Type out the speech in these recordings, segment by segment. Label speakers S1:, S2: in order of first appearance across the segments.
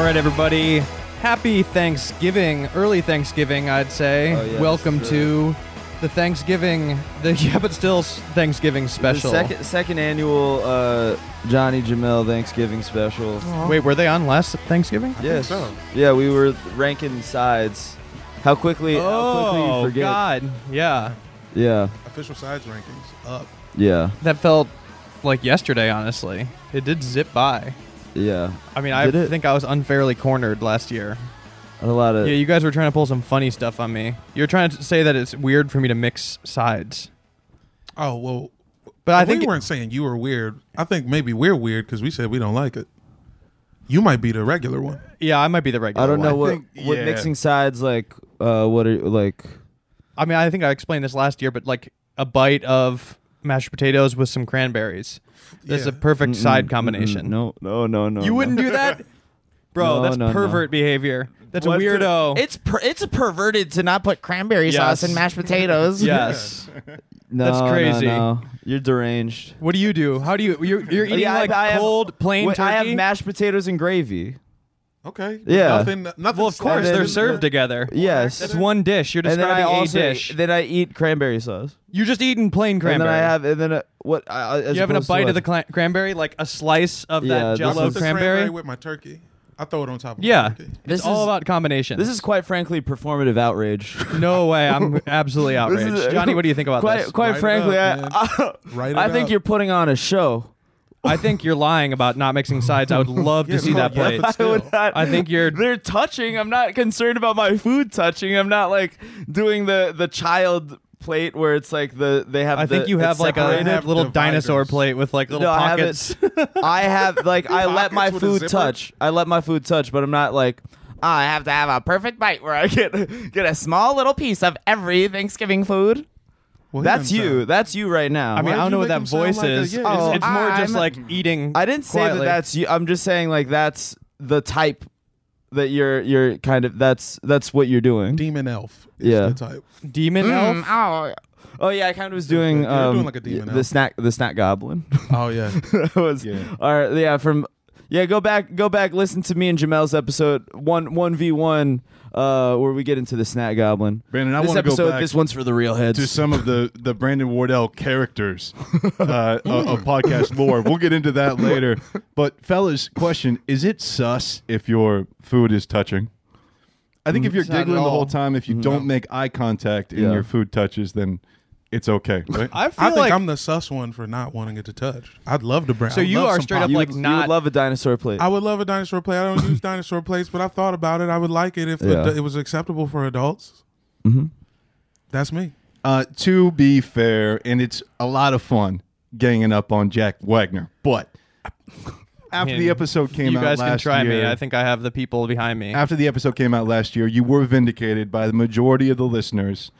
S1: right, everybody. Happy Thanksgiving, early Thanksgiving, I'd say.
S2: Oh, yes,
S1: Welcome
S2: sure.
S1: to the Thanksgiving, the yeah, but still s- Thanksgiving special.
S2: The second, second annual uh, Johnny Jamel Thanksgiving special.
S1: Wait, were they on last Thanksgiving?
S2: yes.
S3: so.
S2: Yeah, we were ranking sides. How quickly? how quickly
S1: oh
S2: you forget.
S1: God, yeah,
S2: Yeah.
S3: Official sides rankings up.
S2: Yeah.
S1: that felt like yesterday. Honestly, it did zip by.
S2: Yeah.
S1: I mean, I
S2: Did it?
S1: think I was unfairly cornered last year.
S2: A lot of.
S1: yeah, you guys were trying to pull some funny stuff on me. You were trying to say that it's weird for me to mix sides,
S3: Oh well,
S1: but I
S3: we
S1: think
S3: weren't saying you were weird. I think maybe we're weird because we said we don't like it. You might be the regular one.
S1: yeah, I might be the regular.
S2: I don't know
S1: one.
S2: what
S3: think-
S2: what
S3: yeah.
S2: mixing sides like. Uh, what are like?
S1: I mean, I think I explained this last year, but like a bite of mashed potatoes with some cranberries. This is a
S3: Yeah.
S1: perfect side
S2: Mm-mm,
S1: combination.
S2: mm-mm. No, no, no, no.
S1: you wouldn't do that, bro.
S2: No,
S1: that's
S2: no, no.
S1: pervert behaviver. That's
S2: What's
S1: a
S2: the-
S1: weirdo.
S4: It's per- it's a perverted to not put cranberry
S1: Yes.
S4: sauce in mashed potatoes.
S1: yes.
S2: No,
S1: That's
S2: no,
S1: crazy.
S2: no. You're deranged.
S1: What do you do? How do you? You're, you're eating
S2: Yeah, I-
S1: like
S2: I have-
S1: cold plain
S2: Wait,
S1: turkey.
S2: I have mashed potatoes and gravy.
S3: Okay.
S2: Yeah.
S3: Nothing. Nothing.
S1: well, of course
S2: And
S1: they're
S2: then-
S1: served together.
S2: Yes.
S1: It's one dish. You're
S2: and
S1: describing
S2: then I also
S1: a dish.
S2: then I eat cranberry sauce.
S1: You're just eating plain
S2: And
S1: cranberry.
S2: then I have and then uh, what? I, I- as
S1: you having a
S2: opposed to
S1: bite
S2: what?
S1: of the cla- cranberry, like a slice of
S2: Yeah,
S1: that
S2: this
S3: I
S1: Jello
S3: put
S2: is-
S3: the
S1: cranberry.
S3: with my turkey. I throw it on top of
S1: Yeah,
S3: my turkey.
S4: This
S1: it's all
S4: is-
S1: about combination.
S2: This is quite frankly performative outrage.
S1: No way. I'm absolutely outraged.
S2: This is-
S1: Johnny, what do you think about
S2: quite
S1: this?
S2: quite
S3: Write it
S2: frankly,
S3: up,
S2: I,
S3: Write it
S2: I, I think
S3: up.
S2: you're putting on a show.
S1: I think you're lying about not mixing sides. I would love
S3: Yeah,
S1: to see
S3: no,
S1: that
S3: yeah,
S1: plate.
S3: but still.
S2: not,
S1: I think you're-
S2: They're touching. I'm not concerned about my food touching. I'm not like doing the the child plate where it's like the they have.
S1: I think
S2: the-
S1: you
S2: it's
S1: have like a
S3: separated. I have
S1: little
S3: dividers.
S1: dinosaur plate with like little
S2: No, I have
S1: pockets.
S2: I have like I let my
S3: Pockets with a
S2: food
S3: zipper?
S2: touch. I let my food touch, but I'm not like
S4: Oh, I have to have a perfect bite where I get get a small little piece of every Thanksgiving food.
S3: Well, he
S2: that's
S3: didn't
S2: you.
S3: sound-
S2: That's you right now.
S1: I mean,
S3: Why'd
S1: I don't
S3: you
S1: know what
S3: make
S1: that
S3: him sound
S1: voice
S3: like a-
S1: is.
S3: yeah,
S1: it's,
S3: it's-
S1: it's more just
S4: I'm-
S1: like eating.
S2: I didn't say
S1: quietly.
S2: that that's you. I'm just saying like that's the type that you're you're kind of that's that's what you're doing.
S3: Demon elf. Is
S2: Yeah.
S3: The type.
S1: demon elf.
S4: Mm, oh,
S2: Oh yeah, I kind of was doing
S3: You're doing
S2: um,
S3: like a demon
S2: the
S3: elf.
S2: snack the snack goblin.
S3: Oh yeah.
S2: That was
S3: Yeah.
S2: or yeah from yeah go back go back listen to me and Jamel's episode one one v one uh where we get into the snack goblin.
S5: Brandon, I
S2: this
S5: wanna go
S2: episode
S5: back
S2: this one's for the real heads.
S5: to some of the the Brandon Wardell characters uh, of, of podcast lore. We'll get into that later. But fellas, question: Is it sus if your food is touching? I think if you're
S1: not at
S5: giggling the
S1: all.
S5: whole time, if you don't make eye contact and
S2: Yeah.
S5: your food touches, then it's okay. Right?
S1: I feel
S3: I think
S1: like
S3: I'm the sus one for not wanting it to touch. I'd love to bring.
S1: so.
S3: I
S1: You
S3: love
S1: are
S3: some
S1: straight
S3: pop-
S1: up
S2: you,
S1: like
S2: would- you
S1: not.
S2: would love a dinosaur plate.
S3: I would love a dinosaur plate. I don't use dinosaur plates, but I thought about it. I would like it if
S2: Yeah.
S3: it, it was acceptable for adults. Mm-hmm. That's me.
S5: Uh, to be fair, and it's a lot of fun ganging up on Jack Wagner, but after
S1: Man,
S5: the episode came
S1: you
S5: out
S1: guys
S5: last
S1: can try
S5: year,
S1: me. I think I have the people behind me.
S5: after the episode came out last year, you were vindicated by the majority of the listeners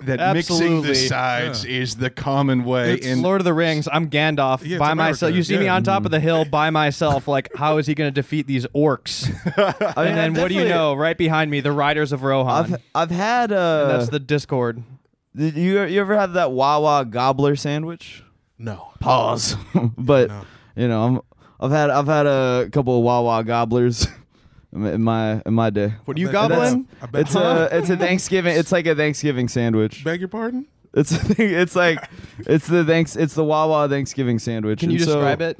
S5: that mixing
S1: Absolutely.
S5: the sides is the common way.
S3: It's
S5: and
S1: Lord of the Rings, I'm Gandalf
S3: Yeah, it's
S1: by
S3: America,
S1: myself. You see me
S3: yeah.
S1: on top of the hill by myself. Like, how is he going to defeat these orcs?
S2: I mean,
S1: and then
S2: I've
S1: what do you
S2: definitely-
S1: know? Right behind me, the Riders of Rohan.
S2: I've I've had uh
S1: That's the Discord.
S2: did you you ever had that Wawa gobbler sandwich?
S3: No.
S2: Pause. but
S3: No.
S2: you know, I'm I've had I've had a couple of Wawa gobblers in my in my day.
S1: What are you
S3: bet you that's-
S1: gobbling?
S3: I bet
S2: It's a it's a Thanksgiving it's like a Thanksgiving sandwich.
S3: Beg your pardon?
S2: It's a thing, it's like it's the thanks it's the Wawa Thanksgiving sandwich.
S1: Can you
S2: And so,
S1: describe it?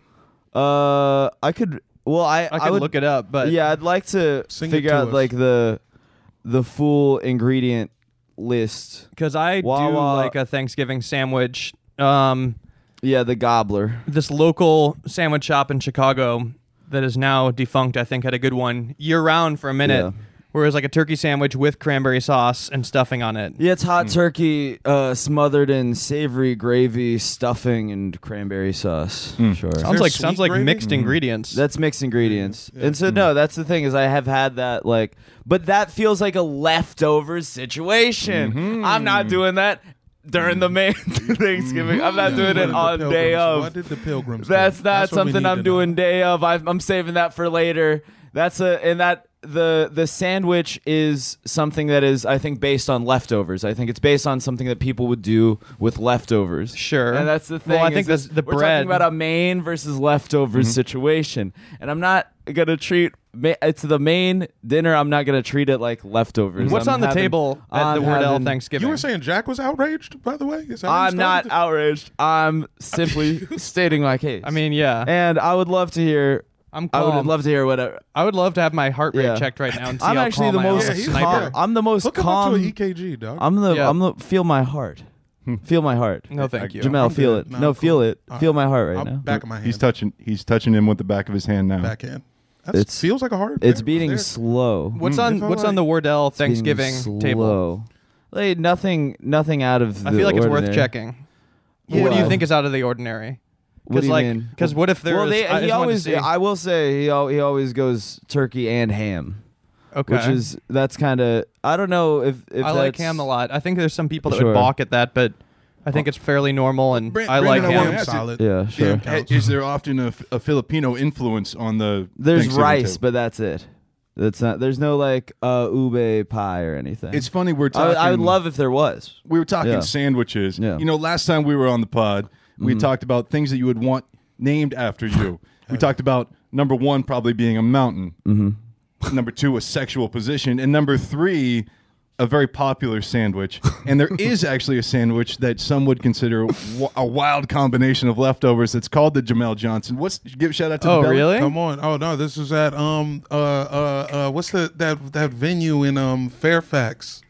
S2: Uh, I could. Well, I
S1: I could
S2: would,
S1: look it up, but
S2: Yeah, I'd like to
S3: Sing it
S2: figure
S3: to
S2: out
S3: us.
S2: like the the full ingredient list.
S1: because I do
S2: Wawa-
S1: like a Thanksgiving sandwich. Um,
S2: Yeah, the gobbler.
S1: this local sandwich shop in Chicago that is now defunct, I think, had a good one year round for a minute.
S2: Yeah.
S1: Where it was like a turkey sandwich with cranberry sauce and stuffing on it.
S2: Yeah, it's
S3: Hmm.
S2: hot turkey uh, smothered in savory gravy, stuffing, and cranberry sauce.
S3: Hmm.
S2: Sure.
S1: Sounds
S3: there
S1: like
S3: sweet
S1: sounds like
S3: gravy?
S1: mixed ingredients.
S2: That's mixed ingredients. And
S3: Hmm.
S2: so no, that's the thing is I have had that like but that feels like a leftover situation.
S3: Mm-hmm.
S2: I'm not doing that during the main Thanksgiving. I'm not doing it
S3: What
S2: on
S3: did the
S2: day
S3: pilgrims- What
S2: of.
S3: did the pilgrims do?
S2: That's not
S3: what we
S2: something
S3: need
S2: I'm
S3: to know.
S2: doing day of. I've, I'm saving that for later. That's a and that the the sandwich is something that is I think based on leftovers. I think it's based on something that people would do with leftovers.
S1: Sure.
S2: and that's the thing.
S1: Well, I
S2: is
S1: think
S2: this-
S1: that's the
S2: we're
S1: bread. Mm-hmm.
S2: talking about a main versus leftovers situation, and I'm not gonna treat ma- it's the main dinner. I'm not gonna treat it like leftovers.
S1: What's
S2: I'm
S1: on the
S2: having-
S1: table at the
S2: I'm
S1: Wardell
S2: having-
S1: Thanksgiving?
S3: You were saying Jack was outraged, by the way. Is that what you
S2: I'm not
S3: started?
S2: outraged. I'm simply stating my case.
S1: I mean, yeah.
S2: and I would love to hear.
S1: I'm
S2: I
S1: calm.
S2: would love to hear whatever.
S1: I would love to have my heart rate
S2: Yeah.
S1: checked right now and see
S2: I'm
S1: how
S2: actually
S1: calm
S2: the
S1: I am
S2: most
S1: as a
S3: Yeah, he's
S1: sniper.
S3: calm.
S2: I'm the most
S3: Hook him up
S2: calm.
S3: to an EKG, dog.
S2: I'm the
S1: E Yeah. Hmm.
S2: I'm the feel my heart. feel my heart.
S1: No, thank you.
S2: Jamel, feel
S3: good.
S2: it.
S3: No,
S2: No,
S3: I'm
S2: feel
S3: cool.
S2: it.
S3: All
S2: Feel
S3: right.
S2: my heart right
S3: I'm
S2: now.
S3: back of my hand.
S5: He's touching. He's touching him with the back of his hand now.
S3: back hand. That
S2: It's-
S3: feels like a heart.
S2: It's
S3: attack
S2: beating
S3: right there.
S2: slow.
S1: What's
S3: If
S1: on
S3: I
S1: What's
S3: like-
S1: on the Wardell
S2: It's being
S1: Thanksgiving
S2: slow.
S1: table?
S2: Like nothing, nothing out of.
S1: I
S2: the
S1: feel like it's worth
S2: ordinary.
S1: checking. What do you
S2: Yeah.
S1: think is out of the ordinary?
S2: What do you
S1: like,
S2: mean?
S1: Because what if there's?
S2: well, they,
S1: I
S2: he
S1: just wanted to
S2: always.
S1: see-
S2: I will say he al- he always goes turkey and ham,
S1: okay.
S2: which is that's kind of. I don't know if if
S1: I like
S2: that's-
S1: ham a lot. I think there's some people that would
S2: Sure.
S1: balk at that, but I think it's fairly normal, and
S3: Brent-
S1: I like
S3: Brandon,
S5: want
S1: ham.
S5: to
S3: I'm
S5: ask you-
S3: solid.
S2: Yeah, sure.
S3: Damn
S5: Hey,
S3: counts.
S5: Is there often a, a Filipino influence on the?
S2: There's
S5: Thanksgiving
S2: rice,
S5: table?
S2: but that's it. That's not. There's no like uh, ube pie or anything.
S5: It's funny we're
S2: I,
S5: talking.
S2: I would love if there was.
S5: We were talking
S2: Yeah.
S5: sandwiches.
S2: Yeah.
S5: You know, last time we were on the pod, we talked about things that you would want named after you. we talked about number one probably being a mountain, mm-hmm. number two a sexual position, and number three a very popular sandwich. and there is actually a sandwich that some would consider w- a wild combination of leftovers. That's called the Jamel Johnson. What's give shout out to?
S1: Oh,
S5: the belly-
S1: really?
S3: Come on. Oh no, this was at um uh uh, uh what's the that that venue in um Fairfax?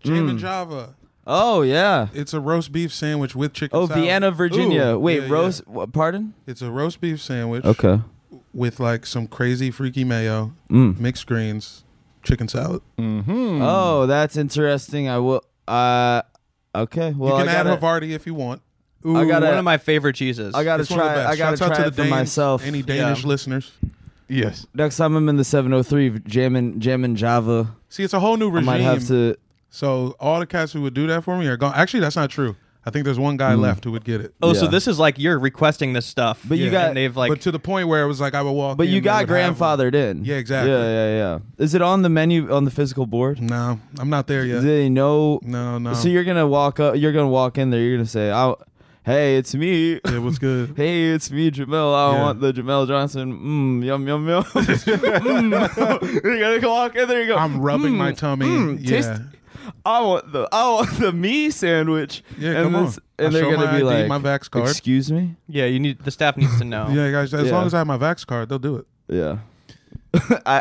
S3: Jam
S2: Mm.
S3: and Java.
S2: Oh yeah.
S3: It's a roast beef sandwich with chicken.
S2: Oh
S3: salad.
S2: Vienna, Virginia.
S3: Ooh,
S2: Wait,
S3: yeah, yeah.
S2: Rose. wha- Pardon.
S3: It's a roast beef sandwich
S2: Okay.
S3: with like some crazy freaky mayo,
S2: Mm.
S3: mixed greens, chicken salad.
S2: Oh, that's interesting. I will. Uh, okay. Well,
S3: you
S2: I
S3: can add
S2: gotta,
S3: Havarti if you want.
S1: Ooh,
S2: gotta-
S1: one of my favorite cheeses.
S2: I gotta
S3: It's one of the
S2: try.
S3: best.
S2: I gotta
S3: Shouts out
S2: try
S3: to
S2: it
S3: the
S2: for
S3: Danes,
S2: myself.
S3: Any Danish listeners?
S5: Yes.
S2: Next time I'm in the 703 jamming, jamming Java.
S3: See, it's a whole new
S2: I
S3: regime.
S2: might have to.
S3: So all the cats who would do that for me are gone. Actually, that's not true. I think there's one guy
S2: Mm.
S3: left who would get it.
S1: oh, so
S2: Yeah.
S1: this is like you're requesting this stuff,
S2: But you
S1: and
S2: got-
S1: they've like
S3: but to the point where it was like I would walk.
S2: But
S3: in,
S2: you
S3: they
S2: got
S3: would have one.
S2: grandfathered in.
S3: Yeah, exactly.
S2: Yeah, yeah, yeah. Is it on the menu on the physical board?
S3: No, I'm not there
S2: Do
S3: yet.
S2: they know?
S3: No, no.
S2: So you're gonna walk up. You're gonna walk in there. You're gonna say, "I, hey, it's me."
S3: it was good.
S2: Hey, it's me, Jamel. I
S3: Yeah.
S2: want the Jamel Johnson. Mmm, yum, yum, yum. mm. You're gonna walk in there. You go.
S3: I'm rubbing
S2: "Mm,
S3: my tummy.
S2: mm,
S3: yeah.
S2: taste- I want the I want the me sandwich.
S3: Yeah,
S2: and
S3: come on.
S2: this-
S3: I
S2: And they're
S3: show
S2: gonna
S3: my
S2: be like,
S3: ID, my Vax card.
S2: Excuse me.
S1: yeah, you need the staff needs to know.
S3: yeah, guys. As
S2: Yeah.
S3: long as I have my Vax card, they'll do it.
S2: Yeah. I,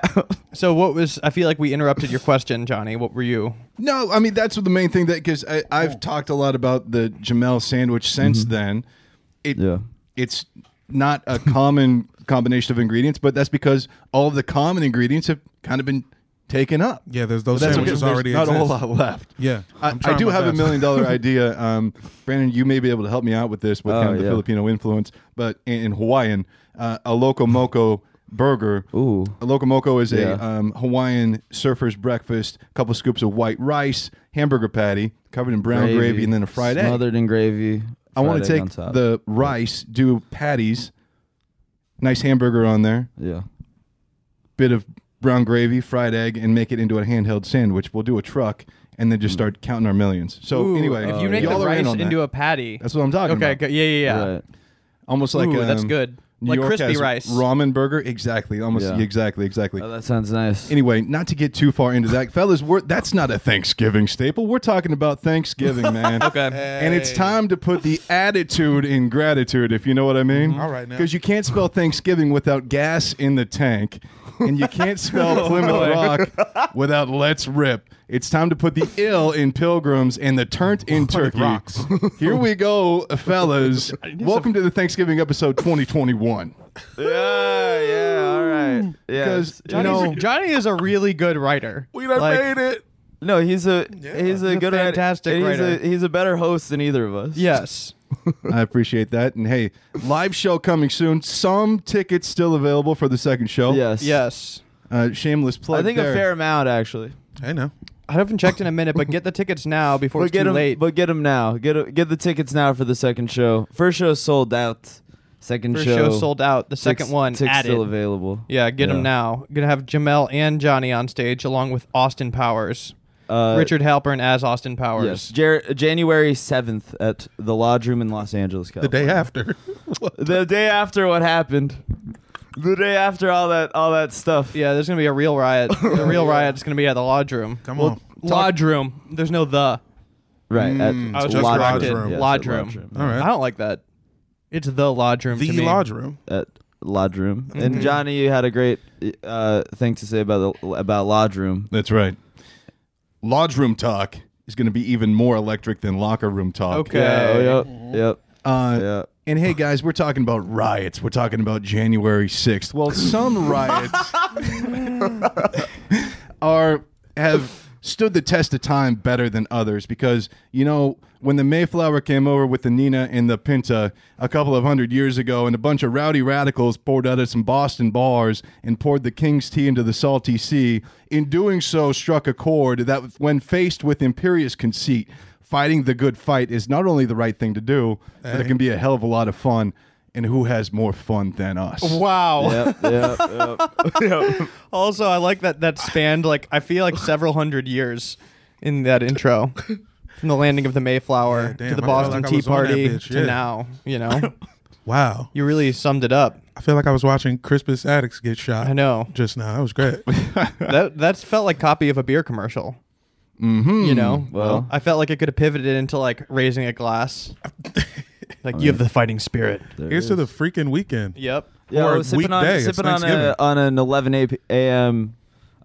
S1: So what was? I feel like we interrupted your question, Johnny. What were you?
S5: No, I mean that's the main thing that because I've talked a lot about the Jamel sandwich since
S3: Mm-hmm.
S5: then. It
S2: Yeah.
S5: it's not a common combination of ingredients, but that's because all of the common ingredients have kind of been taken up.
S3: Yeah, there's those
S5: That's
S3: sandwiches
S5: because
S3: already.
S5: there's not
S3: exist.
S5: a whole lot left.
S3: Yeah,
S5: I,
S3: I'm
S5: I
S3: trying
S5: do
S3: my
S5: have a
S3: best.
S5: million dollar idea. Um, Brandon, you may be able to help me out with this with
S2: Oh,
S5: kind of the
S2: yeah.
S5: Filipino influence, but in, in Hawaiian, uh, a loco moco burger.
S2: Ooh.
S5: A loco moco is
S2: Yeah.
S5: a um, Hawaiian surfer's breakfast, couple scoops of white rice, hamburger patty covered in brown gravy, and then a fried egg.
S2: Smothered in gravy.
S5: I want
S2: fried
S5: to
S2: egg
S5: take
S2: on top.
S5: the rice, do patties, nice hamburger on there,
S2: Yeah.
S5: bit of brown gravy, fried egg, and make it into a handheld sandwich. We'll do a truck and then just
S2: Mm.
S5: start counting our millions. So anyway,
S2: uh,
S1: if you make
S5: y'all
S1: the
S5: are in
S1: rice
S5: on that.
S1: into a patty,
S5: that's what I'm talking
S1: okay,
S5: about.
S1: good. yeah, yeah, yeah.
S2: Right.
S5: Almost like
S1: Ooh, that's
S5: um,
S1: good.
S5: New
S1: Like
S5: York
S1: crispy
S5: has
S1: rice.
S5: ramen burger. Exactly. Almost
S2: Yeah.
S5: exactly. Exactly.
S2: Oh, that sounds nice.
S5: Anyway, not to get too far into that, fellas, we're, that's not a Thanksgiving staple. We're talking about Thanksgiving, man.
S1: Okay.
S5: And it's time to put the attitude in gratitude, if you know what I mean.
S3: All right, now.
S5: Because you can't spell Thanksgiving without gas in the tank, and you can't
S3: Oh,
S5: spell Plymouth Rock without let's rip. It's time to put the ill in pilgrims and the turnt in turkey.
S3: rocks.
S5: Here we go, fellas. Welcome to the Thanksgiving episode 2021.
S2: Yeah, yeah, all right. Yeah.
S5: Because, you
S1: Johnny's-
S5: know,
S1: Johnny is a really good writer.
S3: We done
S1: Like,
S3: made it.
S2: No, he's a he's a
S1: He's a
S2: good writer.
S1: fantastic
S2: And he's
S1: writer.
S2: A, he's a better host than either of us.
S1: Yes.
S5: I appreciate that. And hey, live show coming soon. Some tickets still available for the second show.
S2: Yes.
S1: Yes.
S5: Uh, shameless plug.
S2: I think
S5: there.
S2: a fair amount actually.
S3: I know.
S1: I haven't checked in a minute, but get the tickets now before
S2: But
S1: it's
S2: get
S1: too
S2: them,
S1: late.
S2: but get 'em now. Get 'em- get the tickets now for the second show. First show sold out. Second
S1: First
S2: show,
S1: show sold out. The second
S2: Tickets-
S1: one
S2: tickets
S1: added.
S2: still available.
S1: yeah, get them
S2: Yeah.
S1: now. Gonna have Jamel and Johnny on stage along with Austin Powers,
S2: Uh,
S1: Richard Halpern as Austin
S2: Yes,
S1: Powers.
S2: Jar- January seventh at the Lodge Room in Los Angeles,
S3: The
S2: California.
S3: day after.
S2: The day after what happened. the day after all that all that stuff.
S1: Yeah, there's gonna be a real riot. The real riot's gonna be at the lodge room.
S3: Come on.
S1: lodge room. There's no the.
S2: Right.
S3: Mm,
S2: at,
S1: I was
S3: Just
S1: lodge,
S3: lodge
S1: corrected.
S3: room.
S2: Yes,
S1: Lodge
S2: at
S1: room.
S3: All right.
S1: I don't like that. It's the lodge room.
S3: the
S1: to me.
S3: lodge room.
S2: At lodge room. And Johnny, you had a great uh, thing to say about the, about lodge room.
S5: That's right. Lodge room talk is going to be even more electric than locker room talk.
S1: Okay.
S2: Yeah, oh, yep. Yep.
S5: Uh,
S2: Yeah.
S5: And hey, guys, we're talking about riots. We're talking about January 6th. Well, some riots are have stood the test of time better than others because, you know, when the Mayflower came over with the Nina and the Pinta a couple of hundred years ago, and a bunch of rowdy radicals poured out of some Boston bars and poured the King's Tea into the salty sea, in doing so, struck a chord that, when faced with imperious conceit, fighting the good fight is not only the right thing to do, but it can be a hell of a lot of fun. And who has more fun than us?
S1: Wow.
S2: Yep. Yep. yep.
S1: Also, I like that that spanned like I feel like several hundred years in that intro, from the landing of the Mayflower
S3: Yeah, damn,
S1: to the
S3: I felt
S1: Boston
S3: like I
S1: Tea
S3: was on that
S1: Party
S3: bitch,
S1: to
S3: yeah.
S1: now. You know,
S3: Wow.
S1: you really summed it up.
S3: I feel like I was watching Crispus Attucks get shot.
S1: I know
S3: Just now. That was great.
S1: that that felt like copy of a beer commercial. Mm-hmm. You know,
S2: Well.
S1: I felt like it could have pivoted into like raising a glass, like you have the fighting spirit.
S2: There it
S3: Here's to
S2: is.
S3: the freaking weekend.
S1: Yep.
S2: Yeah,
S3: or
S2: I was sipping on
S3: weekday, it's
S2: sipping on a,
S3: Thanksgiving.
S2: on an 11 a- a.m.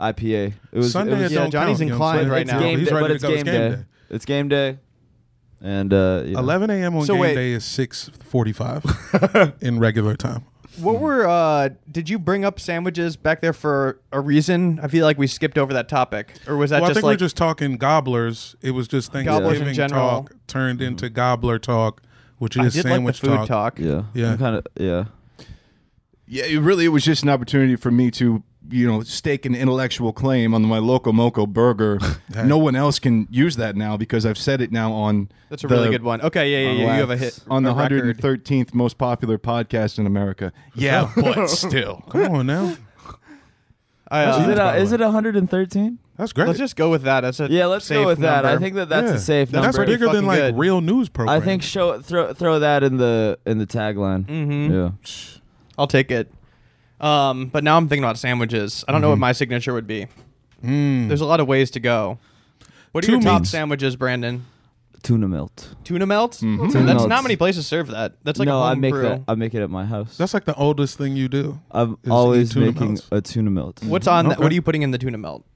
S2: IPA. It was
S3: Sunday,
S2: It was,
S3: it
S1: yeah,
S3: don't
S1: Johnny's
S3: count, you know what
S1: inclined
S3: I'm saying?
S1: right
S2: it's
S1: now.
S2: game
S3: He's
S2: day,
S3: ready
S2: but
S3: to
S2: it's
S3: go.
S2: game day. It's game day, and uh, you know.
S3: 11 a.m. on
S1: So
S3: game
S1: wait.
S3: day is 6:45 in regular time.
S2: Hmm.
S1: What were uh did you bring up sandwiches back there for a reason? I feel like we skipped over that topic. Or was that
S3: well, I
S1: just
S3: think
S1: like
S3: we're just talking gobblers. It was just
S1: Gobblers in
S3: Thanksgiving
S1: general.
S3: talk turned into
S2: Mm-hmm.
S3: gobbler talk, which
S1: I
S3: is
S1: did like the
S3: sandwich
S1: food talk?
S2: Yeah.
S3: Yeah.
S2: I'm kind of yeah.
S5: Yeah, it really it was just an opportunity for me to, you know, stake an intellectual claim on my Loco Moco burger. no one else can use that now because I've said it now on
S1: That's a
S5: the-
S1: really good one. Okay, yeah, yeah, yeah. You have a hit
S5: on the
S1: a record.
S5: 113th most popular podcast in America. Yeah, but still.
S3: Come on now.
S1: I, uh,
S2: is it
S3: by
S2: a,
S3: the
S2: is
S3: way.
S2: it 113?
S3: That's great.
S1: let's just go with that. That's a
S2: Yeah, let's
S1: safe
S2: go with that. I
S1: number.
S2: think that that's
S3: Yeah.
S2: a safe
S3: That's
S2: number.
S3: bigger than
S1: Fucking
S3: like
S1: good.
S3: real news
S2: I
S3: program.
S2: think show throw throw that in the in the tagline.
S1: Mhm.
S2: Yeah.
S1: I'll take it. Um, but now I'm thinking about sandwiches. I don't know
S2: Mm-hmm.
S1: what my signature would be.
S3: Mm.
S1: There's a lot of ways to go. What are
S3: Two
S1: your top
S3: meats.
S1: sandwiches, Brandon?
S2: Tuna melt.
S1: Tuna melt?
S5: Mm-hmm.
S1: That's
S2: Tuna melts.
S1: not many places serve that. That's like
S2: no,
S1: a
S2: I
S1: home
S2: make
S1: brew.
S2: that. I make it at my house.
S3: that's like the oldest thing you do.
S2: I'm
S3: is
S2: always
S3: eat tuna
S2: making
S3: melts.
S2: a tuna melt.
S1: What's on that?
S3: Okay.
S1: What are you putting in the tuna melt?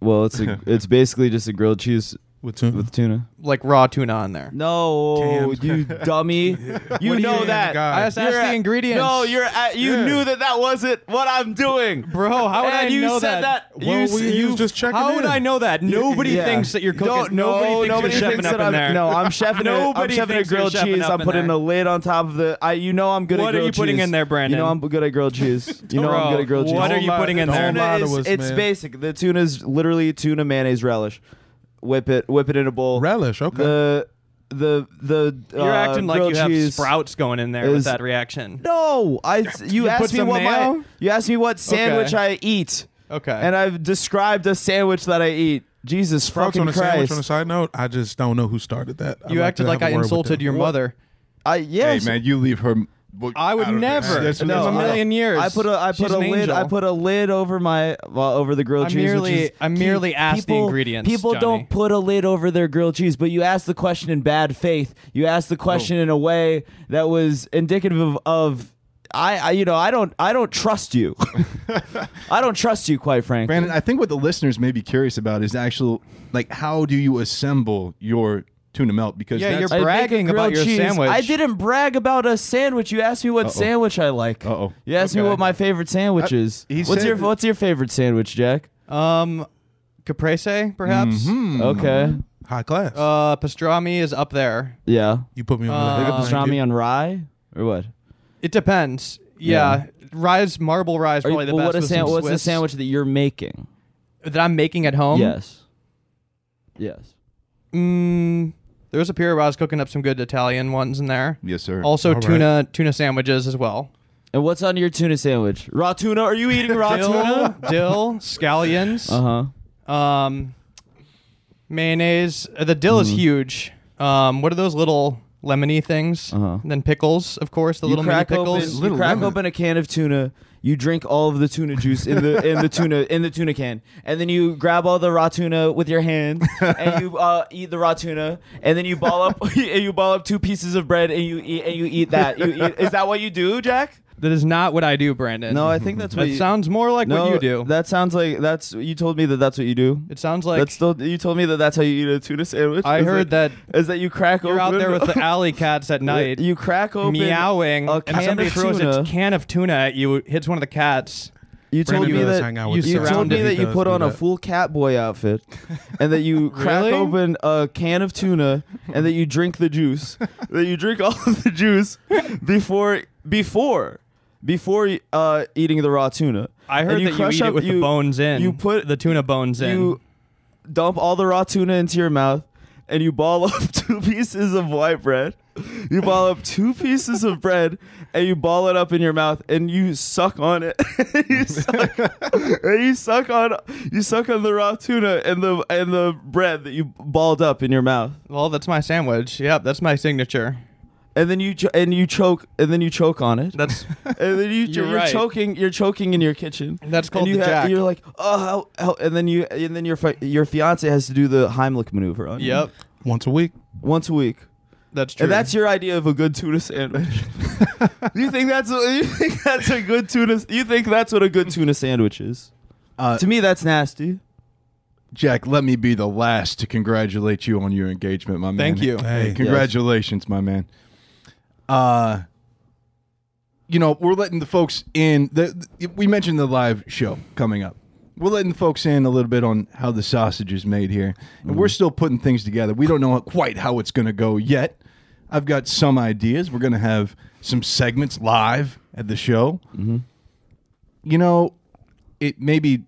S2: Well, it's a, it's basically just a grilled cheese
S3: With tuna.
S2: with tuna.
S1: Like raw tuna on there.
S2: No,
S3: Damn.
S2: you dummy. you
S3: do you
S2: know
S3: mean,
S2: that.
S3: God?
S1: I just
S2: You're
S1: asked the
S2: at-
S1: ingredients.
S2: No, you're at, you
S3: Yeah.
S2: knew that that wasn't what I'm doing.
S1: Bro, how would I
S2: and you
S1: know
S2: said that.
S3: Well,
S2: you, s-
S3: we- he
S2: you
S3: was just checking
S1: How would
S3: in.
S1: I know that? Nobody
S2: Yeah.
S1: thinks that you're cooking.
S2: Don't- no,
S1: nobody
S2: nobody
S1: thinks you're
S2: thinks
S1: chefing up
S2: that
S1: in
S2: I'm-
S1: there.
S2: No, I'm chefing.
S1: Nobody
S2: i I'm chefing a
S1: thinks you're
S2: grilled
S1: chefing
S2: cheese.
S1: up
S2: I'm
S1: in
S2: putting
S1: there.
S2: a lid on top of the. I, you know, I'm good
S1: What
S2: at
S1: are
S2: grilled
S1: you putting
S2: cheese.
S1: in there, Brandon?
S2: You know, I'm good at grilled cheese. you know, I'm
S1: Bro,
S2: good at grilled cheese.
S1: What
S3: Don't
S1: are you
S3: lie-
S1: putting in
S3: don't
S1: there?
S3: lie
S2: Tuna is-
S3: to us,
S2: it's
S3: man.
S2: basic. The tuna is literally tuna mayonnaise relish. Whip it, whip it in a bowl.
S3: Relish, okay.
S2: The the the.
S1: You're
S2: uh,
S1: acting like
S2: grilled
S1: you have
S2: cheese.
S1: sprouts going in there with
S2: is-
S1: that reaction.
S2: No, I. You,
S1: put
S2: asked me
S1: some
S2: what my.
S1: mayo?
S2: You asked me what sandwich
S1: Okay.
S2: I eat,
S1: Okay.
S2: and I've described a sandwich that I eat. Jesus
S3: Sprouts
S2: fucking
S3: on a sandwich.
S2: Christ!
S3: On a side note, I just don't know who started that. I'd
S1: you acted
S3: to
S1: like
S3: have
S1: I
S3: a word with
S1: insulted
S3: them.
S1: your mother.
S2: I
S5: hey
S2: yes.
S5: man, you leave her
S1: I would
S5: out of this.
S1: never.
S5: That's-
S1: In a
S5: that's-
S1: million
S2: I,
S1: years.
S2: I put a I
S1: She's
S2: put a
S1: an
S2: lid
S1: angel.
S2: I put a lid over my well, over the grilled
S1: I
S2: cheese. which
S1: merely-
S2: is
S1: I
S2: key.
S1: merely asked the
S2: people,
S1: ingredients,
S2: People
S1: Johnny.
S2: don't put a lid over their grilled cheese, but you asked the question in bad faith. You asked the question
S1: Oh.
S2: in a way that was indicative of. of I, I, you know, I don't, I don't trust you. I don't trust you, quite frankly.
S5: Brandon, I think what the listeners may be curious about is the actual like how do you assemble your tuna melt because
S1: Yeah,
S5: that's
S1: you're-
S2: I'd make a
S1: bragging about
S2: grilled
S1: your
S2: cheese.
S1: sandwich.
S2: I didn't brag about a sandwich. You asked me what sandwich I like.
S5: Uh-oh.
S2: You asked me
S1: Okay. Uh,
S2: what my favorite sandwich
S5: I-
S2: is.
S5: he
S2: What's
S5: said
S2: your
S5: that-
S2: What's your favorite sandwich, Jack?
S1: Um, caprese, perhaps.
S2: Mm-hmm. Okay.
S3: high class.
S1: Uh, pastrami is up there.
S2: Yeah.
S3: you put me on
S1: uh,
S3: the
S1: Like a
S3: Thank you.
S2: Pastrami on rye or what?
S1: It depends. Yeah, rise marble rye is
S2: Are you,
S1: probably the
S2: well,
S1: best.
S2: what a
S1: with
S2: san-
S1: some
S2: what's the
S1: Swiss Um,
S2: sandwich that you're making?
S1: that I'm making at home?
S2: yes. Yes.
S1: Mm, there's a period where I was cooking up some good Italian ones in there.
S5: yes sir.
S1: Also,
S3: right.
S1: tuna tuna sandwiches as well.
S2: And what's on your tuna sandwich? Raw tuna? Are you eating raw
S1: Dill,
S2: Ah, tuna?
S1: dill, scallions.
S2: Uh huh. Mm-hmm.
S1: um, mayonnaise. Uh, The dill is huge. Um, what are those little? lemony things,
S2: Uh-huh.
S1: and then pickles, of course, the little mini
S2: crack
S1: pickles.
S2: Open,
S5: Little
S2: you crack
S5: lemon.
S2: open a can of tuna. You drink all of the tuna juice in the in the tuna in the tuna can, and then you grab all the raw tuna with your hand, and you uh, eat the raw tuna, and then you ball up and you ball up two pieces of bread, and you eat and you eat that. You eat, is that what you do, Jack?
S1: That is not what I do, Brandon.
S2: No, I think that's what
S1: that
S2: you,
S1: sounds more like
S2: no,
S1: what you do.
S2: That sounds like that's you told me that that's what you do.
S1: it sounds like
S2: that's still you told me that that's how you eat a tuna sandwich.
S1: I
S2: Is
S1: heard that
S2: is that you crack
S1: you're out
S2: open
S1: there with the alley cats at night.
S2: you crack open
S1: meowing,
S2: a
S1: and
S2: can
S1: somebody
S2: of
S1: throws
S2: tuna.
S1: a can of tuna at you, hits one of the cats.
S2: You told
S3: Brandon
S2: me
S3: does
S2: that
S3: hang out
S1: with
S2: you
S1: cats.
S2: told me
S1: He
S2: that you
S3: does
S2: put
S3: do
S2: on a
S3: that.
S2: full cat boy outfit, and that you crack
S1: Really?
S2: open a can of tuna, and that you drink the juice. that you drink all of the juice before before before uh, eating the raw tuna.
S1: I heard
S2: and you
S1: that you
S2: crush
S1: eat
S2: up,
S1: it with
S2: you,
S1: the bones in.
S2: you put-
S1: the tuna bones
S2: You dump all the raw tuna into your mouth, and you ball up two pieces of white bread. You ball up two pieces of bread, and you ball it up in your mouth, and you suck on it. you suck, and you suck on you suck on the raw tuna and the and the bread that you balled up in your mouth,
S1: in. Well, that's my sandwich. Yep, that's my signature.
S2: and then you cho- and you choke and then you choke on it.
S1: That's
S2: and then you,
S1: You're
S2: you're,
S1: right.
S2: choking. You're choking in your kitchen.
S1: That's called
S2: and you
S1: the jack.
S2: You're like, oh, how, how, and then you, and then your fi- your fiance has to do the Heimlich maneuver on you
S1: yep.
S3: Once a week.
S2: once a week.
S1: That's true.
S2: And that's your idea of a good tuna sandwich. you think that's a, you think that's a good tuna? You think that's what a good tuna sandwich is?
S5: Uh,
S2: to me, that's nasty.
S5: Jack, let me be the last to congratulate you on your engagement, my man.
S1: Thank you.
S3: Hey.
S5: Congratulations, my man. Uh you know, we're letting the folks in. The, the- we mentioned the live show coming up. We're letting the folks in a little bit on how the sausage is made here. And we're still putting things together. We don't know quite how it's going to go yet. I've got some ideas. We're going to have some segments live at the show. You know, it may be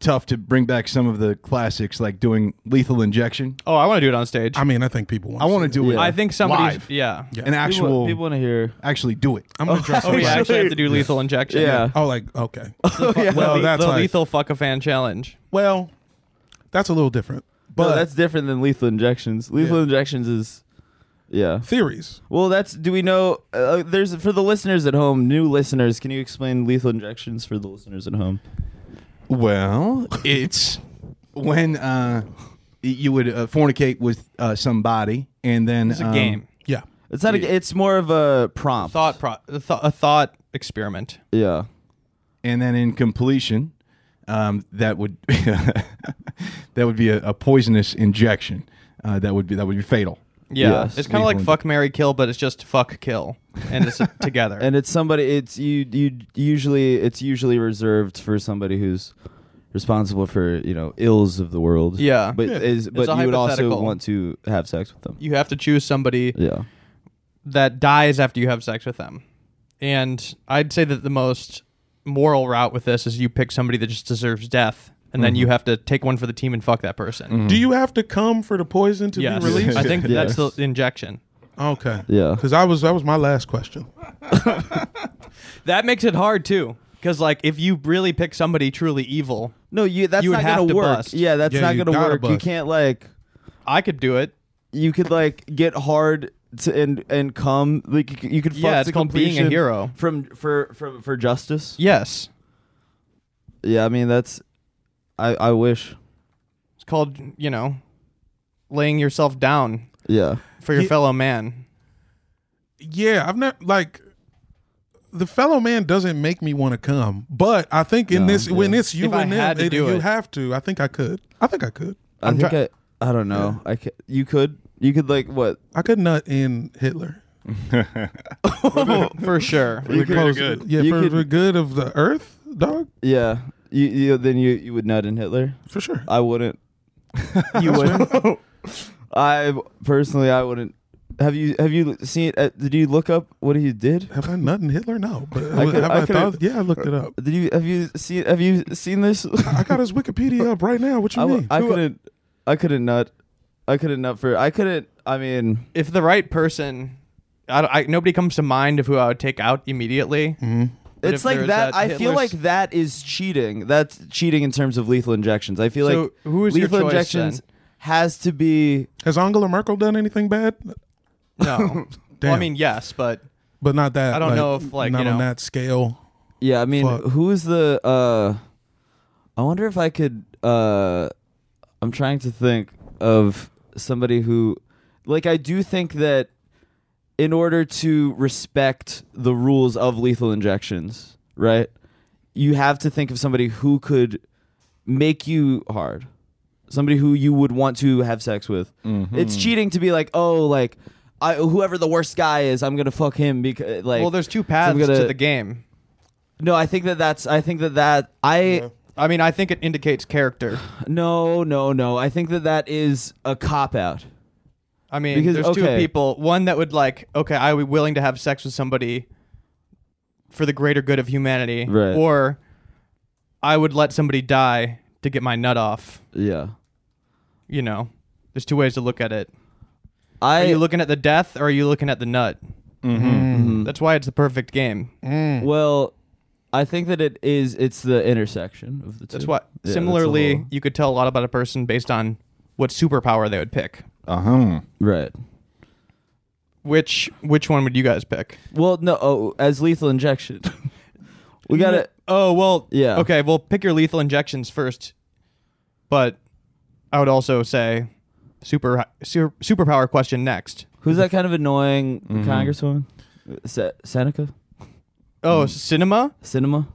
S5: tough to bring back some of the classics like doing lethal injection.
S1: oh, I want to do it on stage.
S3: I mean, I think people want.
S5: I want to do it.
S2: Yeah.
S1: I think somebody's
S5: live.
S1: yeah.
S5: an actual
S2: people want to hear.
S5: actually do it.
S3: I'm gonna dress
S1: Oh,
S3: up
S1: we
S3: like.
S1: actually have to do lethal injection.
S2: Yeah.
S3: Oh, like okay.
S1: Well,
S3: Well, Oh, that's
S1: the
S3: like-
S1: lethal fuck a fan challenge.
S3: Well, that's a little different. But
S2: But that's different than lethal injections. Lethal
S3: Yeah.
S2: injections is, yeah.
S3: theories.
S2: Well, that's. Do we know? Uh, there's for the listeners at home, new listeners. Can you explain lethal injections for the listeners at home?
S5: Well, it's when uh, you would uh, fornicate with uh, somebody, and then
S1: It's a
S5: um,
S1: game.
S3: Yeah.
S2: It's not. A, it's more of a prompt.
S1: Thought pro- a th- a thought experiment.
S2: Yeah.
S5: and then in completion, um, that would that would be a, a poisonous injection. Uh, that would be that would be fatal.
S1: Yeah.
S2: Yes.
S1: it's kind of like
S5: Lethal
S1: fuck Mary kill but it's just fuck kill and it's together.
S2: and it's somebody it's you you usually it's usually reserved for somebody who's responsible for you know ills of the world
S1: Yeah.
S2: but
S1: Yeah.
S2: is
S1: It's
S2: but
S1: a
S2: you would also
S1: hypothetical.
S2: want to have sex with them
S1: you have to choose somebody
S2: yeah
S1: that dies after you have sex with them. And I'd say that the most moral route with this is you pick somebody that just deserves death and then
S2: Mm-hmm.
S1: you have to take one for the team and fuck that person.
S3: Do you have to come for the poison to
S1: Yes.
S3: be released?
S1: I think that
S2: Yes.
S1: that's the injection.
S3: Okay.
S2: Yeah.
S3: Because I was that was my last question.
S1: That makes it hard too. Because like if you really pick somebody truly evil,
S2: no you that's
S1: You would
S2: not
S1: have
S2: gonna
S1: to
S2: work
S1: bust.
S2: yeah that's
S3: Yeah,
S2: not
S3: you
S2: gonna
S3: gotta
S2: work you
S3: bust.
S2: can't like
S1: I could do it.
S2: you could like get hard to and and come like you could, you could fuck
S1: Yeah, it's
S2: to
S1: called being a
S2: completion
S1: hero.
S2: from for from for justice
S1: Yes.
S2: yeah i mean that's i i wish
S1: It's called, you know, laying yourself down
S2: yeah
S1: for your
S3: He-
S1: fellow man.
S3: Yeah, I've not like the fellow man doesn't make me want to come, but I think in
S2: No,
S3: this when it's you
S1: If I
S3: and
S1: had
S3: them,
S1: to
S3: it-
S1: do
S3: you
S1: it.
S3: have to. I think I could. I think I could.
S2: i think i i don't know i ca you could you could like what
S3: I could nut in Hitler.
S1: For sure.
S5: You could-
S3: Because- Yeah,
S2: You
S3: for
S2: could-
S3: the good of the earth, dog,
S2: Yeah. You, you then you, you would nut in Hitler.
S3: for sure.
S2: I wouldn't. you would. I personally I wouldn't. Have you have you seen? Uh, did you look up what he did?
S3: Have I nut in Hitler? No, but uh,
S2: I could-
S3: have
S2: I
S3: I,
S2: could-
S3: thought? Yeah, I looked it up.
S2: Did you have you seen have you uh, seen this?
S3: I got his Wikipedia up right now. What you
S2: I, w-
S3: mean?
S2: I couldn't. I couldn't nut. I couldn't nut for. I couldn't. I mean,
S1: if the right person, I, don't- I- nobody comes to mind of who I would take out immediately.
S2: Mm-hmm.
S1: But
S2: it's
S1: if
S2: like
S1: there's
S2: that. I feel like
S1: Hitler's-
S2: that is cheating. That's cheating in terms of lethal injections. I feel
S1: So
S2: like
S1: who is your
S2: lethal
S1: choice,
S2: injections
S1: then?
S2: has to be
S3: Has Angela Merkel done anything bad?
S1: No. well, I
S3: Damn.
S1: mean, yes, but
S3: but not that.
S1: I don't know if, like,
S3: not
S1: you
S3: on
S1: know-
S3: that scale.
S2: Yeah, I mean,
S3: Fuck.
S2: who's the? uh I wonder if I could. uh I'm trying to think of somebody who, like, I do think that in order to respect the rules of lethal injections, right, you have to think of somebody who could make you hard, somebody who you would want to have sex with.
S1: Mm-hmm.
S2: It's cheating to be like, oh, like. I, whoever the worst guy is, I'm gonna fuck him because like.
S1: well, there's two
S2: so
S1: paths
S2: I'm gonna-
S1: to the game.
S2: no, I think that that's. I think that that I
S1: I mean, I think it indicates character.
S2: no no no. I think that that is a cop out.
S1: I mean,
S2: Because-
S1: there's
S2: okay.
S1: two people. One that would like, okay, I would be willing to have sex with somebody for the greater good of humanity,
S2: Right.
S1: or I would let somebody die to get my nut off.
S2: Yeah.
S1: You know, there's two ways to look at it. Are
S2: I
S1: you looking at the death, or are you looking at the nut? Mm-hmm. That's why it's the perfect game.
S2: well, I think that it is. It's the intersection of the two.
S1: That's why.
S2: Yeah, that's a
S1: similarly,
S2: little-
S1: you could tell a lot about a person based on what superpower they would pick.
S5: Uh huh.
S2: right.
S1: Which which one would you guys pick?
S2: Well, no. Oh, as lethal injection, we got to
S1: Oh well.
S2: Yeah.
S1: Okay. Well, pick your lethal injections first. But I would also say super, super superpower question next.
S2: Who's that kind of annoying
S1: Mm-hmm.
S2: congresswoman? Se- Seneca,
S1: Oh,
S2: Hmm.
S1: cinema.
S2: cinema,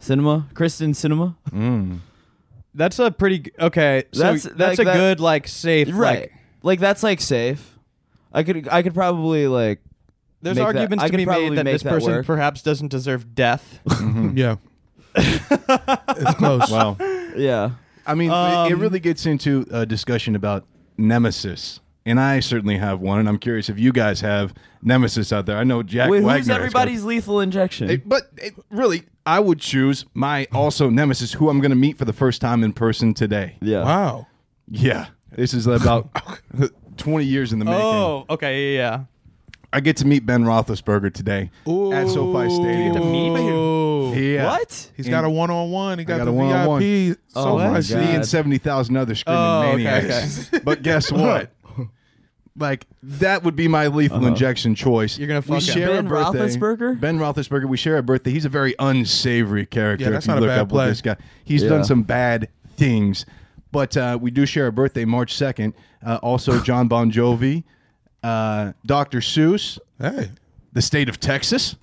S2: cinema, Kristen, cinema.
S5: Mm.
S1: That's a pretty g- okay. So
S2: That's-
S1: that's
S2: like
S1: a
S2: that-
S1: good like safe
S2: right.
S1: Like,
S2: Like, that's like safe. I could I could probably like
S1: there's
S2: Make that-
S1: arguments
S2: I
S1: to
S2: could
S1: be
S2: probably
S1: made that
S2: make
S1: this
S2: that
S1: person
S2: work.
S1: perhaps doesn't deserve death.
S2: Mm-hmm.
S3: Yeah, it's close.
S5: Wow.
S2: yeah.
S5: I mean, it- it really gets into a discussion about nemesis. And I certainly have one, and I'm curious if you guys have nemesis out there. I know Jack
S2: Wait,
S5: Wagner.
S2: who's
S5: has one.
S2: everybody's lethal injection?
S5: It- but it, really, I would choose my also nemesis, who I'm going to meet for the first time in person today.
S2: yeah.
S3: Wow.
S5: Yeah, this is about 20 years in the making.
S1: oh, okay, yeah, yeah.
S5: I get to meet Ben Roethlisberger today at SoFi Stadium.
S3: Ooh.
S5: Yeah.
S2: What?
S3: He's got a one on one. He got,
S5: got
S3: the
S5: a one-on-one.
S3: VIP.
S2: Oh,
S3: so
S2: my
S3: far,
S5: Me
S2: God.
S3: see.
S5: and 70,000 other screaming
S1: Oh, okay,
S5: maniacs. but guess what? Like that would be my lethal injection choice.
S1: You're gonna
S5: we
S1: fuck him.
S5: share
S2: Uh-huh. Ben
S5: a birthday.
S2: Roethlisberger?
S5: Ben Roethlisberger. We share a birthday. He's a very unsavory character.
S3: Yeah, that's
S5: if you
S3: not a
S5: look
S3: bad
S5: up
S3: play.
S5: with this guy, he's
S2: Yeah.
S5: done some bad things, but uh, we do share a birthday, March second. Uh, also, John Bon Jovi, uh, Dr. Seuss,
S3: Hey,
S2: Mm-hmm.
S5: the state of Texas,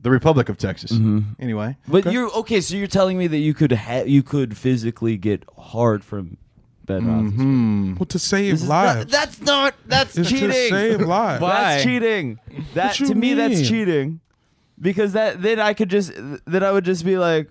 S5: the Republic of Texas.
S2: Mm-hmm.
S5: Anyway,
S2: But you're okay. So you're telling me that you could ha- you could physically get hard from Ben
S5: Mm-hmm.
S2: Roethlisberger.
S3: well, to save
S2: This is
S3: lives.
S2: not- Uh, that's not. That's
S3: it's
S2: cheating.
S3: to save lives.
S1: Why?
S2: That's cheating. That
S3: you
S2: to me, that's
S3: mean?
S2: cheating. Because that then I could just then I would just be like,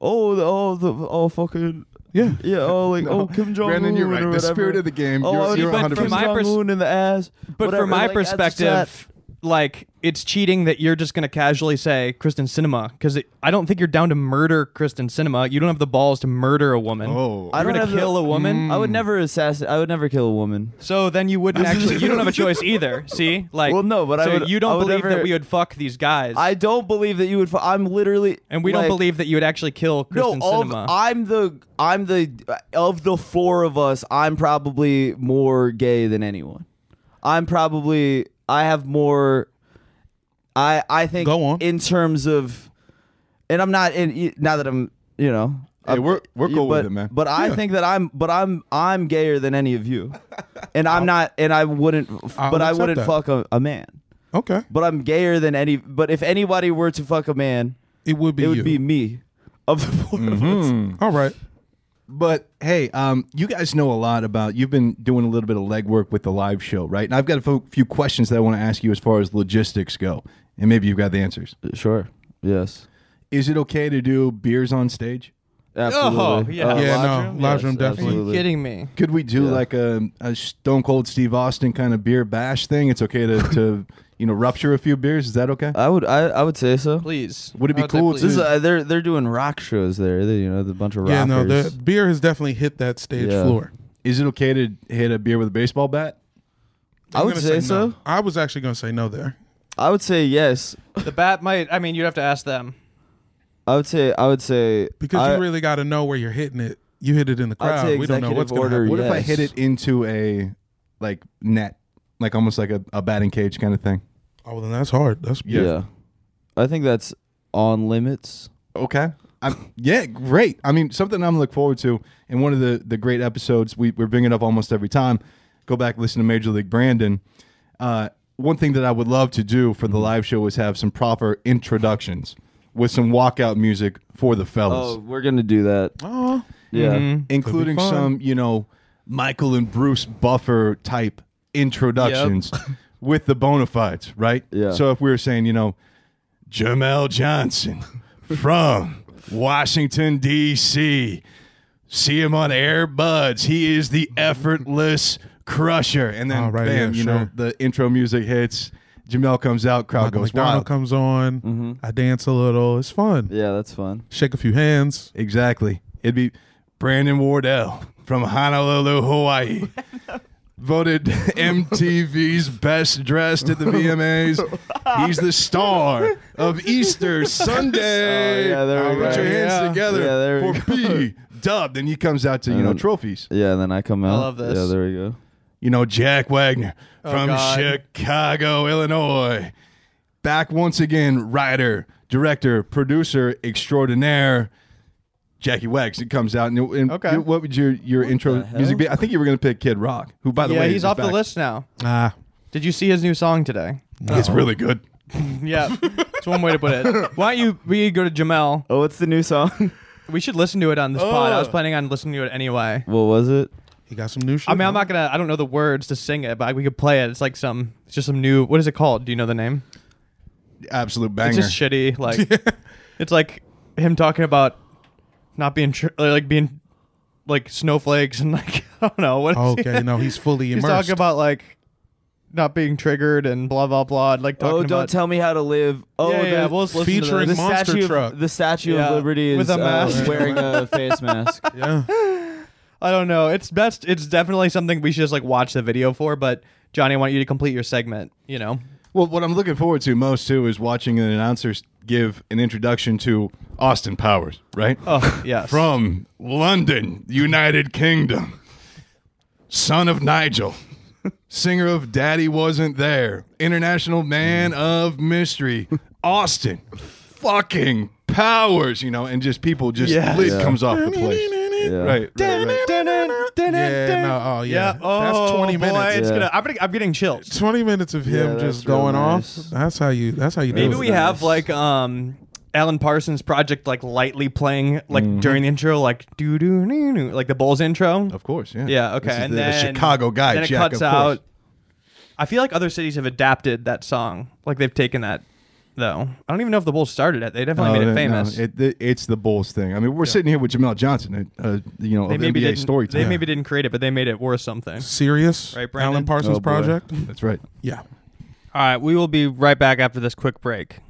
S2: oh, the, oh, the, oh, fucking
S3: yeah.
S2: yeah, oh, like oh, Kim Jong Un.
S5: Brandon, you're right.
S2: Or
S5: The
S2: whatever.
S5: spirit of the game.
S2: Oh,
S5: you're,
S2: I would
S5: you're
S2: fuck
S5: 100.
S2: Kim
S1: my
S2: Jong
S1: pers-
S2: Un in the ass.
S1: But
S2: whatever.
S1: from my
S2: Like, that's just that-
S1: perspective, like it's cheating that you're just gonna casually say Kristen Cinema because I don't think you're down to murder Kristen Cinema. You don't have the balls to murder a woman.
S5: Oh.
S2: I
S1: you're
S2: don't
S1: gonna
S2: have the-
S1: kill a woman.
S2: I would never assassinate. I would never kill a woman.
S1: So then you wouldn't actually. You don't have a choice either. See, like.
S2: Well, no, but I
S1: so
S2: would-
S1: You
S2: I
S1: don't
S2: would
S1: believe
S2: never-
S1: that we would fuck these guys,
S2: I don't believe that you would. fu- I'm literally.
S1: and we
S2: like-
S1: don't believe that you would actually kill
S2: No,
S1: Kristen
S2: of,
S1: Cinema.
S2: I'm the I'm the of the four of us. I'm probably more gay than anyone. I'm probably I have more. I I think
S3: Go on.
S2: in terms of, and I'm not in now that I'm you know.
S5: Hey,
S2: I'm-
S5: we're- we're cool
S2: but,
S5: with it, man.
S2: But I think that I'm, but I'm, I'm gayer than any of you, and I'm not, and I wouldn't,
S3: I'll
S2: but I
S3: accept
S2: wouldn't
S3: that.
S2: fuck a, a man.
S3: Okay.
S2: But I'm gayer than any. But if anybody were to fuck a man,
S3: It would be
S2: it would
S3: you. Mm-hmm.
S2: be me. Of the 4 of us,
S3: All right.
S5: But hey, um, you guys know a lot about. You've been doing a little bit of legwork with the live show, right? And I've got a fo- few questions that I want to ask you as far as logistics go, and maybe you've got the answers.
S2: Sure. Yes.
S5: Is it okay to do beers on stage?
S1: Absolutely. yeah.
S3: Oh, Yeah,
S2: Uh, lodge
S3: no,
S2: room?
S3: lodge room definitely.
S1: Are you kidding me?
S5: Could we do
S2: Yeah.
S5: like a, a Stone Cold Steve Austin kind of beer bash thing? It's okay to, to you know rupture a few beers. Is that okay? Uh,
S2: I would. I, I would say so.
S1: Please.
S5: Would it be
S1: I say
S5: cool
S1: please.
S5: to-
S2: This is, uh, they're they're doing rock shows there. They, you know, the bunch of rockers.
S3: Yeah, no, the beer has definitely hit that stage
S2: Yeah.
S3: floor.
S5: Is it okay to hit a beer with a baseball bat?
S2: I
S3: I'm
S2: would
S3: gonna
S2: say
S3: no.
S2: so.
S3: I was actually going to say no there.
S2: I would say yes.
S1: the bat might. I mean, you'd have to ask them.
S2: I would say. I would say
S3: Because
S2: I,
S3: you really got to know where you're hitting it. You hit it in the
S2: I'd
S3: crowd.
S2: say
S3: We don't know
S2: executive
S3: what's going to
S2: order,
S3: happen.
S5: What if I
S2: Yes.
S5: hit it into a like net? like almost like a, a batting cage kind of thing.
S3: Oh, well, then that's hard. That's
S5: Yeah.
S2: I think that's on limits.
S5: Okay. I'm, yeah, great. I mean, something I'm look forward to. And one of the the great episodes we we bring it up almost every time. Go back listen to Major League Brandon. Uh, one thing that I would love to do for the live show is have some proper introductions with some walkout music for the fellas,
S2: Oh, we're gonna do that.
S3: Oh,
S2: Yeah.
S5: including
S3: fun.
S5: some you know Michael and Bruce Buffer type introductions with the bona fides, right?
S2: Yeah.
S5: So if we were saying, you know, Jamel Johnson from Washington, D.C. See him on Air Buds. He is the effortless crusher. And then,
S3: Oh, right,
S5: bam,
S3: yeah,
S5: you know,
S3: sure.
S5: the intro music hits. Jamel comes out, crowd
S3: Michael
S5: goes
S3: McDonald
S5: wild.
S3: comes on. I dance a little. It's fun.
S2: Yeah, that's fun.
S3: Shake a few hands.
S5: exactly. It'd be Brandon Wardell from Honolulu, Hawaii. Voted MTV's best dressed at the VMAs. He's the star of Easter Sunday.
S2: Oh, yeah, there we
S5: Put
S2: go.
S5: your hands
S2: Yeah.
S5: together
S2: Yeah, there we Um,
S5: for B Dub. Then he comes out to you know
S2: And-
S5: trophies.
S2: Yeah, and then I come out.
S1: love this.
S2: Yeah, there we go.
S5: you know, Jack Wagner from
S1: Oh, God.
S5: Chicago, Illinois. Back once again, writer, director, producer extraordinaire, Jackie Wags. It comes out. And, and
S1: Okay.
S5: what would your, your intro
S2: the hell?
S5: music be? I think you were going to pick Kid Rock, who, by the
S1: yeah,
S5: way,
S1: he's
S5: is
S1: off the
S5: back.
S1: list now.
S3: Ah,
S1: Did you see his new song today?
S5: It's really good.
S1: Yeah, it's one way to put it. Why don't you we go to Jamel?
S2: Oh, what's the new song?
S1: We should listen to it on this pod. I was
S5: Oh.
S1: planning on listening to it anyway.
S2: what was it?
S3: he got some new shit.
S1: I mean, I'm
S3: huh?
S1: not gonna. I don't know the words to sing it, but we could play it. It's like some. It's just some new. What is it called? Do you know the name?
S5: Absolute banger.
S1: It's just shitty. Like it's like him talking about not being tr- like being like snowflakes and like I don't know what. is he-
S3: Okay, no, he's fully
S1: he's
S3: immersed.
S1: talking about like not being triggered and blah blah blah. Like talking
S2: Oh,
S1: about
S2: don't tell me how to live. Oh,
S1: yeah, yeah,
S2: the,
S1: we'll just listen to
S3: featuring
S1: this.
S2: the
S3: Monster
S2: statue
S3: Truck.
S2: Of, the Statue
S1: Yeah,
S2: of Liberty is
S1: with a
S2: uh,
S1: mask.
S2: wearing a face mask.
S3: yeah.
S1: I don't know. It's best. It's definitely something we should just like watch the video for. But Johnny, I want you to complete your segment. You know,
S5: Well, what I'm looking forward to most, too, is watching an announcer s- give an introduction to Austin Powers, right?
S1: oh yes,
S5: from London, United Kingdom. Son of Nigel, singer of Daddy Wasn't There, international man of mystery, Austin, fucking powers, you know, and just people, just
S1: Yeah.
S5: lid
S2: Yeah.
S5: comes off the place.
S2: Yeah.
S5: Right, right, right.
S1: Yeah,
S3: no, oh, yeah. That's 20
S1: boy,
S3: minutes.
S1: It's
S2: Yeah.
S1: gonna, I'm, gonna, I'm getting chills.
S3: Twenty minutes of him
S2: that's
S3: just
S2: real
S3: going
S2: nice.
S3: off. That's how you. That's how you
S1: Maybe
S3: do
S1: we
S3: it.
S1: have like um Alan Parsons project like lightly playing like during the intro like doo doo doo doo like the Bulls intro.
S5: Of course, yeah.
S1: Yeah, okay.
S5: This is
S1: and
S5: the, the
S1: then
S5: Chicago guy,
S1: Then it
S5: Jack,
S1: cuts
S5: of course.
S1: out. I feel like other cities have adapted that song. Like they've taken that though. I don't even know if the Bulls started it. They definitely
S5: No,
S1: made it
S5: Oh, no,
S1: famous.
S5: no, it- it- it's the Bulls thing. I mean, we're sitting here with Jamel Johnson, uh, you know,
S1: they
S5: of
S1: maybe
S5: NBA
S1: didn't,
S5: storytelling.
S1: They maybe didn't create it, but they made it worth something.
S3: serious.
S1: Right, Brandon?
S3: Alan Parsons
S2: Oh, boy.
S3: project.
S5: That's right.
S3: Yeah.
S1: All right, we will be right back after this quick break.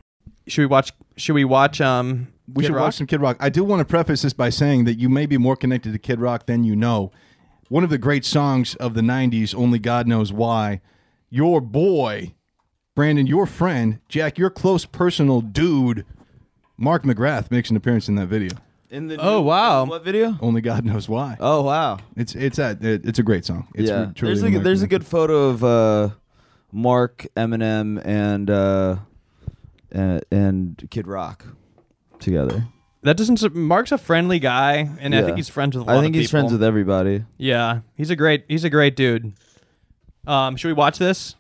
S1: Should we watch? Should we watch? Um,
S5: We
S1: Kid
S5: should
S1: Rock?
S5: watch some Kid Rock. I do want to preface this by saying that you may be more connected to Kid Rock than you know. One of the great songs of the 90s, Only God Knows Why, your boy, Brandon, your friend, Jack, your close personal dude, Mark McGrath makes an appearance in that video.
S2: In the
S1: Oh,
S2: new-
S1: wow.
S2: What video?
S5: Only God Knows Why.
S2: Oh wow.
S5: It's it's a, it- it's a great song. It's
S2: yeah.
S5: truly
S2: there's a
S5: one of my
S2: there's a
S5: favorites.
S2: good photo of uh, Mark Eminem and uh, uh, and Kid Rock together.
S1: That doesn't. su- Mark's a friendly guy, and I
S2: Yeah.
S1: think he's friends with. A lot
S2: I think
S1: of
S2: he's friends
S1: people.
S2: with everybody. Oh,
S1: Yeah, he's a great. He's a great dude. Um, should we watch this?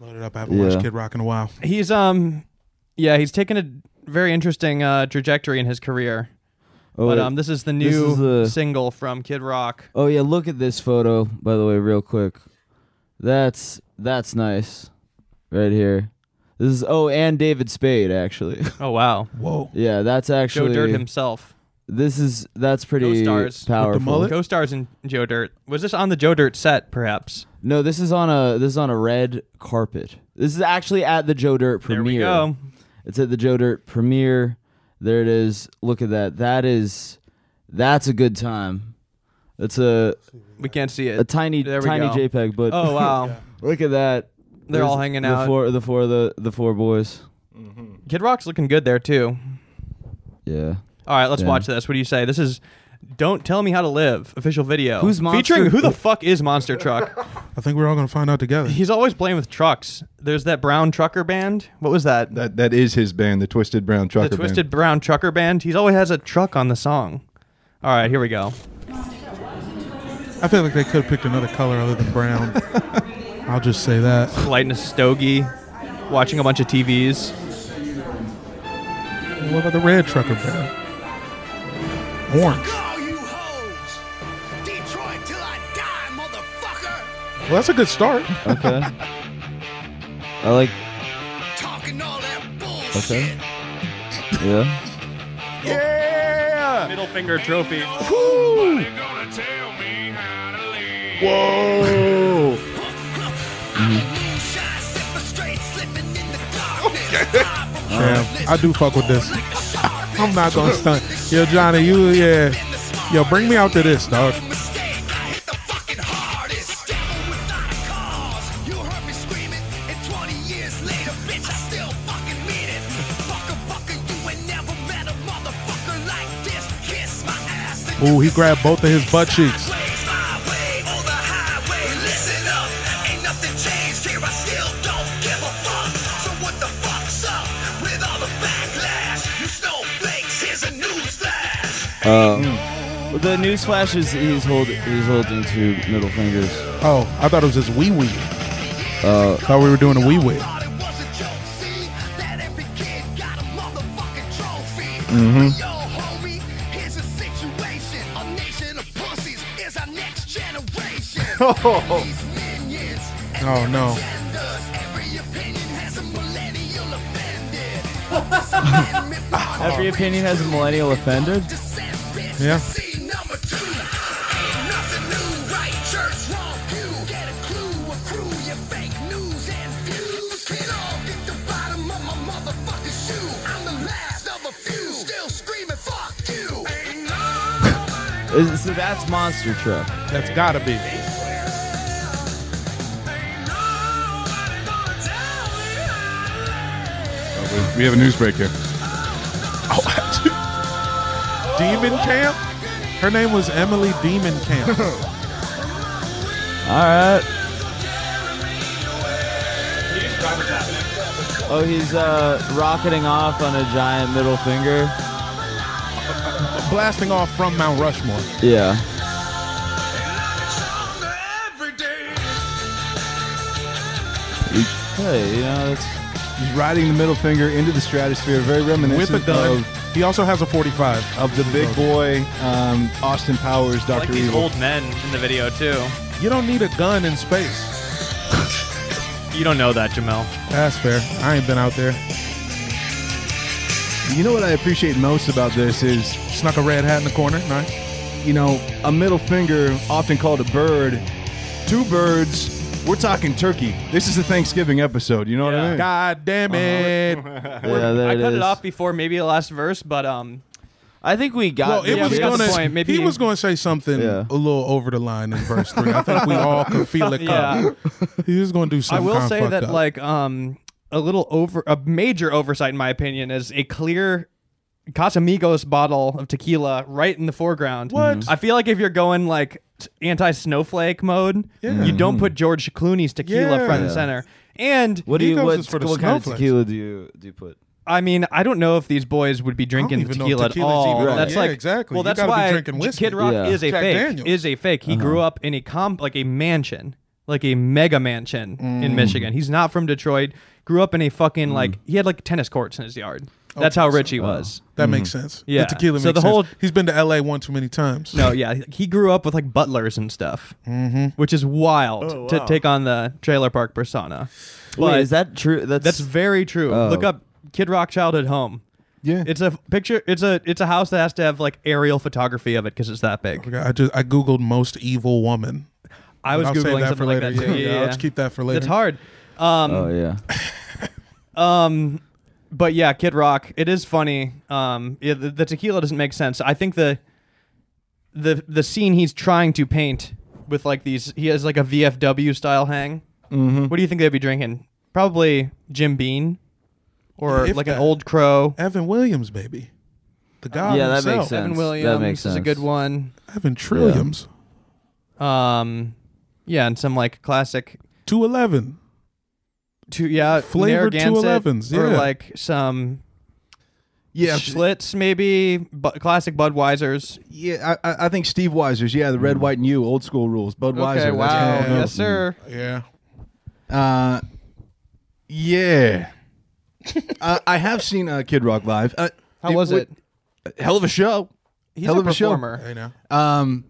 S3: Loaded up. I haven't
S2: Yeah.
S3: watched Kid Rock in a while.
S1: He's um, yeah, he's taken a very interesting uh, trajectory in his career.
S2: Oh,
S1: but
S2: wait.
S1: um, this is the
S2: This
S1: new
S2: is the-
S1: single from Kid Rock.
S2: oh yeah, look at this photo by the way, real quick. That's that's nice, right here. This is oh, and David Spade actually.
S1: Oh wow,
S3: Whoa.
S2: yeah, that's
S1: Joe
S2: actually
S1: Dirt himself.
S2: This is that's pretty
S1: stars. With the
S2: powerful.
S3: mullet? What?
S1: Co-stars in Joe Dirt. Was this on the Joe Dirt set, perhaps?
S2: No, this is on a this is on a red carpet. This is actually at the Joe Dirt premiere.
S1: There we go.
S2: It's at the Joe Dirt premiere. There it is. Look at that. That is that's a good time. It's a
S1: We can't see it.
S2: a tiny
S1: There we
S2: tiny
S1: go.
S2: JPEG, but
S1: Oh wow.
S2: look at that.
S1: They're all hanging
S2: the
S1: out.
S2: Four, the four of the the four boys.
S1: Kid Rock's looking good there too.
S2: Yeah.
S1: All right, let's
S2: Yeah.
S1: watch this. What do you say? This is "Don't Tell Me How to Live" official video.
S2: Who's Monster-
S1: featuring? Who the fuck is Monster Truck?
S3: I think we're all gonna find out together.
S1: He's always playing with trucks. There's that brown trucker band. What was that?
S5: That that is his band, the Twisted Brown Trucker
S1: the Twisted Brown Trucker Band. He's always has a truck on the song. All right, here we go.
S3: I feel like they could have picked another color other than brown. I'll just say that.
S1: Lighting a stogie, watching a bunch of TVs.
S3: What about the red trucker band? Orange.
S6: All you hoes! Detroit till I die, motherfucker!
S3: Well, that's a good start.
S2: Okay. I like.
S6: Talking all that bullshit!
S2: Yeah.
S5: Yeah.
S1: Middle finger trophy.
S6: They gonna tell me how to live.
S5: Whoa.
S6: I'm a moonshine sipper, straight slipping in the darkness. High from
S3: Damn, I do fuck with this.
S6: like a shark
S3: I'm not gonna stunt. Yo, Johnny, you yeah.
S6: in the small
S3: Yo, bring me out to this, dog.
S6: mistake. I hit the fucking hardest. Devil without a cause. You heard me screaming. And 20 years later, bitch, I still fucking mean it. Fucker, fucker, you ain't never met a motherfucker like this. Kiss my ass. then
S3: Ooh,
S6: you
S3: he
S6: can
S3: grabbed both of his butt cheeks.
S6: Sideways, my way, or the highway. Listen up, ain't nothing changed here. I still don't give a fuck. So what the fuck's up with all the backlash? You snowflakes, here's a newsflash.
S2: The newsflash is he's holding he's holding two middle fingers.
S3: Oh, I thought it was his wee wee. Uh, thought we were doing a wee wee.
S6: Thought it was a joke, see? That every kid got a motherfucking trophy. Yo, homie, here's a situation. A nation of pussies is our next generation. These minions and
S3: Oh,
S6: their
S3: no.
S6: agendas. Every opinion has a millennial offended. What this amendment brought
S2: Every opinion has a millennial offender.
S6: dissent, bitch.
S3: Yeah.
S6: See number two. Ain't nothing new, right? Church, wrong pew. Get a clue, accrue your fake news and views. Can all get the bottom of my motherfucking shoe. I'm the last of a few, still screaming, fuck you. Ain't nobody
S2: Is- So that's monster truck.
S3: That's gotta be.
S6: gonna tell me how to
S5: We have a news break here.
S3: Demon Camp. Her name was Emily Demon Camp.
S2: All right. Oh, he's uh, rocketing off on a giant middle finger.
S3: Blasting off from Mount Rushmore.
S2: Yeah. Hey, you know that's
S5: He's riding the middle finger into the stratosphere, very
S3: With
S5: reminiscent
S3: a dud.
S5: of
S3: He also has a 45.
S5: of the big boy um, Austin
S1: I
S5: Powers,
S1: like
S5: Doctor
S1: these
S5: Evil.
S1: old men in the video too.
S3: You don't need a gun in space.
S1: You don't know that, Jamel.
S3: That's fair. I ain't been out there.
S5: you know what I appreciate most about this is
S3: Snuck a red hat in the corner. Nice.
S5: you know, a middle finger, often called a bird, two birds. We're talking turkey. This is a Thanksgiving episode. You know what
S1: Yeah.
S5: I mean?
S3: God damn it.
S1: Uh-huh.
S2: yeah, there
S1: I
S2: it
S1: cut
S2: is.
S1: it off before maybe the last verse, but um,
S2: I think we got.
S3: Well, it
S2: yeah,
S3: was
S2: we got
S3: gonna.
S2: the
S1: point, maybe-
S3: he was gonna say something
S2: Yeah.
S3: a little over the line in verse three. I think we all could feel it
S1: yeah,
S3: coming. He was gonna do
S1: I
S3: something.
S1: will
S3: kinda
S1: say
S3: fucked
S1: that
S3: up.
S1: like um, a little over a major oversight in my opinion is a clear. Casamigos bottle of tequila right in the foreground. What? I feel like if you're going like anti snowflake mode,
S3: Yeah. Mm.
S1: you don't put George Clooney's tequila
S3: Yeah.
S1: front and center. And
S2: What do you?
S3: Migos
S2: What,
S3: is for the
S2: what kind of
S3: snowflakes.
S2: tequila do you do you put?
S1: I mean, I don't know if these boys would be drinking
S3: even know if
S1: tequila at
S3: tequila's
S1: all.
S3: even-
S1: That's
S3: Yeah,
S1: like
S3: exactly.
S1: Well,
S3: You
S1: that's
S3: gotta be
S1: why
S3: drinking whiskey.
S1: Kid Rock
S2: Yeah. Uh-huh.
S1: is a
S3: Jack
S1: fake.
S3: Daniels.
S1: Is a fake. He grew up in a comp like a mansion, like a mega mansion
S3: Mm.
S1: in Michigan. He's not from Detroit. Grew up in a
S2: Mm.
S1: fucking like he had like tennis courts in his yard.
S3: Oh,
S1: That's how rich he was.
S3: that makes sense.
S1: Yeah.
S3: the tequila.
S1: So
S3: makes
S1: the whole-
S3: sense. he's been to L.A. one too many times.
S1: No, yeah, he grew up with like butlers and stuff, mm-hmm. which is wild
S3: Oh,
S1: to take on the trailer park persona.
S2: Wait,
S1: But
S2: is that true? That's,
S1: that's very true.
S2: Oh.
S1: Look up Kid Rock childhood home.
S5: yeah.
S1: It's a picture. It's a it's a house that has to have like aerial photography of it because it's that big.
S3: I just I googled most evil woman.
S1: I was
S3: I'll save
S1: googling
S3: that
S1: something
S3: for
S1: like
S3: later.
S1: that. too.
S3: Yeah, yeah, I'll just keep that for later.
S1: It's hard. Um,
S2: oh yeah.
S1: but yeah, Kid Rock. It is funny. Um, yeah, the, the tequila doesn't make sense. I think the the the scene he's trying to paint with like these. He has like a VFW style hang. Mm-hmm. What do you think they'd be drinking? Probably Jim Bean, or
S3: If
S1: like
S3: that.
S1: an Old Crow.
S3: Evan Williams, baby. The guy.
S2: Yeah, that
S3: himself.
S2: makes sense.
S1: Evan
S2: That
S1: Williams
S2: makes
S1: is a
S2: sense.
S1: good one.
S3: Evan Trilliums.
S1: Um, yeah, and some like classic
S3: Two eleven.
S1: two yeah
S3: Flavored
S1: Narragansett
S3: 211s,
S1: or
S3: yeah.
S1: like some
S5: Yeah,
S1: Schlitz maybe, but classic Budweisers.
S5: yeah. I- I, I think Steve Weiser's. Yeah, the red, white, and you. Old school rules. Budweiser.
S1: okay,
S5: that's
S1: wow,
S3: Oh,
S5: coming up.
S1: yes sir.
S3: Yeah.
S5: Uh, yeah. uh, I have seen uh, Kid Rock live. Uh,
S1: How was
S5: wa-
S1: it?
S5: Hell of a show.
S1: He's
S5: hell
S1: a
S5: of a show.
S1: performer.
S3: Hey now.
S5: Um,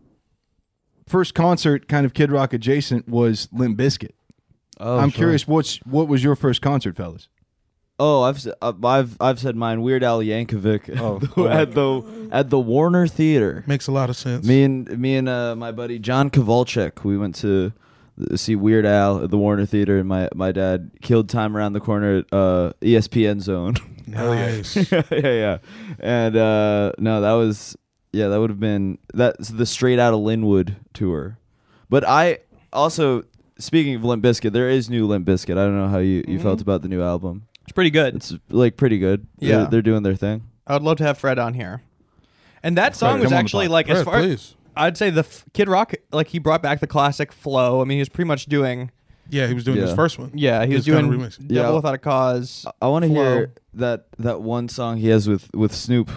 S5: first concert, kind of Kid Rock adjacent, was Limp Bizkit.
S2: Oh,
S5: I'm
S2: sure.
S5: curious, what's what was your first concert, fellas?
S2: Oh, I've s- uh, I've I've said mine. Weird Al Yankovic. Oh, at the at the Warner Theater.
S3: Makes a lot of sense.
S2: Me and me and uh, my buddy John Kowalczyk, we went to th- see Weird Al at the Warner Theater, and my, my dad killed time around the corner at uh, ESPN Zone.
S3: nice.
S2: yeah, yeah, and uh, no, that was yeah, that would have been that's the Straight Outta Linwood tour. But I also speaking of Limp Bizkit, there is new Limp Bizkit. I don't know how you, you felt about the new album.
S1: It's pretty good.
S2: It's like pretty good.
S1: Yeah.
S2: they're, they're doing their thing.
S1: I would love to have Fred on here. And that song
S5: Fred,
S1: was
S5: come on the
S1: actually
S5: pod.
S1: like as
S3: Fred,
S1: far
S3: please.
S1: I'd say the f- Kid Rock like he brought back the classic flow. I mean, he was pretty much doing
S3: Yeah, he was doing his
S2: Yeah.
S3: first one.
S1: yeah, he was
S3: Just done
S1: doing
S3: a
S1: Devil
S3: remix.
S2: Yeah.
S1: Without a Cause. Uh,
S2: I want to
S1: Flow.
S2: hear that that one song he has with with Snoop.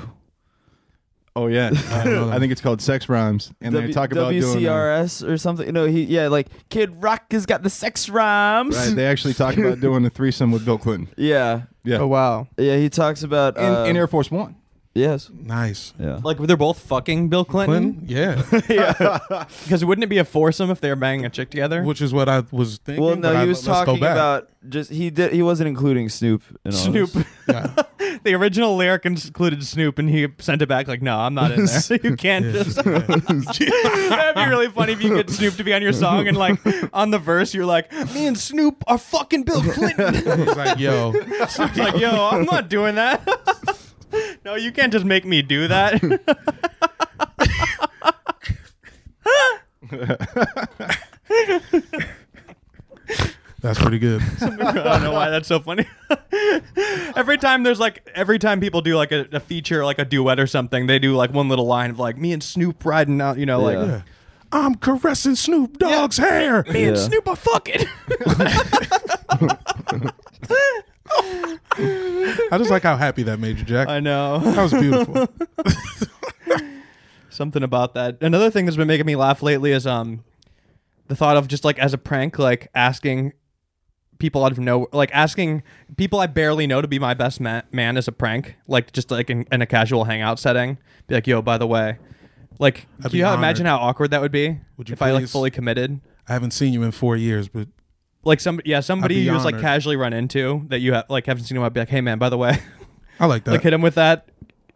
S5: Oh yeah, I think it's called Sex Rhymes, and they
S2: W-
S5: talk about doing. uh,
S2: WCRS or something. No, he yeah, like Kid Rock has got the sex rhymes.
S5: right, they actually talk about doing a threesome with Bill Clinton.
S2: Yeah,
S5: Yeah,
S1: Oh wow.
S2: yeah. He talks about
S5: in,
S2: uh,
S5: in Air Force One.
S2: yes,
S3: Nice.
S2: yeah.
S1: Like they're both fucking Bill Clinton
S3: Clinton? Yeah.
S1: because wouldn't it be a foursome if they were banging a chick together?
S3: Which is what I was thinking.
S2: Well, no,
S3: but I-
S2: he was
S3: let's go
S2: talking
S3: back.
S2: about just he did he wasn't including Snoop. In all
S1: Snoop.
S2: this.
S3: Yeah.
S1: the original lyric included Snoop, and he sent it back like, "No, I'm not in there. you can't just." That'd be really funny if you get Snoop to be on your song, and like on the verse, you're like, "Me and Snoop are fucking Bill Clinton."
S3: He's like, yo,
S1: Snoop's like, "Yo, I'm not doing that." no, you can't just make me do that.
S3: that's pretty good.
S1: I don't know why that's so funny. every time there's like every time people do like a, a feature, like a duet or something, they do like one little line of like me and Snoop riding out, you know, like
S2: Yeah.
S3: I'm caressing Snoop Dogg's hair.
S1: me and
S2: Yeah.
S1: Snoop are fucking.
S3: I just like how happy that made you, Jack.
S1: I know.
S3: That was beautiful.
S1: something about that. Another thing that's been making me laugh lately is um the thought of just like as a prank, like asking people out of no like asking people I barely know to be my best ma- man as a prank, like just like in, in a casual hangout setting. Be like, yo, by the way, like,
S3: I'd
S1: can
S3: be
S1: you
S3: honored.
S1: imagine how awkward that would be
S3: Would you
S1: if I like
S3: please?
S1: fully committed?
S3: I haven't seen you in four years, but
S1: Like some yeah, somebody
S3: be
S1: you just like
S3: honored.
S1: casually run into that you ha- like haven't seen in a while. Be like, hey man, by the way,
S3: I like that.
S1: like hit him with that.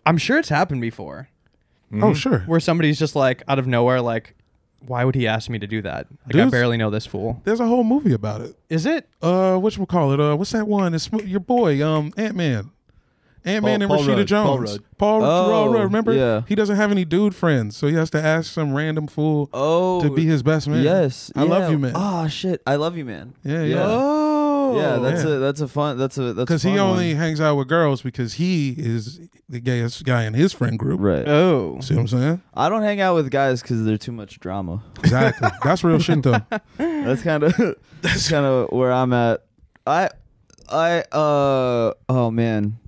S1: I'm sure it's happened before.
S3: Oh, sure.
S1: where somebody's just like out of nowhere, like, why would he ask me to do that? Like, I
S3: Dudes-
S1: barely know this fool.
S3: There's a whole movie about it.
S1: Is it?
S3: Uh, what you call it? Uh, what's that one? It's your boy, um, Ant Man. Ant Man and
S5: Paul- Paul
S3: Rashida
S5: Rudd, Paul
S3: Jones.
S5: Rudd.
S3: Paul,
S2: Oh,
S3: Paul Rudd, remember?
S2: yeah.
S3: He doesn't have any dude friends, so he has to ask some random fool
S2: Oh,
S3: to be his best man.
S2: Yes,
S3: I love you, man.
S2: Oh shit, I love you, man.
S3: Yeah, yeah.
S1: Oh,
S2: Yeah, that's
S3: yeah.
S2: a that's a fun that's a that's a
S3: Because he
S2: fun
S3: only
S2: one.
S3: hangs out with girls because he is the gayest guy in his friend group.
S2: right.
S1: oh,
S3: See what I'm saying?
S2: I don't hang out with guys because they're too much drama.
S3: Exactly. That's real shit, though.
S2: That's kind of that's kind of where I'm at. I I uh oh man,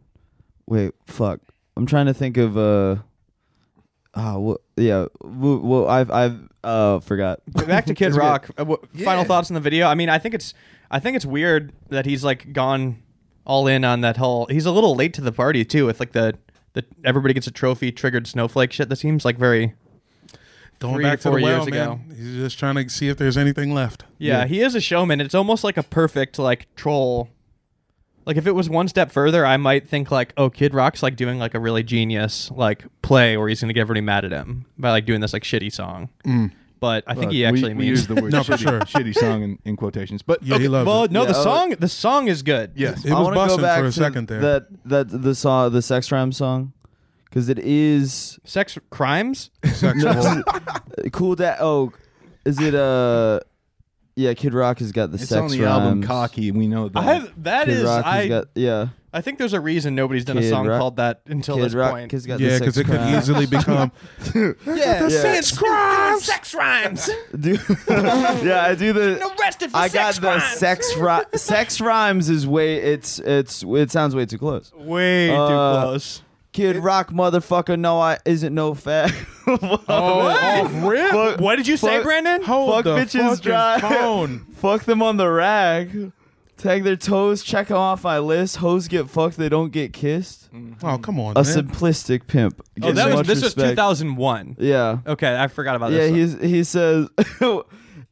S2: wait fuck. I'm trying to think of uh ah wha- yeah wha- well I've I've uh forgot.
S1: back to Kid
S2: It's good.
S1: Rock. Uh, wh- Final thoughts on the video. I mean, I think it's, I think it's weird that he's like gone all in on that whole. He's a little late to the party too. With like the the everybody gets a trophy triggered snowflake shit. That seems like very.
S3: Going
S1: Three
S3: back
S1: to
S3: to
S1: four
S3: the well,
S1: years ago.
S3: man. He's just trying to see if there's anything left.
S1: Yeah, he is a showman. It's almost like a perfect like troll. Like if it was one step further, I might think like, oh, Kid Rock's like doing like a really genius like play where he's gonna get everybody mad at him by like doing this like shitty song. But I think he
S5: Look, we-
S1: actually
S5: we,
S1: means
S5: used the word
S3: No, for
S5: shitty,
S3: sure.
S5: shitty song in, in quotations, but
S3: Yeah, he loves
S1: well,
S3: it.
S1: no,
S2: Yeah,
S1: the
S2: oh.
S1: song the song is good.
S5: yes,
S3: It
S2: I
S3: was
S2: want to go
S3: busting
S2: back
S3: for a
S2: to
S3: second there.
S2: that that the song the sex rhyme song because it is
S1: Sex crimes?
S3: Sexual.
S2: cool dad oh is it uh yeah, Kid Rock has got the
S5: It's
S2: sex
S5: on the album
S2: rhymes.
S5: Cocky. We know that.
S1: I have, that
S2: Kid
S1: is-
S2: Rock has
S1: I
S2: got yeah.
S1: I think there's a reason nobody's done a
S2: Kid
S1: song
S2: Rock-
S1: called that until
S2: Kid
S1: this
S2: Rock
S1: point.
S2: has got
S3: Yeah,
S2: the
S3: because
S2: sex
S3: it could
S2: rhymes.
S3: easily become
S2: yeah, yeah.
S3: crimes.
S2: Do- yeah, I do the.
S4: Arrested for
S2: I got
S4: sex
S2: the
S4: crimes.
S2: sex rhy- sex rhymes is way it's it's it sounds way too close.
S1: Way too
S2: Uh,
S1: close.
S2: Kid Rock motherfucker, no I isn't no fat.
S3: Oh, rip.
S2: fuck,
S1: What did you say,
S2: fuck-
S1: Brandon?
S3: Hold
S2: fuck
S3: the
S2: bitches
S3: fucking
S2: dry.
S3: phone.
S2: fuck them on the rag. Tag their toes, check them off my list. Hoes get fucked, they don't get kissed.
S3: Oh, come on,
S2: A
S3: man.
S2: simplistic pimp.
S1: Mm-hmm. Oh,
S2: Gets
S1: that was
S2: much
S1: this was
S2: respect.
S1: 2001.
S2: Yeah.
S1: Okay, I forgot about
S2: Yeah,
S1: this.
S2: he's, he says,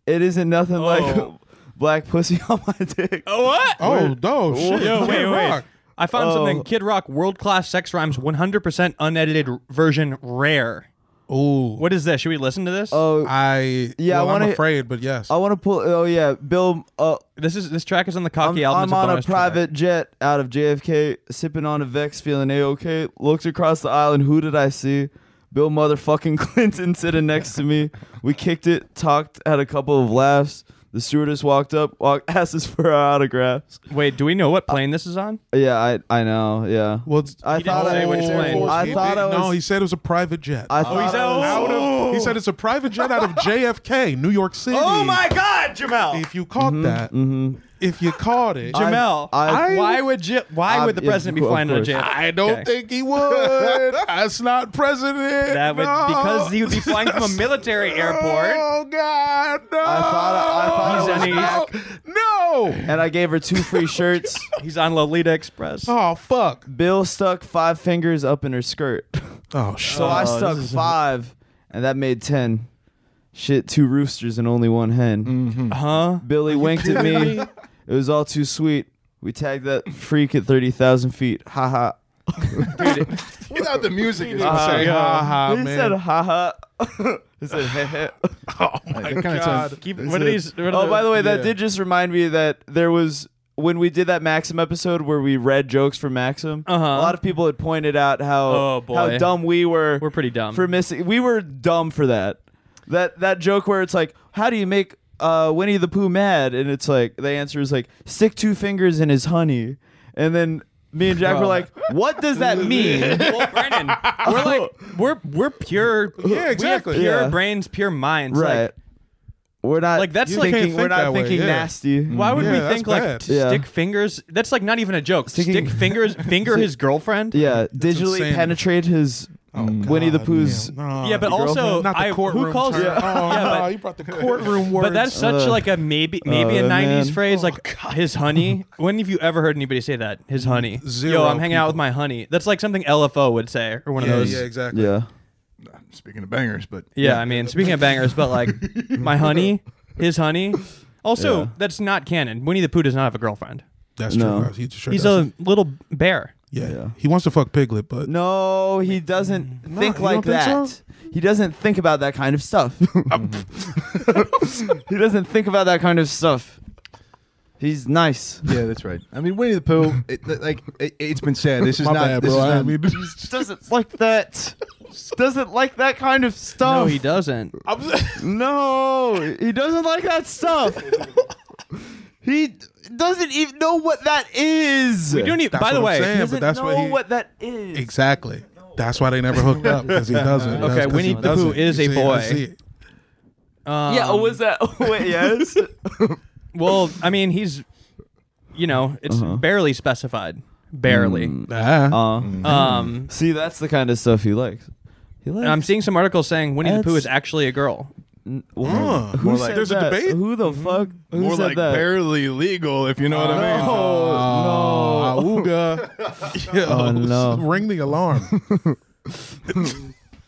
S2: it isn't nothing like
S1: Oh.
S2: black pussy on my dick.
S1: oh, what?
S3: oh, oh, shit.
S1: Yo,
S3: Kid
S1: wait, wait.
S3: Rock.
S1: I found
S2: Oh.
S1: something. Kid Rock world class sex rhymes 100% unedited r- version rare.
S3: Ooh,
S1: What is this? Should we listen to this?
S2: Oh,
S3: I
S2: Yeah, I
S3: Well,
S2: wanna-
S3: I'm afraid, but yes.
S2: I want to pull. Oh yeah, Bill. Uh,
S1: this is this track is on the
S2: I'm,
S1: cocky album.
S2: I'm
S1: It's
S2: on a
S1: bonus track.
S2: private jet out of JFK, sipping on a Vex, feeling a okay. Looked across the island. Who did I see? Bill motherfucking Clinton sitting next to me. We kicked it, talked, had a couple of laughs. The stewardess walked up, walked, asked us for our autographs.
S1: Wait, do we know what plane this is on?
S2: Yeah, I I know. Yeah.
S3: well, it's-
S2: I
S1: didn't
S2: thought
S1: say
S2: I
S1: which
S2: was.
S1: plane.
S2: I
S3: He
S2: thought I
S3: did-
S2: was.
S3: No, he said it was a private jet.
S2: I
S1: Oh,
S2: thought
S3: Out
S2: I was.
S3: of- he said it's a private jet out of JFK, New York City.
S2: Oh my God, Jamal!
S3: If you caught that,
S2: mm-hmm.
S3: if you caught it,
S2: I-
S1: Jamel,
S2: I-
S1: why would J- why
S2: I-
S1: would the
S2: yeah,
S1: president be
S2: of
S1: flying to
S2: course.
S1: jail?
S3: I don't
S1: Okay.
S3: think he would. That's not president.
S1: that would
S3: no.
S1: because he would be flying from a military airport.
S3: Oh God, no!
S2: I thought I, I thought
S1: He's
S2: it was
S1: on
S2: back,
S3: no.
S2: and I gave her two free shirts.
S1: He's on Lolita Express.
S3: Oh fuck!
S2: Bill stuck five fingers up in her skirt.
S3: Oh shit!
S1: uh,
S2: So I stuck five, and that made ten. Shit, two roosters and only one hen.
S3: Mm-hmm.
S1: Huh?
S2: Billy winked at me. It was all too sweet. We tagged that freak at 30,000 feet. Ha ha.
S5: Without the music, it's
S3: I
S5: insane.
S3: say ha ha,
S2: he
S3: man.
S2: said ha ha. he said heh heh.
S5: That kinda
S3: God.
S5: sounds-
S1: Keep, what are these? what are
S2: Oh, by the way, that
S3: Yeah.
S2: did just remind me that there was when we did that Maxim episode where we read jokes from Maxim.
S1: Uh-huh.
S2: A lot of people had pointed out how
S1: Oh,
S2: how
S1: boy.
S2: dumb we were.
S1: We're pretty dumb.
S2: for missing. We were dumb for that. That that joke where it's like, how do you make uh, Winnie the Pooh mad? And it's like the answer is like stick two fingers in his honey, and then. Me and
S1: Oh.
S2: Jack were like, "What does that mean?"
S1: well, Brandon, we're like we're we're pure. Yeah,
S3: exactly.
S1: pure
S2: Yeah.
S1: brains, pure minds.
S2: right?
S1: Like,
S2: we're not
S1: like, that's
S2: thinking.
S1: like-
S3: Can't
S2: we're
S3: think
S2: not
S3: that way,
S2: thinking
S3: yeah.
S2: nasty.
S1: why would
S3: Yeah,
S1: we
S3: that's
S1: think like
S3: bad.
S1: t-
S2: Yeah.
S1: stick fingers? That's like not even a joke.
S2: Sticking-
S1: stick fingers, finger his girlfriend.
S2: Yeah, digitally
S3: insane.
S2: penetrate his
S1: Oh,
S2: Mm. Winnie the
S3: Oh, God,
S2: Pooh's.
S3: man. No,
S1: Yeah, but also,
S3: not the
S1: I,
S3: courtroom
S1: who calls?
S3: term.
S1: Yeah,
S3: Oh,
S1: but-
S3: no, you brought the courtroom words.
S1: But that's such
S2: Ugh.
S1: like a maybe maybe
S2: Oh,
S1: a '90s
S2: man.
S1: phrase, like his honey. when have you ever heard anybody say that? His honey.
S3: Zero
S1: Yo, I'm hanging out
S3: people.
S1: with my honey. That's like something LFO would say, or one
S3: yeah,
S1: of those.
S3: yeah,
S1: Yeah,
S3: exactly.
S2: Yeah,
S5: Speaking of bangers, but
S1: I mean, speaking of bangers, but like my honey, his honey. Also,
S2: Yeah.
S1: that's not canon. Winnie the Pooh does not have a girlfriend.
S3: That's
S2: No.
S3: true. He sure
S1: He's
S3: does.
S1: a little bear.
S3: yeah.
S2: Yeah.
S3: He wants to fuck Piglet, but
S2: no, he doesn't think
S3: you don't
S2: like
S3: think
S2: that.
S3: so?
S2: He doesn't think about that kind of stuff. he doesn't think about that kind of stuff. He's nice.
S5: yeah, that's right. I mean, Winnie the Pooh. It, like it, it's been said, this is
S3: my
S5: not.
S3: bad,
S5: this
S3: bro.
S5: is
S3: I
S5: not-
S3: mean,
S2: Doesn't like that. Doesn't like that kind of stuff.
S1: No, he doesn't.
S2: No, he doesn't like that stuff. he doesn't even know what that is.
S1: We don't even.
S3: That's
S1: By the
S3: what I'm
S1: way,
S3: saying.
S2: doesn't
S3: but that's
S2: know
S3: what he-
S2: that is.
S3: exactly. That's why they never hooked up because he doesn't. That's
S1: Okay,
S3: 'cause
S1: Winnie
S3: he
S1: the
S3: doesn't.
S1: Pooh is
S3: You
S1: a
S3: see it, I
S1: boy.
S3: see it.
S1: um,
S2: Yeah, oh, was that? Wait, yes.
S1: well, I mean, he's, you know, it's
S3: Uh-huh.
S1: barely specified, barely.
S3: Ah.
S1: Um,
S2: Uh, See, that's the kind of stuff he likes. He likes.
S1: And I'm seeing some articles saying Winnie the Pooh
S2: That's-
S1: is actually a girl.
S2: What? Who
S5: More
S2: said
S5: like-
S3: There's a
S2: that?
S3: debate? Mm-hmm.
S2: Who the fuck? Who
S5: more
S2: said
S5: like
S2: that? Uh,
S5: barely legal, if you know what I mean.
S2: Oh no!
S3: uh, Awooga. Yo,
S2: Oh, no.
S3: Ring the alarm.
S1: Um,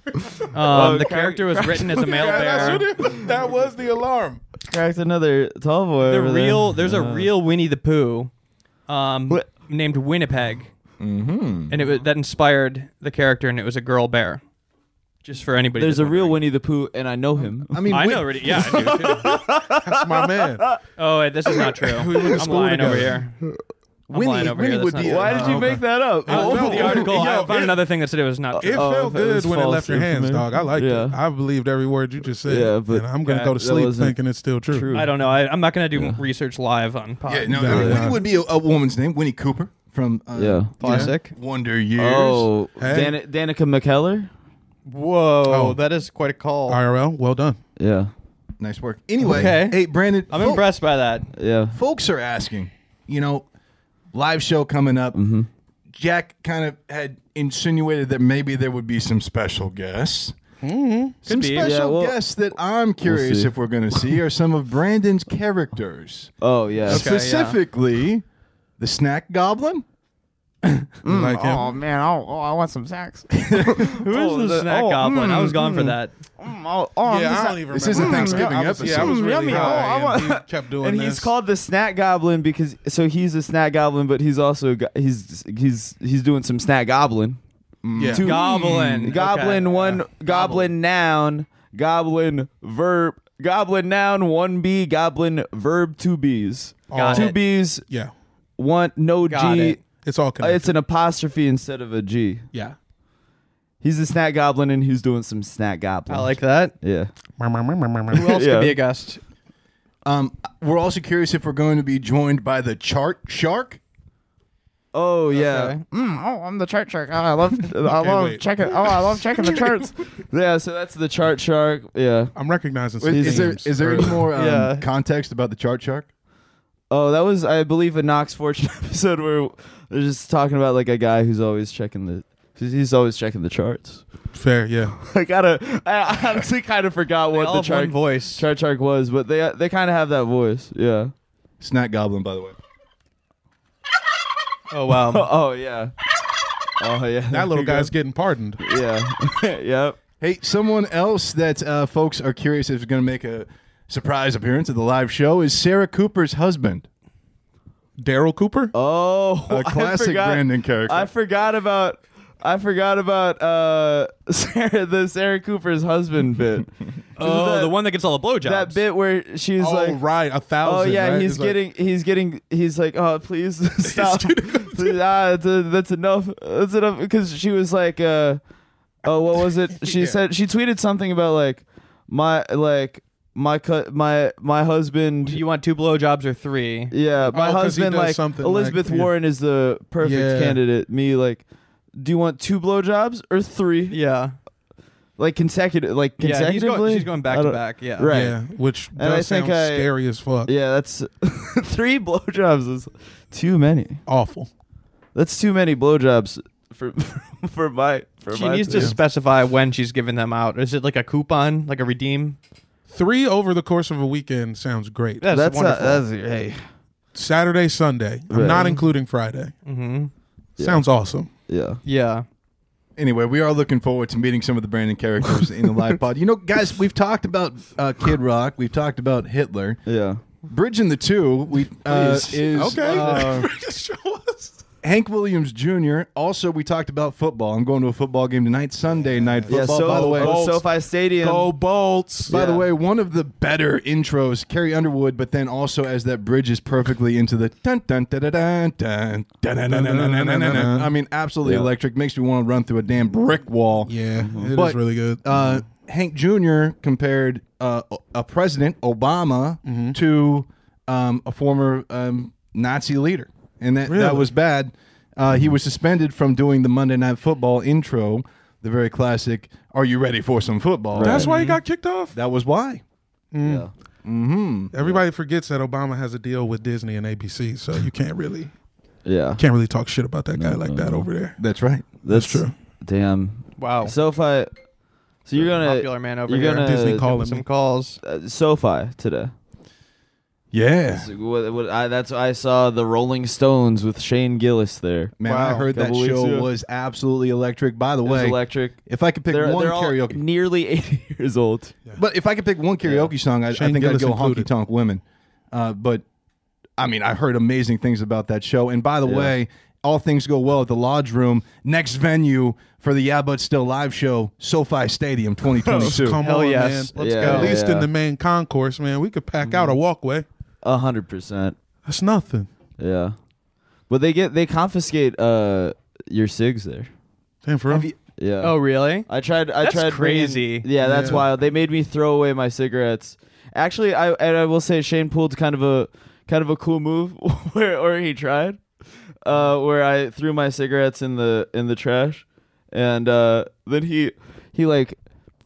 S1: the
S2: Craig-
S1: character was written as a male
S3: Yeah, that's
S1: bear.
S3: what it- that was the alarm.
S2: Cracked another tall boy.
S1: The
S2: over there.
S1: real there's a real Winnie the Pooh, um,
S2: What?
S1: named Winnipeg, mm-hmm. and it was, that inspired the character, and it was a girl bear. Just for anybody.
S2: There's
S1: that's
S2: a real
S1: wondering.
S2: Winnie the Pooh, and I know him.
S5: I mean,
S1: I
S5: Win-
S1: know already. Yeah. I do, too.
S3: That's my man.
S1: oh, wait, this is not true. I'm lying over here. Winnie, lying over
S5: Winnie
S1: here.
S5: would
S1: That's
S5: be-
S1: not
S2: Why
S5: why
S1: true.
S2: did you
S3: Oh,
S2: make
S3: okay.
S2: that up?
S3: I
S1: I
S3: don't
S1: found
S3: know.
S1: the article.
S3: Yo,
S1: I found
S3: it-
S1: another thing that said it was not
S3: It
S1: true.
S2: Oh,
S3: felt
S2: it was
S3: good when it
S2: false
S3: left your hands,
S2: information.
S3: dog. I liked
S2: Yeah.
S3: it. I believed every word you just said.
S2: Yeah, but
S3: and I'm gonna go
S2: that-
S3: to
S2: that
S3: sleep
S2: wasn't
S3: thinking it's still true.
S2: true.
S1: I don't know. I, I'm not gonna do research live on pod.
S5: Yeah, no,
S3: No,
S5: Winnie
S3: yeah.
S5: would be a, a woman's name, Winnie Cooper from uh,
S2: Yeah.
S1: Classic.
S5: Wonder Years.
S2: Oh,
S3: Hey.
S2: Dan- Danica McKellar.
S1: Whoa,
S3: Oh.
S1: that is quite a call.
S3: IRL, well done.
S2: Yeah,
S5: Nice work. Anyway,
S1: Okay.
S5: hey Brandon,
S1: I'm
S5: fol-
S1: impressed by that.
S2: yeah.
S5: Folks are asking, you know, live show coming up.
S2: Mm-hmm.
S5: Jack kind of had insinuated that maybe there would be some special guests. Some
S1: be.
S5: special
S2: Mm-hmm. Yeah, well-
S5: guests that I'm curious
S2: see.
S5: if we're going to see are some of Brandon's characters,
S2: Oh, yeah.
S5: specifically the Snack Goblin.
S3: You like him?
S4: Oh man, oh, oh, I want some sex.
S1: Who is the, snack goblin? I was gone for that.
S4: Mm, oh, oh, I'm just-
S3: even
S5: This is a Thanksgiving
S3: I was- Yeah, I
S5: episode.
S3: was
S4: Mm,
S3: really
S4: yummy. Oh,
S3: high,
S4: I
S3: and
S4: want-
S3: he kept doing
S2: And
S3: this.
S2: he's called the snack goblin because so he's a snack goblin, but he's also go- he's he's he's doing some snack goblin.
S3: yeah.
S2: Two-
S1: Goblin. okay.
S2: Goblin one goblin, noun, goblin verb, goblin noun one b, goblin verb two b's,
S1: Got
S2: two
S1: it.
S2: b's,
S3: Oh, yeah,
S2: one no
S1: Got
S2: g.
S1: it.
S3: it's all
S2: Uh,
S3: connected.
S2: It's an apostrophe instead of a g.
S3: yeah.
S2: He's a snack goblin and he's doing some snack goblin.
S1: I like that.
S2: yeah.
S1: Who else
S2: Yeah.
S1: could be a guest?
S5: Um, we're also curious if we're going to be joined by the Chart Shark.
S2: Oh yeah.
S1: Okay.
S4: mm, oh, I'm the chart shark. Oh, I love, I love
S3: wait.
S4: checking. Oh, I love checking the charts.
S2: Yeah, so that's the chart shark. Yeah.
S3: I'm recognizing. Some
S5: Is there
S3: names.
S5: is there any more um,
S2: Yeah.
S5: context about the Chart Shark?
S2: Oh, that was, I believe, a Knox Fortune episode where they're just talking about like a guy who's always checking the. He's he's always checking the charts.
S3: fair? Yeah,
S2: I gotta. I honestly kind of forgot what
S1: All
S2: the
S1: of one
S2: chart
S1: voice.
S2: chart shark was, but they they kind of have that voice. Yeah.
S5: Snack Goblin, by the way.
S1: Oh wow.
S2: Oh yeah. Oh yeah.
S3: that little guy's getting pardoned.
S2: Yeah. yep.
S5: Hey, someone else that uh, folks are curious if is going to make a surprise appearance at the live show is Sarah Cooper's husband,
S3: Daryl Cooper.
S2: Oh,
S5: a
S2: I
S5: classic
S2: forgot,
S5: Brandon character.
S2: I forgot about. I forgot about uh, Sarah, the Sarah Cooper's husband bit.
S1: Oh,
S2: That-
S1: the one that gets all the blowjobs.
S2: that bit where she's
S3: oh
S2: like,
S3: right, a
S2: Oh
S3: thousand.
S2: yeah,
S3: right?
S2: he's
S3: It's like-
S2: getting, he's getting, he's like, oh please stop. ah, that's, that's enough. That's enough. Because she was like, uh, oh what was it? She
S3: Yeah.
S2: said she tweeted something about like my like my cu- my my husband.
S1: Do you want two blowjobs or three?
S2: yeah, my
S3: 'cause he
S2: husband
S3: does
S2: like
S3: something
S2: Elizabeth
S3: like- yeah.
S2: Warren is the perfect
S3: Yeah.
S2: candidate. Me like, do you want two blowjobs or three?
S1: Yeah.
S2: Like consecutive, like
S1: Yeah.
S2: consecutively.
S1: He's going, she's going
S2: I
S1: back to
S2: don't-
S1: back. Yeah.
S2: Right.
S3: yeah, which
S2: And I
S3: does
S2: think
S3: sound
S2: I-
S3: scary as fuck.
S2: Yeah, that's three blowjobs is too many.
S3: Awful.
S2: That's too many blowjobs for for my. For
S1: She
S2: my
S1: needs to
S2: taste.
S1: specify when she's giving them out. Is it like a coupon, like a redeem?
S3: Three over the course of a weekend sounds great.
S1: That's,
S2: That's not,
S1: wonderful.
S2: that's hey.
S3: Saturday, Sunday. I'm
S2: Right.
S3: not including Friday.
S1: mm-hmm.
S3: Sounds awesome.
S2: Yeah.
S1: Yeah.
S5: anyway, we are looking forward to meeting some of the Brandon characters in the live pod. You know, guys, we've talked about uh, Kid Rock, we've talked about Hitler.
S2: Yeah.
S5: Bridging the two, we uh,
S2: Please.
S5: is
S3: Okay.
S5: uh, Hank Williams Jr. Also, we talked about football. I'm going to a football game tonight, Sunday night football.
S2: Yeah. So
S5: by the way,
S2: oh, SoFi Stadium.
S3: Go Bolts.
S5: By the
S2: Yeah.
S5: way, one of the better intros, Carrie Underwood, but then also as that bridges perfectly into the dun dun dun dun dun dun dun dun dun dun dun dun dun dun. I mean, absolutely
S2: Yeah.
S5: electric. Makes me want to run through a damn brick wall.
S3: Yeah, it
S2: Mhm.
S3: is
S5: But,
S3: really good.
S5: Uh,
S2: Mm-hmm.
S5: Hank Jr. compared uh, a president Obama
S2: Mm-hmm.
S5: to um, a former um, Nazi leader, and that that
S3: Really?
S5: was bad. Uh,
S2: Mm-hmm.
S5: he was suspended from doing the Monday Night Football intro, the very classic "Are you ready for some football?"
S3: That's
S2: Mhm.
S3: why he got kicked off.
S5: That was why.
S2: yeah. Mm-hmm.
S3: Everybody forgets that Obama has a deal with Disney and ABC, so you can't really
S2: Yeah.
S3: can't really talk shit about that
S2: Mm-hmm.
S3: guy like that over there.
S5: That's right.
S2: That's
S3: true.
S2: Damn.
S1: Wow.
S2: SoFi. So you're gonna
S1: Popular man over
S2: you're
S1: here.
S2: gonna
S3: Disney call
S1: Some
S3: him.
S1: calls.
S2: uh, SoFi today.
S5: Yeah.
S2: So what, what I, that's I saw the Rolling Stones with Shane Gillis there.
S5: Man, I
S2: Wow.
S5: heard that
S2: Couple weeks
S5: show
S2: ago.
S5: was absolutely electric. By the
S2: It was
S5: way,
S2: electric.
S5: if I could pick
S2: They're,
S5: one
S2: they're all
S5: karaoke,
S2: nearly 80 years old.
S5: but if I could pick one karaoke song, I, I
S3: Shane
S5: think
S3: Gillis
S5: I'd go Honky
S3: included.
S5: Tonk Women. Uh, but I mean, I heard amazing things about that show. And by the way, all things go well at the Lodge Room. Next venue for the Yeah But Still live show, SoFi Stadium, 2022.
S3: Come
S1: Hell
S3: on,
S1: yes. Mm-hmm.
S3: man.
S1: Let's
S2: Yeah.
S1: go.
S3: At least
S2: yeah.
S3: in the main concourse, man, we could pack out a walkway.
S2: A hundred percent.
S3: That's nothing.
S2: Yeah. But they get they confiscate uh your cigs there.
S3: Damn, for real?
S2: Yeah.
S1: Oh, really?
S2: I tried. I
S1: That's
S2: tried. bringing-
S1: crazy.
S2: yeah, that's
S3: Yeah.
S2: wild. They made me throw away my cigarettes. Actually, I and I will say Shane pulled kind of a kind of a cool move where or he tried, uh, where I threw my cigarettes in the in the trash, and uh, then he he like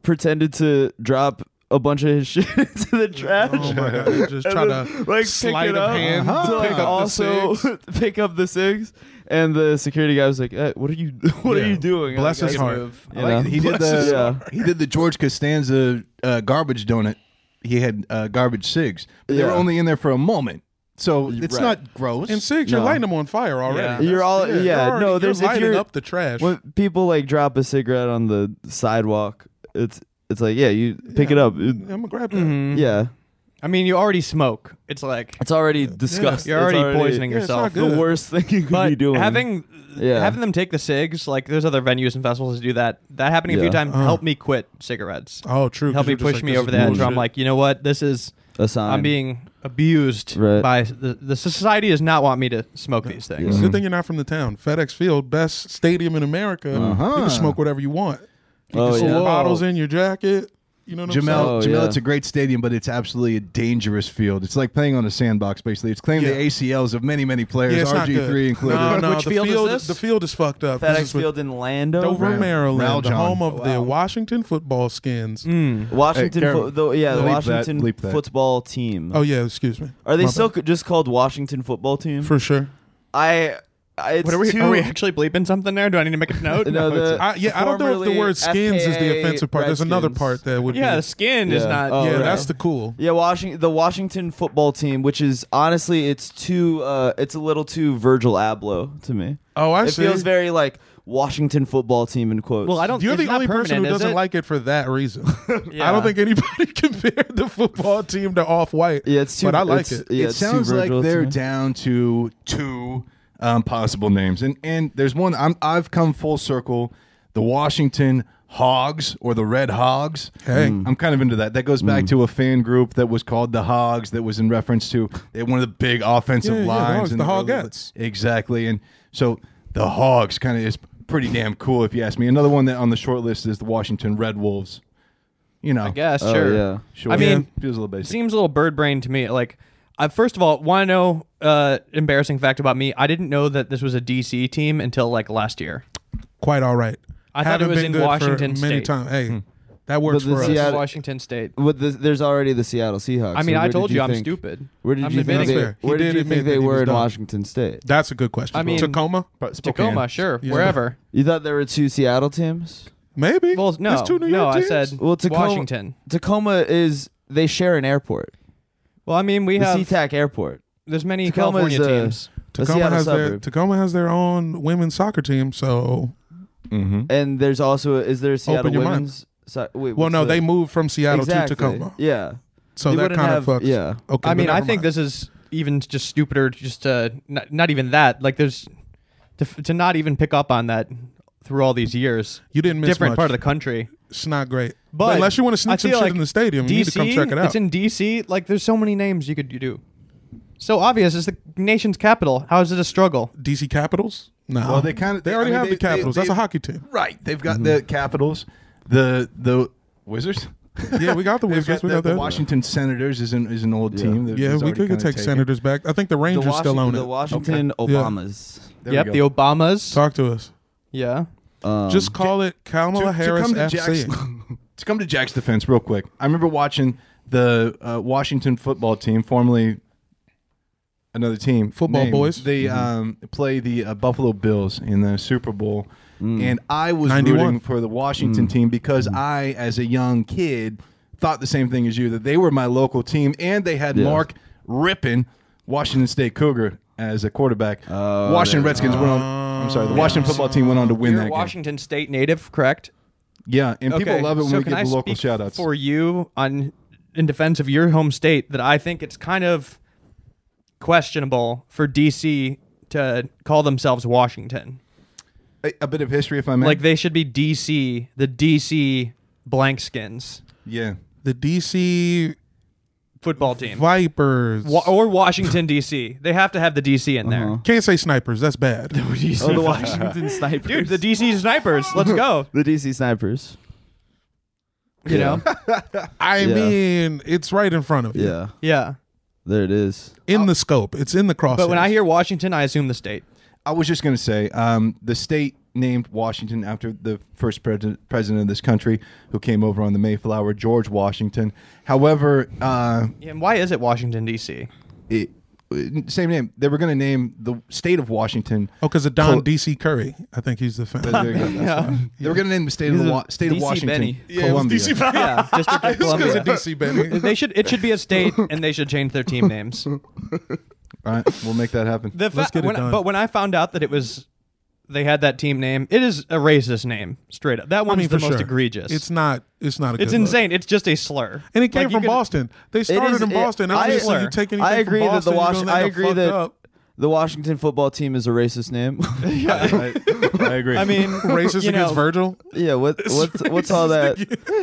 S2: pretended to drop a bunch of his shit into the trash.
S3: Oh my god! Just try
S2: then,
S3: to
S2: like, pick
S3: sleight
S2: it
S3: of
S2: up.
S3: hand,
S2: to
S3: pick
S2: like,
S3: up the
S2: also
S3: cigs.
S2: pick up the cigs, and the security guy was like, "Eh, "What are you? What
S3: Yeah.
S2: are you doing?" And
S3: Bless
S2: I
S3: his
S2: guess-
S3: heart.
S2: you
S5: I like
S2: know?
S5: that he did
S2: Bless his
S5: the
S2: heart.
S5: he did the George Costanza uh, garbage donut. He had uh, garbage cigs, but they were
S2: Yeah.
S5: only in there for a moment, so it's
S2: Right.
S5: not gross.
S3: And six, you're
S2: No.
S3: lighting them on fire already.
S1: Yeah.
S2: You're all- yeah,
S3: you're
S2: no,
S3: You're
S2: there's- if
S3: lighting
S2: you're-
S3: up the trash.
S2: when people like drop a cigarette on the sidewalk, it's it's like yeah, you pick it up. It-
S3: I'm gonna grab that.
S1: Mm-hmm.
S2: yeah,
S1: I mean, you already smoke. It's like
S2: it's already disgusting.
S1: you're
S2: It's
S1: already, poisoning
S3: Yeah, it's
S1: yourself.
S3: not good.
S2: The worst thing you could
S1: But
S2: be doing.
S1: having
S2: Yeah.
S1: having them take the cigs, like there's other venues and festivals that do that. That happening a few
S2: Yeah. Uh.
S1: times helped me quit cigarettes.
S3: Oh, true. 'cause
S1: helped me
S3: you're just
S1: push
S3: like,
S1: me
S3: this
S1: over
S3: is
S1: the edge where I'm
S3: bullshit.
S1: like, you know what, this is
S2: a sign,
S1: I'm being abused
S2: Right.
S1: by the, the society does not want me to smoke these things.
S3: Good thing you're not from the town. FedEx Field, best stadium in America. You can smoke whatever you want. You
S2: Uh-huh. Oh,
S3: can
S2: yeah.
S3: smoke bottles in your jacket. You know what I'm saying?
S5: Jamel,
S2: Oh,
S5: Jamel,
S2: yeah.
S5: it's a great stadium, but it's absolutely a dangerous field. It's like playing on a sandbox, basically. It's claimed
S3: Yeah.
S5: the ACLs of many, many players,
S3: Yeah, it's not
S5: RG3
S3: good.
S5: included.
S3: No, no,
S1: Which
S3: the
S1: field is
S3: field
S1: this?
S3: The field is fucked up. This
S2: FedEx
S3: is with
S2: Field in Landover,
S3: Dover, Maryland, the
S5: Rowjohn.
S3: home of the Washington football skins.
S1: Mm.
S2: Washington.
S5: Hey, Karen,
S2: fo- the, yeah, the
S5: bleep that,
S2: Washington
S5: bleep that.
S2: football team.
S3: Oh yeah, excuse me.
S2: Are they
S3: My
S2: still
S3: bad.
S2: c- just called Washington football team?
S3: for sure?
S2: I. I it's
S1: What are we,
S2: too,
S1: are we actually bleeping something there? Do I need to make a note?
S2: No, the-
S3: I, yeah, I don't know if the
S2: Formerly
S3: word skins is the
S2: FKA
S3: offensive part. There's another
S2: Redskins.
S3: part that would
S1: yeah,
S3: be.
S1: the skin is
S2: Yeah.
S1: not.
S2: Oh,
S3: yeah,
S2: right.
S3: that's the cool.
S2: Yeah, Washington, the Washington football team, which is honestly, it's too, uh, it's a little too Virgil Abloh to me.
S3: Oh, I
S2: it
S3: see.
S2: feels very like Washington football team in quotes.
S1: Well, I don't.
S3: You're
S1: it's
S3: the
S1: not
S3: only person who
S1: permanent, is
S3: doesn't
S1: it?
S3: like it for that reason. I
S1: Yeah.
S3: don't think anybody compared the football team to off white.
S2: Yeah, it's too.
S3: but I like
S2: it's-
S3: it.
S2: Yeah,
S5: it
S2: it's too
S5: sounds like
S2: Virgil to
S5: they're
S2: me.
S5: down to two um, possible names, and and there's one I'm, I've come full circle, the Washington Hogs or the Red Hogs. Mm.
S3: Hey.
S5: I'm kind of into that. That goes back to a fan group that was called the Hogs, that was in reference to they had one of the big offensive
S3: Yeah, yeah, the Hogs,
S5: lines in
S3: the
S5: early-
S3: Hogettes.
S5: exactly, and so the Hogs kind of is pretty damn cool if you ask me. Another one that on the short list is the Washington Red Wolves. You know,
S1: I guess.
S2: Oh,
S1: sure.
S2: yeah.
S5: Sure.
S1: I mean,
S5: feels a little
S1: It
S5: basic.
S1: seems a little bird brain to me. Like, I, first of all, want to know uh, embarrassing fact about me. I didn't know that this was a DC team until like last year.
S3: Quite all right.
S1: I thought it
S3: Haven't
S1: was
S3: been
S1: in
S3: good for
S1: Washington
S3: many
S1: State. Hmm.
S3: times. Hey, that works
S2: But the
S3: for us.
S2: Seattle-
S1: Washington State.
S2: With the, there's already the Seattle Seahawks.
S1: I
S2: so
S1: mean, I
S2: where
S1: told
S2: did
S1: you, I'm
S2: think-
S1: stupid.
S2: Where did
S1: I'm
S2: you think
S1: admitting
S2: they,
S3: it. He
S2: where
S3: did
S2: did you
S3: admit
S2: think
S3: that
S2: they
S3: he was
S2: were in
S3: dumb.
S2: Washington State?
S3: That's a good question.
S1: I mean-
S3: Tacoma,
S1: Tacoma, sure,
S3: Yeah.
S1: wherever.
S2: You thought there were two Seattle teams?
S3: maybe.
S1: Well, no,
S3: There's two New
S1: no,
S3: York
S1: I
S3: teams.
S1: said
S2: Well, Tacoma-
S1: Washington.
S2: Tacoma is they share an airport,
S1: Well, I mean, we
S2: the
S1: have
S2: SeaTac airport.
S1: there's many
S2: Tacoma's,
S1: California
S2: uh,
S1: teams.
S2: a
S3: Tacoma
S2: Seattle
S3: has their
S2: suburb.
S3: Tacoma has their own women's soccer team. So,
S5: Mm-hmm.
S2: And there's also a, is there a Seattle
S3: your mind.
S2: women's? So, wait,
S3: well,
S2: what's
S3: no,
S2: the-
S3: they moved from Seattle
S2: exactly.
S3: to Tacoma.
S2: Yeah,
S3: So
S2: They
S3: that
S2: wouldn't
S3: kind of
S2: have-
S3: fucks.
S2: yeah.
S3: Okay.
S1: I mean,
S3: but
S1: I
S3: never
S1: think
S3: mind.
S1: this is even just stupider. Just uh, not, not even that. Like, there's to, f- to not even pick up on that through all these years.
S3: You didn't miss
S1: different
S3: much.
S1: part of the country.
S3: It's not great. But,
S1: But
S3: unless you want to
S1: I
S3: sneak some
S1: feel
S3: shit
S1: like
S3: in the stadium,
S1: DC,
S3: you need to come check it out.
S1: It's in DC. Like, there's so many names you could do. So obvious. It's the nation's capital. How is it a struggle?
S3: DC Capitals? No.
S5: Well, they kinda-
S3: they already
S5: I mean,
S3: have
S5: they-
S3: the Capitals.
S5: they-
S3: That's a
S5: they-
S3: hockey team.
S5: Right. They've
S3: Mm-hmm.
S5: got the Capitals, the the Wizards.
S3: Yeah, we got the
S5: They've
S3: Wizards.
S5: got
S3: We
S5: the,
S3: got
S5: the
S3: that.
S5: Washington Senators is an is an old team. that
S3: Yeah,
S5: was
S3: we
S5: already
S3: could
S5: kinda
S3: take
S5: taken.
S3: Senators back. I think the
S2: the
S3: Rangers still
S2: Washington-
S3: own
S2: the
S3: it.
S2: Washington
S3: Okay. Yeah.
S2: Obamas.
S5: There we
S1: yep,
S5: go.
S1: the Obamas.
S3: Talk to us.
S1: yeah.
S2: Um,
S3: Just call it Kamala
S5: to
S3: Harris
S5: come to
S3: FC.
S5: Jack's, to come to Jack's defense, real quick. I remember watching the uh, Washington football team, formerly another team,
S3: Football
S5: named-
S3: boys. Mm-hmm.
S5: They um, play the uh, Buffalo Bills in the Super Bowl,
S1: Mm.
S5: and I was
S3: 91.
S5: rooting for the Washington team because I, as a young kid, thought the same thing as you that they were my local team, and they had Mark Rippin, Washington State Cougar. As a quarterback,
S1: Oh,
S5: Washington Redskins went on. I'm sorry, the Washington football team went on to win
S1: You're
S5: that
S1: a
S5: game.
S1: Washington State native, correct?
S5: Yeah, and people love it when
S1: so
S5: we
S1: can
S5: get
S1: I
S5: the local
S1: speak
S5: shout outs.
S1: for you on in defense of your home state that I think it's kind of questionable for DC to call themselves Washington.
S5: a, a bit of history, if I may.
S1: Like they should be DC, the DC blank skins.
S5: yeah.
S3: The DC
S1: football team
S3: Vipers.
S1: Wa- or Washington D.C. They have to have the D.C. in there.
S5: Uh-huh.
S3: Can't say snipers. That's bad.
S2: Oh, the Washington snipers.
S1: Dude, the D.C. snipers. Let's go.
S2: the DC snipers.
S1: You know.
S3: I
S2: Yeah.
S3: mean, it's right in front of you.
S2: Yeah,
S1: Yeah.
S2: there it is.
S3: In the scope. It's in the crosshair.
S1: But when I hear Washington, I assume the state.
S5: I was just going to say um, the state named Washington after the first pres- president of this country who came over on the Mayflower, George Washington. However, uh,
S1: And why is it Washington D.C.?
S5: it, same name. They were going to name the state of Washington.
S3: oh, because of Don
S5: Col-
S3: DC Curry. I think he's the
S5: There
S3: fan.
S5: you go, that's fine. They were going to name the state of the wa- state of
S2: DC
S5: Washington,
S2: Benny.
S5: Columbia.
S1: Yeah, District of
S3: Because
S1: Columbia.
S3: of DC Benny.
S1: They should. It should be a state, and they should change their team names.
S5: All right, we'll make that happen.
S1: The fa-
S3: Let's get it
S1: when-
S3: done.
S1: But when I found out that it was, they had that team name. It is a racist name, straight up. That one's
S3: I mean,
S1: the
S3: for
S1: most
S3: sure.
S1: egregious.
S3: It's not. It's not a.
S1: It's
S3: good look.
S1: insane. It's just a slur.
S3: And it came
S1: Like, you
S3: from
S1: could-
S3: Boston. They started
S2: is-
S3: in
S2: it-
S3: Boston.
S2: I-
S3: I, just
S1: slur.
S3: you take anything
S2: I agree
S3: from
S2: that the
S3: Boston,
S2: Wash- I agree that
S3: Up.
S2: the Washington football team is a racist name.
S5: I, I agree.
S1: I mean,
S3: Racist
S1: you know,
S3: against Virgil.
S2: yeah, what what's what's all that?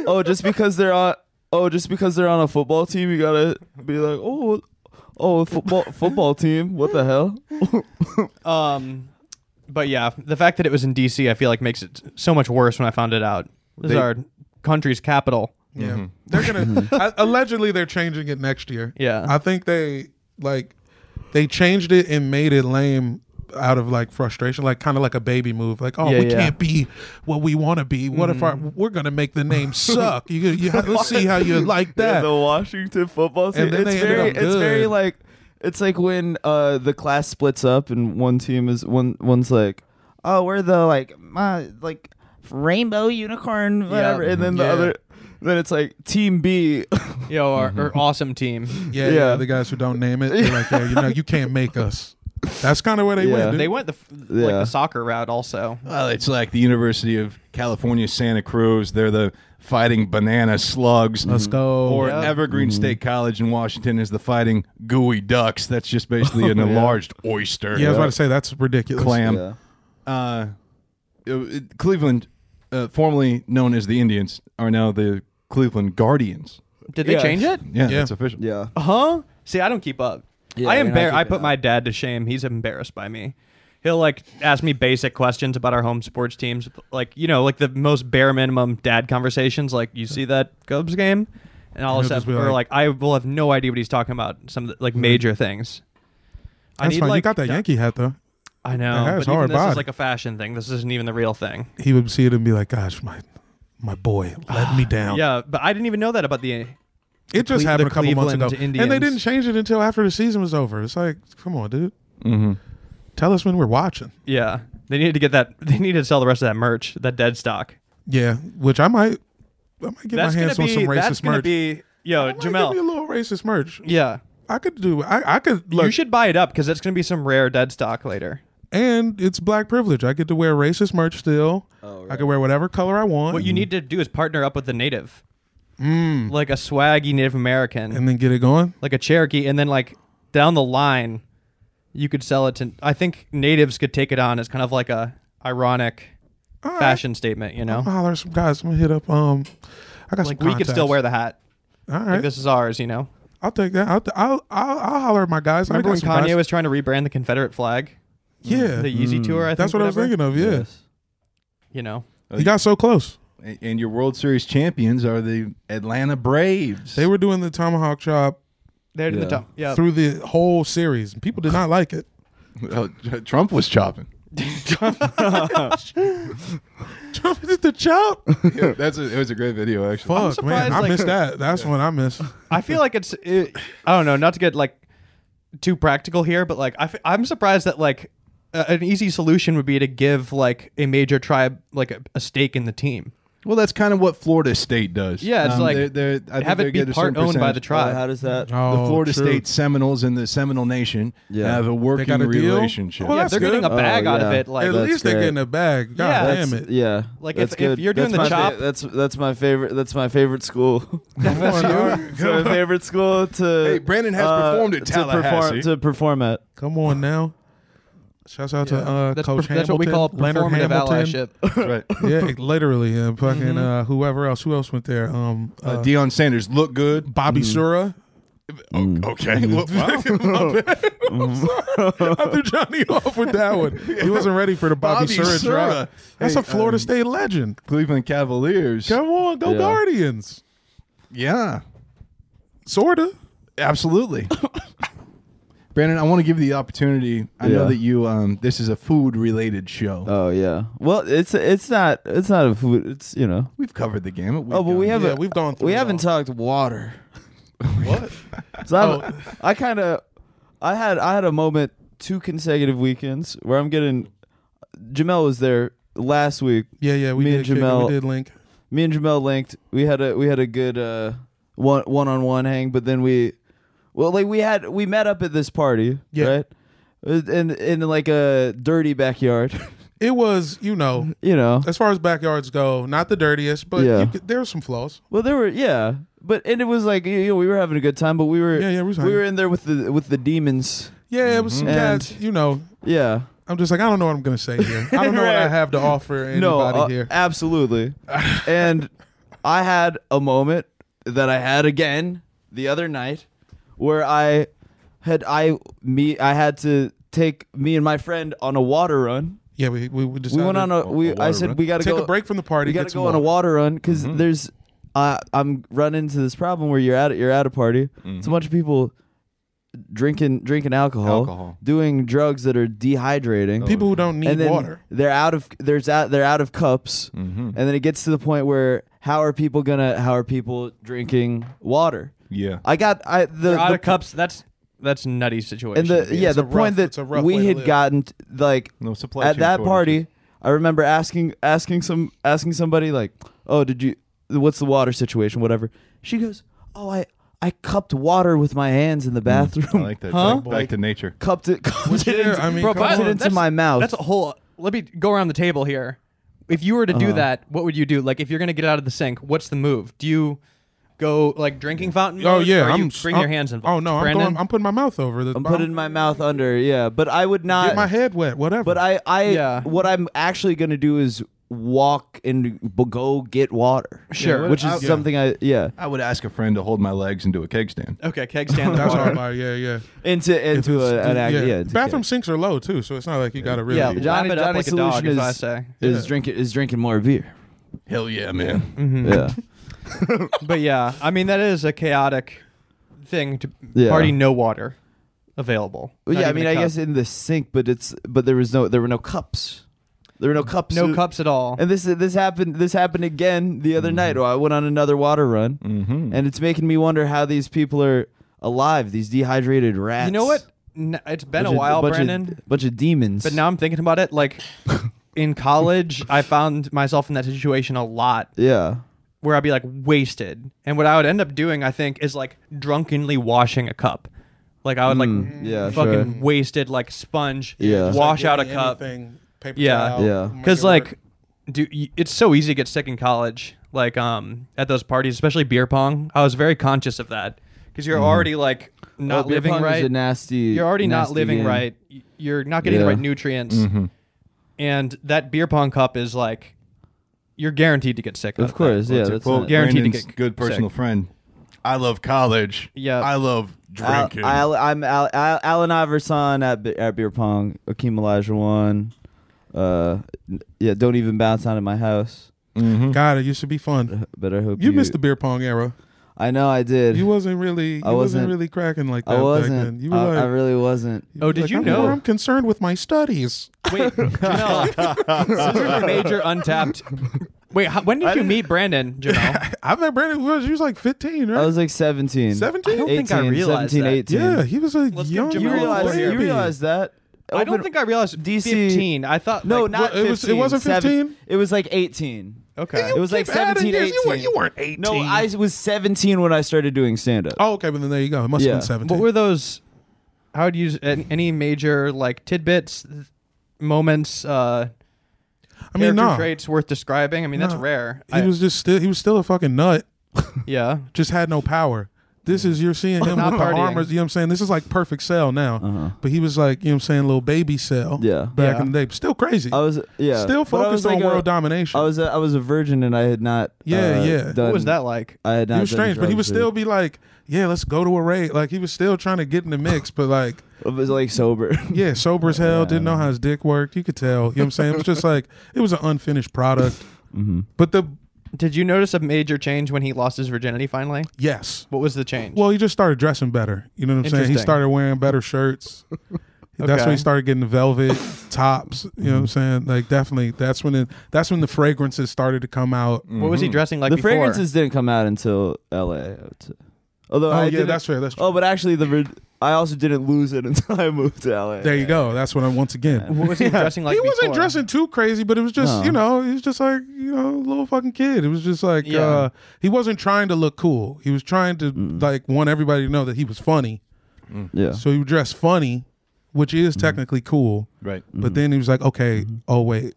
S2: Oh, just because they're on oh, just because they're on a football team, you gotta be like, oh, oh, football football team, what the hell?
S1: Um, but yeah, the fact that it was in D.C. I feel like makes it so much worse when I found it out. This is
S5: They-
S1: our country's capital.
S3: Yeah, they're gonna. I, allegedly, they're changing it next year.
S1: Mm-hmm. Yeah.
S3: I think they like they changed it and made it lame out of like frustration, like kind of like a baby move. Like, oh,
S1: Yeah,
S3: we
S1: yeah. Mm-hmm.
S3: can't be what we want to be. What if our, we're gonna make the name suck? You, you let's see how you like that.
S2: the Washington football team.
S3: And then
S2: It's
S3: they ended
S2: very,
S3: up
S2: it's very
S3: good.
S2: like, it's like when uh the class splits up and one team is one one's like, oh, we're the like my like
S4: Rainbow unicorn,
S2: whatever, and then the
S3: Yeah.
S2: other, then it's like team B.
S1: Yo, our, our
S3: Mm-hmm.
S1: awesome team.
S3: yeah, yeah,
S2: Yeah.
S3: the guys who don't name it, they're like, yeah, you know, you can't make us. That's kind of where they
S2: Yeah.
S3: went. Dude.
S1: They went the f- like
S2: Yeah.
S1: the soccer route also.
S5: Well, it's like the University of California, Santa Cruz. They're the fighting banana slugs.
S3: Let's go.
S5: Or Evergreen
S3: Mm-hmm.
S5: State College in Washington is the fighting gooey ducks. That's just basically an enlarged oyster.
S3: yeah, I was about to say that's ridiculous.
S5: clam.
S2: Yeah.
S5: Uh, it- it- Cleveland, uh, formerly known as the Indians, are now the Cleveland Guardians.
S1: Did they
S2: Yeah.
S1: change it?
S5: Yeah,
S3: Yeah.
S5: that's official.
S2: Yeah.
S1: Huh? See, I don't keep up.
S2: Yeah,
S1: I
S2: you're not
S1: embar- I
S2: keeping
S1: put
S2: up.
S1: my dad to shame. He's embarrassed by me. He'll like ask me basic questions about our home sports teams, like you know, like the most bare minimum dad conversations. Like, you see that Cubs game, and all of a
S3: He'll just
S1: sudden,
S3: be
S1: or
S3: like-
S1: like,
S3: Mm-hmm.
S1: I will have no idea what he's talking about. Some of the, like major things. I
S3: That's
S1: need
S3: fine.
S1: like
S3: you got that
S1: da-
S3: Yankee hat though.
S1: I know,
S3: That has
S1: but even
S3: hard
S1: this
S3: body.
S1: is like a fashion thing. This isn't even the real thing.
S3: He would see it and be like, "Gosh, my my boy, let me down."
S1: Yeah, but I didn't even know that about the.
S3: It just
S1: Cle-
S3: happened
S1: the
S3: a couple months ago,
S1: Cleveland
S3: and they
S1: Indians.
S3: didn't change it until after the season was over. It's like, come on, dude.
S1: Mm-hmm.
S3: Tell us when we're watching.
S1: Yeah, they needed to get that. They needed to sell the rest of that merch, that dead stock.
S3: Yeah, which I might, I might get my
S1: that's
S3: hands
S1: gonna
S3: on
S1: be,
S3: some
S1: that's
S3: racist
S1: gonna
S3: merch.
S1: be yo
S3: I might give me a
S1: Jamel.
S3: little racist merch.
S1: Yeah,
S3: I could do. I, I could look.
S1: you should buy it up because it's gonna be some rare dead stock later.
S3: and it's black privilege. I get to wear racist merch still. I can wear whatever color I want.
S1: Oh, What you need to do is partner up with the native, like a swaggy Native American,
S3: Mm. and then get it going.
S1: like a Cherokee, and then like down the line, you could sell it to. I think natives could take it on as kind of like a ironic
S3: All right.
S1: fashion statement. You know,
S3: I'll holler at some guys. I'm gonna hit up. Um, I got
S1: like
S3: Uh-huh. some.
S1: we could still
S3: contacts.
S1: wear the hat.
S3: All right,
S1: Like this is ours. You know.
S3: I'll take that. I'll, I'll I'll I'll holler at my guys. I
S1: Remember
S3: got
S1: when
S3: some
S1: Kanye
S3: guys.
S1: was trying to rebrand the Confederate flag,
S3: Yeah,
S1: the Yeezy tour? I think
S3: Mm. that's what I was
S1: whatever?
S3: thinking of. Yeah,
S1: You know,
S3: he got so close.
S5: A- And your World Series champions are the Atlanta Braves.
S3: They were doing the tomahawk chop
S1: they're in the
S2: Yeah.
S1: top. Yeah,
S3: through the whole series, and people did not like it.
S5: Uh, Trump was chopping.
S3: Trump did the chop.
S5: Yeah, that's a, it was a great video actually.
S3: Fuck man,
S1: surprised,
S3: I
S1: like-
S3: missed that. That's one I missed.
S1: I feel like it's it, I don't know, not to get like too practical here, but like I am surprised that like a, an easy solution would be to give like a major tribe like a, a stake in the team.
S5: Well, that's kind of what Florida State does. Um,
S1: Yeah, it's like,
S5: they're, they're, I think
S1: Have
S5: they
S1: it be
S5: get a certain
S1: part owned by
S5: percentage.
S1: the
S2: Oh,
S1: tribe.
S2: how does that?
S5: the
S3: Oh,
S5: Florida
S3: true.
S5: State Seminoles and the Seminole Nation
S2: Yeah.
S5: have a working
S3: got a deal?
S5: relationship.
S3: Well,
S1: yeah,
S3: that's
S1: they're getting a
S3: good.
S1: bag
S2: Oh,
S1: out of
S2: yeah.
S1: it. Like
S3: At
S2: that's
S3: least they're
S2: great.
S3: getting a bag. God
S1: Yeah,
S3: damn
S2: That's,
S3: it.
S2: yeah.
S1: Like,
S2: that's
S1: if- if
S2: good.
S1: you're doing
S2: That's
S1: the
S2: my
S1: chop-
S2: that's that's my favorite. That's my favorite school. It's my favorite school to.
S5: Hey, Brandon has
S2: uh,
S5: performed at
S2: to perform-
S5: Tallahassee.
S2: To perform at.
S3: Come on now. Shouts out to uh,
S1: that's,
S3: Coach
S1: per- that's what we
S3: Hamilton,
S1: call
S3: Leonard
S1: performative
S3: Hamilton.
S1: allyship.
S5: right.
S1: Uh.
S3: yeah, it- literally, and fucking uh, whoever else. Who else went there? Um,
S5: Uh,
S3: uh,
S5: Deion Sanders look good.
S3: Bobby Sura. O- Okay. Well, my bad. I'm sorry. I threw Johnny off with that one. He wasn't ready for the Bobby,
S5: Bobby
S3: Sura
S5: Sura.
S3: drop. That's
S5: Hey,
S3: a Florida
S5: um,
S3: State legend.
S5: Cleveland Cavaliers.
S3: Come on, go
S2: Yeah.
S3: Guardians.
S5: Yeah,
S3: Sorta.
S5: absolutely. Brandon, I want to give you the opportunity. I know
S2: Yeah.
S5: that you. Um, this is a food related show.
S2: Oh yeah. Well, it's it's not it's not a food. It's you know.
S5: We've covered the gamut.
S2: Oh, but we
S5: have
S2: haven't.
S3: Yeah, we've gone through
S2: We
S3: it
S2: haven't talked water. What? so I'm-
S3: Oh.
S2: I kind of, I had I had a moment two consecutive weekends where I'm getting. Jamel was there last week.
S3: Yeah, yeah, we
S2: Me
S3: did
S2: and
S3: kick it.
S2: Jamel-
S3: we did link.
S2: Me and Jamel linked. We had a we had a good uh one one on one hang, but then we, well, like we had we met up at this party,
S3: Yeah.
S2: right? In in like a dirty backyard,
S3: It was, you know,
S2: you know.
S3: as far as backyards go, not the dirtiest, but
S2: Mm-hmm. Yeah.
S3: you could, there were some flaws.
S2: Well, there were yeah, but and it was like you know we were having a good time, but we were
S3: Yeah, yeah, we
S2: we,
S3: was hanging.
S2: were in there with the with the demons.
S3: Yeah, it was some
S2: Mhm.
S3: cats,
S2: And-
S3: you know.
S2: Yeah,
S3: I'm just like, I don't know what I'm going to say here. I don't know what I
S2: Right.
S3: have to offer anybody
S2: no, uh,
S3: here.
S2: absolutely. and I had a moment that I had again the other night where I had I me I had to take me and my friend on a water run.
S3: Yeah, we, we, we decided
S2: We went on a we I
S5: water
S2: said
S5: run?
S2: we got to
S3: take
S2: go
S3: a break from the party.
S2: We got
S3: get
S2: to
S3: some
S2: go on a
S3: water. Mm-hmm.
S2: water run because there's, uh, I'm running into this problem where you're at you're at a party.
S3: Mm-hmm.
S2: It's a bunch of people drinking drinking alcohol,
S5: Alcohol.
S2: doing drugs that are dehydrating.
S3: People who don't
S2: and
S3: need
S2: then
S3: water. Mm-hmm.
S2: they're out of there's out they're out of cups, and then it gets to the point where how are people gonna how are people drinking water?
S5: Yeah.
S2: I got I the,
S1: They're out
S2: the
S1: of cups. That's that's a nutty situation.
S2: and the
S1: yeah.
S2: yeah
S3: it's
S2: the
S3: a rough-
S2: point
S3: it's a rough
S2: that we
S3: way to
S2: had
S3: live.
S2: gotten t- like
S5: No supply
S2: at
S5: chain
S2: that
S5: shortages.
S2: party i remember asking asking some asking somebody like oh did you what's the water situation whatever she goes oh i i cupped water with my hands in the
S5: Hmm. I
S2: bathroom
S5: like that.
S1: Huh?
S5: Back, back to nature.
S2: cupped it cupped it
S3: Yeah,
S2: into,
S3: I mean,
S2: bro,
S3: come
S2: cupped
S3: on.
S2: it into
S1: That's-
S2: my mouth
S1: That's a whole. Let me go around the table here. If you were to
S2: Uh-huh.
S1: do that, what would you do? Like, if you're gonna get out of the sink, what's the move? Do you go like drinking fountain?
S3: Oh
S1: mode,
S3: yeah,
S1: or are
S3: I'm
S1: you bring
S3: I'm-
S1: your hands involved.
S3: Oh no, I'm,
S1: Brandon,
S3: throwing, I'm putting my mouth over the.
S2: i'm putting my mouth under yeah but i would not
S3: um, get my head wet, whatever.
S2: but i i
S1: Yeah.
S2: what i'm actually going to do is walk and b- go get water
S1: Sure.
S2: which is
S5: I- yeah.
S2: something i yeah
S5: I would ask a friend to hold my legs and do a keg stand.
S1: okay, keg stand. in the
S3: that's all
S1: water.
S3: about yeah, yeah.
S2: into
S3: If
S2: into
S3: it's-
S2: a, an act yeah, into
S3: bathroom
S2: keg.
S3: sinks are low too, so it's not like you got to really.
S2: Yeah,
S3: be-
S1: Lap
S2: Johnny,
S1: it up
S2: Johnny's
S1: like a dog,
S2: solution
S1: as
S2: is,
S1: I say.
S2: is drinking is drinking more beer.
S5: Hell yeah, man.
S1: Mm-hmm.
S2: Yeah,
S1: But yeah, I mean that is a chaotic thing to
S2: Yeah.
S1: party. No water available.
S2: well,
S1: Not
S2: yeah. I
S1: even
S2: mean,
S1: a
S2: I
S1: cup.
S2: guess in the sink, but it's but there was no there were no cups. There were no cups.
S1: no
S2: to-
S1: cups at all.
S2: And this this happened this happened again the other night.
S1: Mm-hmm.
S2: I went on another water run,
S1: Mm.
S2: and it's making me wonder how these people are alive. These dehydrated rats.
S1: you know what? N- it's been
S2: Bunch
S1: a
S2: of-
S1: while,
S2: bunch of-
S1: Brandon.
S2: bunch of demons.
S1: But now I'm thinking about it. Like in college, I found myself in that situation a lot
S2: yeah,
S1: where I'd be like wasted. And what I would end up doing, I think, is like drunkenly washing a cup. Like I would like
S2: Mm, yeah,
S1: fucking
S2: sure.
S1: wasted like sponge,
S2: Yeah. Just, like,
S1: wash out a
S3: Give me
S1: cup.
S3: anything, paper
S1: Yeah.
S3: towel,
S2: Yeah.
S3: make
S1: Cuz
S3: it work.
S1: like do y- it's so easy to get sick in college like um at those parties, especially beer pong. I was very conscious of that cuz you're already like
S2: Well,
S1: not
S2: Mm. Oh, beer
S1: living
S2: pong is
S1: right.
S2: a nasty.
S1: you're already not
S2: nasty
S1: living
S2: game.
S1: right. Y- You're not getting the
S2: Yeah. Mm-hmm.
S1: right nutrients. And that beer pong cup is like you're guaranteed to get sick. out
S2: Of
S1: that.
S2: course, yeah. That's
S5: Well,
S2: not-
S1: guaranteed to
S5: Brandon's
S1: get
S5: good personal
S1: sick.
S5: friend. I love college.
S1: Yeah.
S5: I love
S2: Al,
S5: drinking.
S2: Al, I'm Al, Al, Alan Iverson at, Bi- at beer pong. Akeem Elijah one. Uh, n- yeah, don't even bounce out of my house.
S1: Mm-hmm.
S3: God, it used to be fun.
S2: But I hope
S3: You
S2: Uh, you,
S3: missed the beer pong era.
S2: I know I did.
S3: You wasn't really. You
S2: I
S3: wasn't
S2: wasn't-
S3: really cracking like that.
S2: I
S3: Back then.
S2: wasn't.
S3: You were
S2: I,
S3: like,
S2: I really wasn't.
S1: Oh, did
S3: like,
S1: you
S3: I'm
S1: know?
S3: more- I'm concerned with my studies.
S1: Wait, Jamel, this is a major untapped. Wait, how, when did you meet Brandon, Jamel?
S3: I met Brandon. when You was like 15, right?
S2: I was like 17.
S3: 17? I don't
S1: think I
S2: 18,
S1: realized
S2: 17,
S1: that.
S2: 18.
S3: yeah, he was a
S1: Let's give
S3: young.
S1: Jamel
S2: You
S1: the
S3: little
S1: floor
S2: realize,
S1: here.
S2: you
S3: baby.
S2: realize that?
S1: I don't
S2: Open-
S1: think I realized
S2: DC
S1: 15. I thought
S2: No,
S1: like,
S2: not
S3: Well, it was- it
S2: 15,
S3: wasn't
S2: seven-
S3: 15?
S2: it was like 18.
S1: okay.
S2: It was like
S3: Keep adding
S2: 17,
S3: years.
S2: 18.
S3: You, were, you weren't 18.
S2: No, I was 17 when I started doing stand up.
S3: Oh, okay, but then there you go. It must
S2: Yeah.
S3: have been 17.
S1: What were those? How would you an- any major like tidbits, moments, uh,
S3: I
S1: character
S3: mean, no.
S1: traits worth describing? I mean, that's
S3: Nah.
S1: rare.
S3: He
S1: I-
S3: was just still he was still a fucking nut,
S1: yeah.
S3: just had no power. This
S2: Mm-hmm.
S3: is you're seeing him
S1: Not
S3: with the
S1: partying.
S3: armors. You know what I'm saying? This is like perfect cell now. But he was like, you know what I'm saying, little baby cell.
S2: Uh-huh. Yeah.
S3: Back
S1: Yeah.
S3: in the day. Still crazy.
S2: I was yeah.
S3: Still
S2: but I was
S3: focused on
S2: like a-
S3: world domination.
S2: I was a, I was a virgin and I had not.
S3: Yeah,
S2: uh,
S3: yeah. What
S1: What was
S2: done-
S1: that like?
S2: I had not.
S3: he was
S2: done
S3: strange, but he
S2: drugs
S3: would still
S2: or-
S3: be like, yeah, let's go to a raid. Like he was still trying to get in the mix, but like,
S2: I was like sober.
S3: yeah, sober as hell. Didn't know how his dick worked. You could tell. You know what I'm saying? It was just like it was an unfinished product.
S2: Mm-hmm.
S3: But the
S1: Did you notice a major change when he lost his virginity finally?
S3: yes,
S1: What was the change?
S3: well, he just started dressing better. You know what I'm saying? He
S1: Interesting.
S3: started wearing better shirts. That's when
S1: Okay.
S3: he started getting the velvet tops. You know what I'm saying? Like definitely. That's when it, that's when the fragrances started to come out.
S1: what
S2: Mm-hmm.
S1: was he dressing like
S2: the
S1: before?
S2: fragrances didn't come out until L.A. I would say. Although
S3: Oh
S2: I
S3: yeah,
S2: didn't-
S3: that's fair. That's true.
S2: Oh, but actually, the vir- I also didn't lose it until I moved to L.A.
S3: there you go. That's what I'm once again.
S1: What was he dressing like
S3: he wasn't
S1: before?
S3: dressing too crazy, but it was just
S2: No.
S3: you know he was just like you know little fucking kid. It was just like
S1: Yeah.
S3: uh, he wasn't trying to look cool. He was trying to like want everybody to know that he was funny.
S2: Yeah.
S3: So he dressed funny, which is technically cool.
S5: Right.
S3: But then he was like, okay, oh wait,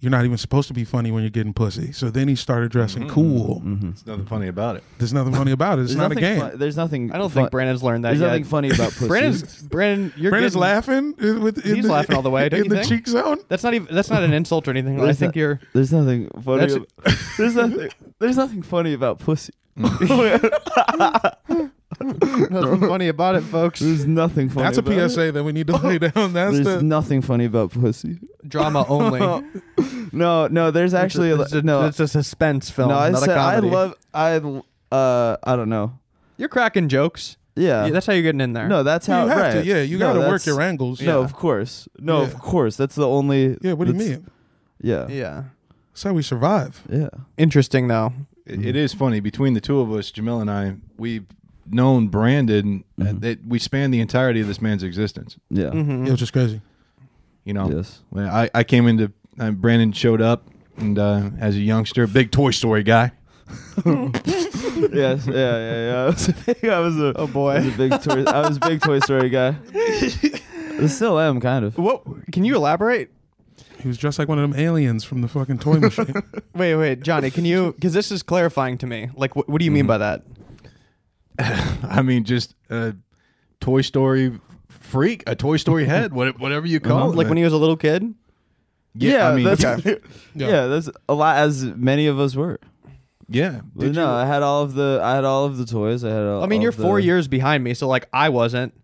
S3: you're not even supposed to be funny when you're getting pussy. So then he started dressing cool.
S5: There's nothing funny about it.
S3: There's nothing funny about it. It's
S2: Mm-hmm. There's
S3: not a
S2: nothing
S3: game.
S2: fu- there's nothing.
S1: I don't
S2: fun-
S1: think Brandon's learned that
S2: There's
S1: yet.
S2: nothing funny about pussy.
S1: Brandon's Brandon, you're
S3: Brandon's
S1: getting-
S3: laughing. uh, With, in
S1: He's
S3: the-
S1: laughing all the way, don't
S3: in
S1: you
S3: the
S1: think?
S3: cheek zone.
S1: That's not even. That's not an insult or anything. I
S2: There's
S1: think
S2: no-
S1: you're.
S2: There's nothing funny.
S1: That's-
S2: ab- there's nothing. There's nothing funny about pussy.
S1: Nothing funny about it, folks.
S2: There's nothing funny.
S3: That's
S2: about
S3: a
S2: it.
S3: PSA that we need to lay down. That's
S2: There's
S3: the
S2: nothing funny about pussy.
S1: Drama only.
S2: No, no. There's actually
S1: it's a,
S2: no.
S1: it's a suspense film.
S2: no, I
S1: not
S2: said
S1: a
S2: I
S1: comedy.
S2: love. I uh. I don't know.
S1: You're cracking jokes.
S2: Yeah.
S1: Yeah, that's how you're getting in there.
S2: no, that's how.
S3: you have
S2: right.
S3: to. Yeah, you
S2: No,
S3: got to work
S2: that's-
S3: your angles.
S2: No,
S1: Yeah.
S2: of course. No,
S3: Yeah.
S2: of course. That's the only.
S3: Yeah, what do you
S2: that's-
S3: mean?
S2: Yeah. Yeah.
S1: Yeah.
S3: That's how we survive.
S1: Interesting though.
S5: It-
S1: Mm-hmm.
S5: it is funny between the two of us, Jamil and I. We've known Brandon uh,
S1: Mm-hmm.
S5: that we span the entirety of this man's existence.
S2: Yeah.
S1: Mm.
S3: Yeah, which is crazy.
S5: You know,
S2: Yes.
S5: when I I came into uh, Brandon showed up and uh, as a youngster, big Toy Story guy.
S2: yes. Yeah. Yeah. Yeah. I was a big. I was a,
S1: Oh boy.
S2: I was a big toy. I was a big Toy Story guy. I still am, kind of.
S1: What? Can you elaborate?
S3: He was dressed like one of them aliens from the fucking toy machine.
S1: Wait, wait, Johnny. Can you? Because this is clarifying to me. Like, wh- what do you
S2: Mm-hmm.
S1: mean by that?
S5: I mean, just a Toy Story freak, a Toy Story head, what- whatever you call it.
S1: Uh-huh. Oh, Like when he was a little kid.
S5: yeah, I mean,
S2: that's,
S5: yeah.
S2: yeah. that's a lot. As many of us were.
S5: yeah.
S2: But no, I had all of the. I had all of the toys. I had. All,
S1: I mean,
S2: all
S1: you're
S2: of the
S1: four years behind me, so like I wasn't.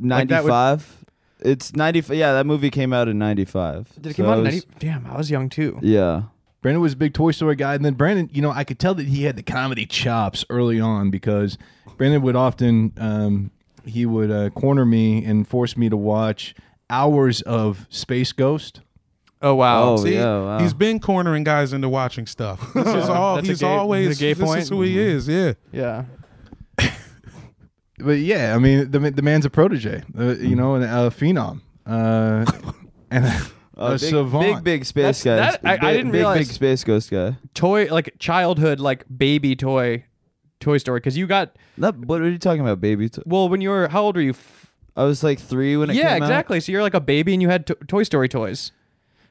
S1: like, that would-
S2: Ninety-five. it's ninety-five. Yeah, that movie came out in ninety-five.
S1: Did it
S2: So
S1: come out
S2: I
S1: in
S2: was-
S1: 90? Damn, I was young too.
S2: Yeah.
S5: Brandon was a big Toy Story guy, and then Brandon, you know, I could tell that he had the comedy chops early on because Brandon would often um, he would uh, corner me and force me to watch hours of Space Ghost.
S1: Oh wow.
S2: Oh,
S3: See,
S2: yeah. Wow.
S3: he's been cornering guys into watching stuff. This is all.
S1: That's a
S3: he's
S1: gay-
S3: always.
S1: a gay
S3: this
S1: point. Mm-hmm.
S3: is who he is. Yeah.
S1: Yeah.
S5: But yeah, I mean, the ma- the man's a protege, uh,
S1: Mm.
S5: you know, and a phenom, uh, and a,
S2: Oh,
S1: Uh,
S5: a
S2: big,
S5: savant.
S2: big big space guy.
S1: That's- that- I- I
S2: Big-
S1: didn't
S2: big,
S1: realize-
S2: big space ghost guy.
S1: Toy like childhood like baby toy, Toy Story. Because you got
S2: Not, what are you talking about, baby? To-
S1: well when you were how old were you? F-
S2: I was like three when it
S1: yeah,
S2: came out.
S1: exactly. So you're like a baby and you had to- Toy Story toys.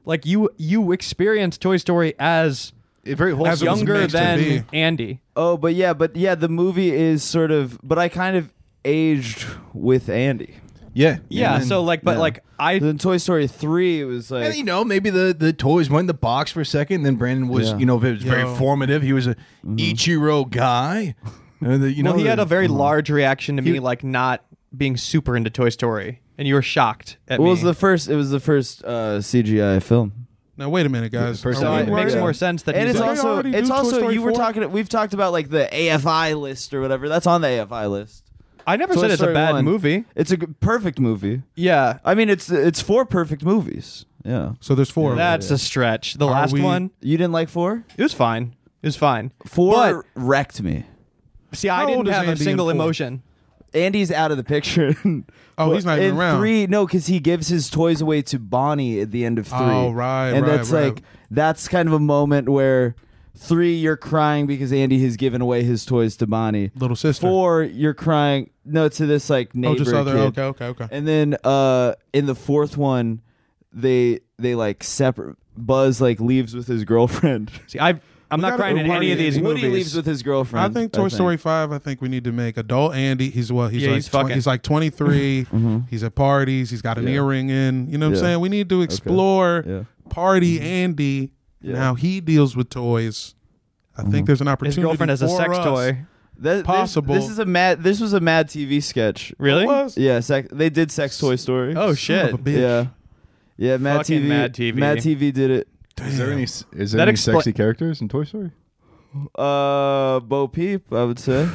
S1: Like you you experienced Toy Story as
S5: It very wholesome.
S3: As it was
S1: younger
S3: meant to
S1: than
S3: be.
S1: Andy.
S2: Oh, but yeah, but yeah, the movie is sort of. But I kind of aged with Andy.
S5: yeah,
S1: Yeah.
S5: And then-
S1: so like, but
S2: yeah.
S1: like I
S2: Then Toy Story three, it was like
S5: And you know, maybe the, the toys went in the box for a second. And then Brandon was,
S2: Yeah.
S5: you know, it was very
S3: Yo.
S5: formative. He was a Ichiro guy. And the- you
S1: Mm-hmm. well
S5: know,
S1: he had
S5: the-
S1: a very large reaction to me like not being super into Toy Story, and you were shocked at
S2: it was
S1: me.
S2: the first. It was the first uh, CGI film.
S3: Now wait a minute, guys.
S5: first
S3: Are
S1: so
S3: we
S1: it makes
S3: worried-
S1: more sense that
S2: and
S1: he's
S2: it's
S1: like,
S3: Did they
S2: also
S3: already
S2: it's
S3: do Toy
S2: also
S3: Story
S2: you were
S3: 4?
S2: talking we've talked about like the AFI list or whatever that's on the AFI list.
S1: I never
S2: Toy
S1: said it's a
S2: Story
S1: bad
S2: 1.
S1: movie.
S2: It's a g- perfect movie.
S1: Yeah,
S2: I mean it's it's four perfect movies. Yeah.
S3: So there's four. of them.
S1: that's a stretch. The
S3: Are
S1: last
S3: we-
S1: one,
S2: You didn't like four?
S1: it was fine. It was fine.
S2: Four wrecked me.
S1: But see, I
S3: How
S1: didn't
S3: old is
S1: have a
S3: Andy in
S1: single
S3: four?
S1: emotion.
S2: Andy's out of the picture.
S3: Oh, he's not
S2: in
S3: even around.
S2: Three, no, because he gives his toys away to Bonnie at the end of three.
S3: Oh, right,
S2: and
S3: right,
S2: that's
S3: right.
S2: like that's kind of a moment where three, you're crying because Andy has given away his toys to Bonnie.
S3: Little sister.
S2: Four, you're crying no to this like
S3: Oh,
S2: neighbor
S3: just other.
S2: kid.
S3: Okay, okay, okay.
S2: And then uh in the fourth one, they they like separate. Buzz like leaves with his girlfriend.
S1: See, I I'm not
S3: gotta-
S1: crying at any of these
S2: Woody
S1: movies.
S2: leaves with his
S3: I
S2: girlfriend.
S3: think Toy Story Five. I think we need to make adult Andy. He's what? He's
S1: Yeah,
S3: like
S1: he's
S3: twen-
S1: fucking-
S3: he's like twenty He's at parties. He's got an
S2: Mm-hmm. Yeah.
S3: earring in. You know what
S2: Yeah.
S3: I'm saying? We need to explore
S2: Yeah.
S3: party Andy.
S2: Mm-hmm. Yeah. Mm-hmm.
S3: and How he deals with toys. I think there's an
S1: His
S3: opportunity.
S1: girlfriend has a
S3: for
S1: sex
S3: us.
S1: toy.
S2: That- this-
S3: Possible.
S2: This, is a mad. This was a mad TV sketch.
S1: Really?
S2: Yeah, sex, they did sex Toy Story.
S1: Oh
S3: Son
S1: shit!
S3: of a bitch.
S2: yeah, yeah. Mad
S1: Fucking
S2: TV.
S1: Mad TV.
S2: Mad TV did it.
S5: Is there any is there
S1: That
S5: any
S1: expla-
S5: sexy characters in Toy Story?
S2: Uh, Bo Peep, I would say.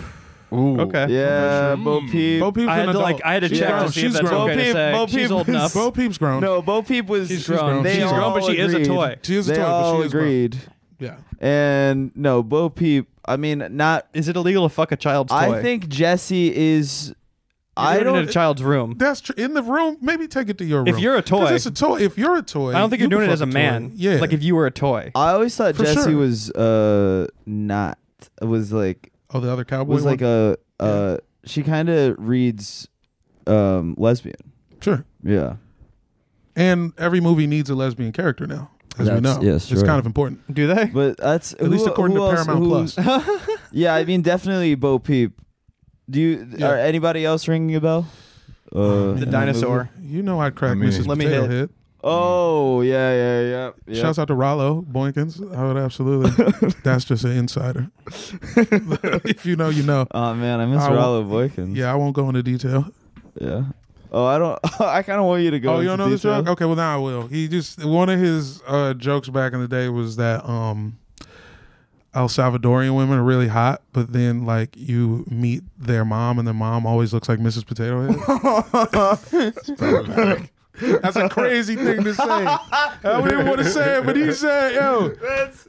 S5: Ooh.
S1: Okay.
S2: Yeah, Bo Peep.
S3: Hmm. Bo Peep's
S1: I
S3: an
S1: had to
S3: adult.
S1: like I had to
S3: She's
S1: check
S2: grown.
S1: to see
S3: She's
S1: if that's
S3: grown.
S1: okay to say.
S2: Bo Peep-
S1: she's
S2: Bo
S1: old
S2: Peep-
S1: enough.
S3: Bo Peep's grown.
S2: No, Bo Peep was
S3: She's- she's
S2: grown.
S3: grown.
S2: They
S3: She's
S2: all
S1: grown, but she is a
S2: agreed.
S1: toy.
S3: She is a
S2: they
S3: toy, but
S2: all
S3: she is grown.
S2: agreed.
S3: Yeah.
S2: And no, Bo Peep. I mean, not.
S1: Is it illegal to fuck a child's toy?
S2: I think Jesse is. I
S1: You're doing it
S2: don't.
S1: in a child's room.
S3: That's true. In the room, maybe take it to your room.
S1: If you're a
S3: 'Cause
S1: toy-
S3: it's a toy. If you're a toy,
S1: I don't think
S3: you
S1: you're doing
S3: can
S1: it as a
S3: fuck toy.
S1: man.
S3: Yeah.
S1: Like if you were a toy.
S2: I always thought
S3: For
S2: Jesse
S3: sure.
S2: was uh not was like
S3: oh, the other cowboy
S2: was like
S3: one?
S2: a uh she kind of reads um lesbian.
S3: sure.
S2: Yeah.
S3: And every movie needs a lesbian character now, as we
S2: That's-
S3: know.
S2: yes,
S3: it's
S2: sure.
S3: kind of important.
S1: Do they?
S2: But that's
S3: At least according to Paramount Plus.
S2: Yeah, I mean definitely Bo Peep. Do you
S3: Yeah.
S2: are anybody else ringing a bell? Uh,
S1: The dinosaur.
S3: you know I'd crack
S5: I mean-
S3: Mrs.
S1: Let me
S3: Potato
S1: hit.
S3: Head.
S2: Oh yeah, yeah, yeah. yeah.
S3: Shouts out to Rollo Boykins. I would absolutely. that's just an insider. if you know, you know.
S2: Oh man, I miss
S3: I
S2: Rollo Boykin.
S3: Yeah, I won't go into detail.
S2: Yeah. Oh, I don't. I kind of want you to go.
S3: oh, you don't
S2: into
S3: know this
S2: detail.
S3: joke? Okay, well now I will. He just one of his uh, jokes back in the day was that um, El Salvadorian women are really hot, but then like you meet their mom and their mom always looks like Mrs. Potato Head. That's a crazy thing to say. I didn't want to say it, but he said, "Yo,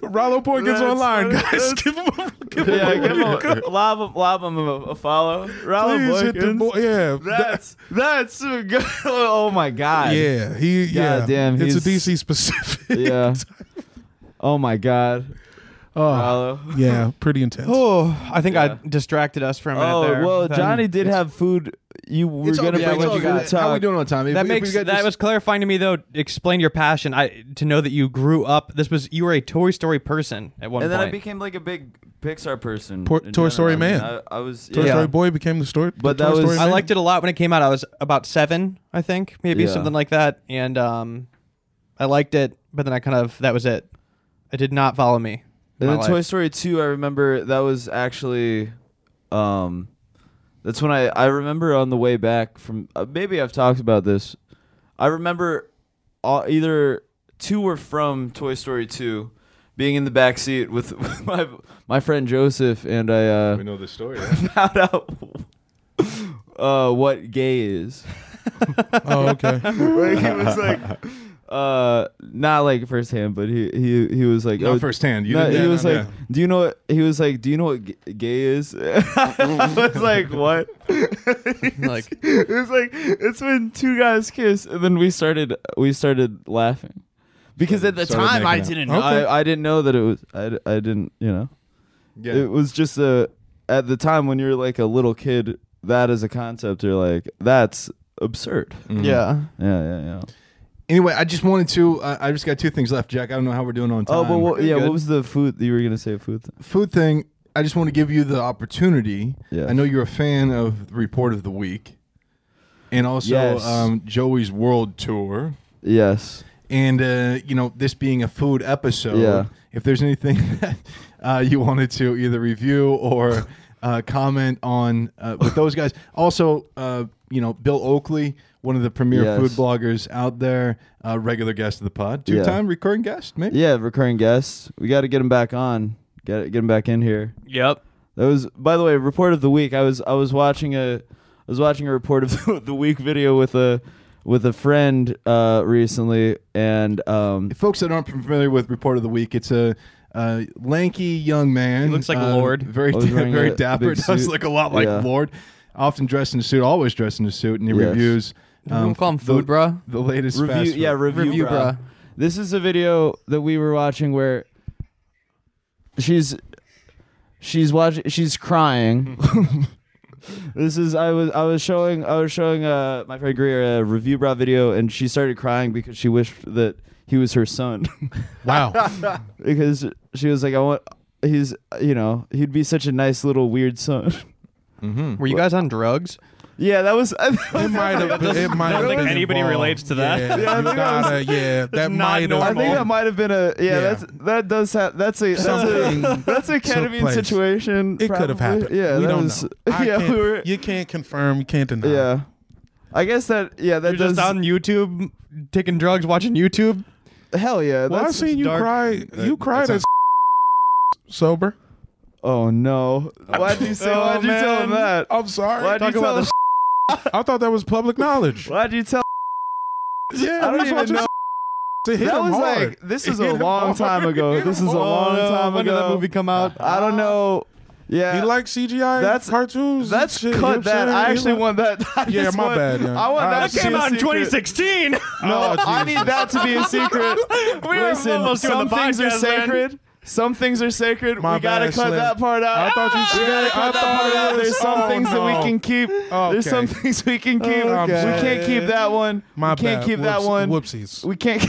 S3: Rollo Point gets
S2: that's
S3: online,
S2: funny.
S3: guys. Give him, a, give him
S2: Yeah,
S3: a
S2: give him a, lob, him- lob him a, a follow. Rollo
S3: please hit the
S2: Boykins.
S3: boy. Yeah,
S2: That's that's a good. Oh my god.
S3: yeah. He yeah.
S2: God damn,
S3: it's a
S2: he's-
S3: DC specific.
S2: Yeah. Oh my god.
S3: oh,
S2: Rollo.
S3: yeah, pretty intense.
S1: Oh, I think I distracted us for a minute
S2: Oh
S1: there.
S2: well,
S1: That-
S2: Johnny did have food. You were
S5: It's
S2: gonna
S5: okay,
S2: bring
S5: it's
S2: up
S5: all
S2: food
S5: good.
S2: talk.
S5: How we doing on time? If
S1: That
S5: we- if
S1: makes
S5: we got
S1: that
S5: this-
S1: was clarifying to me though. Explain your passion. I to know that you grew up. This was you were a Toy Story person at one
S2: And then
S1: point.
S2: I became like a big Pixar person.
S3: Por-
S2: in
S3: Toy Story
S2: I mean,
S3: man.
S2: I, I was.
S3: Toy
S2: yeah.
S3: Story Boy became the story.
S2: But
S3: the
S2: that
S3: Toy
S2: was-
S3: Story
S1: I
S3: man.
S1: liked it a lot when it came out. I was about seven, I think, maybe
S2: Yeah.
S1: something like that. And um, I liked it, but then I kind of that was it. It did not follow me. in
S2: And
S1: my
S2: then Toy
S1: life.
S2: Story 2, I remember that was actually, um, that's when I I remember on the way back from uh, maybe I've talked about this. I remember all, either two or from Toy Story 2, being in the back seat with, with my my friend Joseph, and I uh,
S5: We know the story.
S2: found out uh, what gay is.
S3: Oh, okay.
S2: Like, he was like, uh, not like firsthand, but he he he was like,
S5: Not
S2: oh,
S5: firsthand. You
S2: no,
S5: didn't-
S2: he
S5: yeah,
S2: was
S5: no,
S2: like,
S5: yeah.
S2: "Do you know what?" He was like, "Do you know what g- gay is?" I was like, "What?"
S1: Like
S2: It was like it's when two guys kiss, and then we started we started laughing because at the
S5: Started
S2: time I
S5: making out.
S2: didn't
S3: Okay.
S2: I, I didn't know that it was I, d- I didn't you know
S5: Yeah.
S2: it was just a at the time when you're like a little kid that is a concept you're like that's absurd
S5: Mm-hmm.
S1: yeah,
S2: yeah yeah yeah
S5: Anyway, I just wanted to. Uh, I just got two things left, Jack. I don't know how we're doing on time.
S2: oh but what, yeah
S1: good.
S2: what was the food that you were gonna say food thing?
S5: food thing. I just want to give you the opportunity.
S2: Yes.
S5: I know you're a fan of the report of the week, and also
S2: Yes.
S5: um, Joey's World Tour.
S2: yes
S5: And uh, you know, this being a food episode,
S2: Yeah.
S5: if there's anything that uh, you wanted to either review or uh, comment on uh, with those guys, also uh, you know, Bill Oakley, one of the premier
S2: Yes.
S5: food bloggers out there, uh, regular guest of the pod,
S2: Yeah.
S5: two-time recurring guest, maybe.
S2: Yeah, recurring guests. We got to get him back on. Get get him back in here.
S1: yep.
S2: That was, by the way, report of the week. I was I was watching a I was watching a report of the week video with a with a friend uh, recently, and um,
S5: folks that aren't familiar with Report of the Week, it's a, uh lanky young man. He
S1: looks like Lord.
S5: Very,
S2: Always wearing
S5: very
S2: a
S5: dapper.
S2: big
S5: Does
S2: suit.
S5: look a lot like
S2: Yeah.
S5: Lord. Often dressed in a suit, always dressed in a suit, and he
S2: Yes.
S5: reviews. um,
S1: don't
S2: Um,
S1: call him food,
S5: the,
S1: bruh.
S5: The latest fast
S2: review,
S5: food.
S2: yeah, review,
S1: Review,
S2: bruh.
S1: bruh.
S2: This is a video that we were watching where she's she's watching she's crying This is I was I was showing I was showing uh, my friend Greer a review bra video and she started crying because she wished that he was her son
S3: Wow.
S2: because she was like I want he's you know he'd be such a nice little weird son. Hmm.
S1: Were you guys on drugs?
S2: yeah, that was, that
S3: It
S2: was
S3: might have been. It might
S1: I
S3: have
S1: don't
S3: been
S1: think anybody
S3: involved.
S1: relates to that.
S3: Yeah, you gotta, yeah
S1: not
S3: that might
S1: normal.
S2: I
S3: have.
S2: think that might have been a yeah,
S3: Yeah.
S2: That's that does ha- that's a that's
S3: Something
S2: a that's a ketamine
S3: place.
S2: situation.
S3: It could have
S2: probably.
S3: happened.
S2: Yeah,
S3: we
S2: that
S3: don't
S2: was,
S3: know. I
S2: yeah,
S3: can't-
S2: we were,
S3: you can't confirm. You can't deny.
S2: yeah. I guess that yeah that
S1: You're
S2: does
S1: just on YouTube, taking drugs, watching YouTube.
S2: hell yeah.
S3: Well, I've
S2: that's,
S3: seen you
S5: dark.
S3: cry.
S5: Uh,
S3: You cried
S5: it's
S3: as sober.
S2: oh no! Why'd you say?
S1: Oh,
S2: why'd you tell him
S1: man.
S2: that?
S3: I'm sorry.
S2: Why'd you
S1: Talk about
S2: tell?
S1: the
S2: him-
S3: I thought that was public knowledge.
S2: Why'd you tell?
S3: Yeah,
S2: I don't
S3: we just
S2: even
S3: watched
S2: know.
S3: To hit
S2: That
S3: him
S2: was
S3: hard.
S2: like this is
S3: It
S2: a
S3: hit him
S2: long
S3: hard. Oh,
S2: time ago. This is a long time
S1: when did that
S2: ago.
S1: movie come out?
S2: I don't know. Yeah,
S3: You like CGI
S2: That's-
S3: cartoons? and
S2: That's
S3: shit, you know what
S2: cut
S3: I'm
S2: that.
S3: saying?
S2: I
S3: You
S2: actually
S3: like-
S2: want that. I
S3: Yeah,
S2: just
S3: my
S2: want-
S3: bad, yeah.
S2: I want
S3: I
S2: that.
S3: That
S2: to be
S3: came
S2: a
S3: out
S2: secret. No,
S3: Oh,
S2: I
S3: Jesus.
S2: need that to be a secret. Listen,
S1: almost doing
S2: some
S1: the
S2: things are
S1: podcast then.
S2: sacred. Some things are sacred.
S3: My
S2: we gotta
S3: bad,
S2: cut
S3: Slim.
S2: that part out.
S3: I thought you
S2: we
S3: said-
S2: gotta
S3: I
S2: cut that
S3: thought
S2: part
S3: it
S2: out.
S3: was-
S2: There's some
S3: oh,
S2: things that
S3: no.
S2: we can keep. There's some
S3: Okay.
S2: things we can keep.
S3: I'm
S2: We can't
S3: sorry.
S2: keep that one.
S3: My
S2: we can't
S3: bad.
S2: keep that
S3: Whoops-
S2: one.
S3: Whoopsies.
S2: We can't.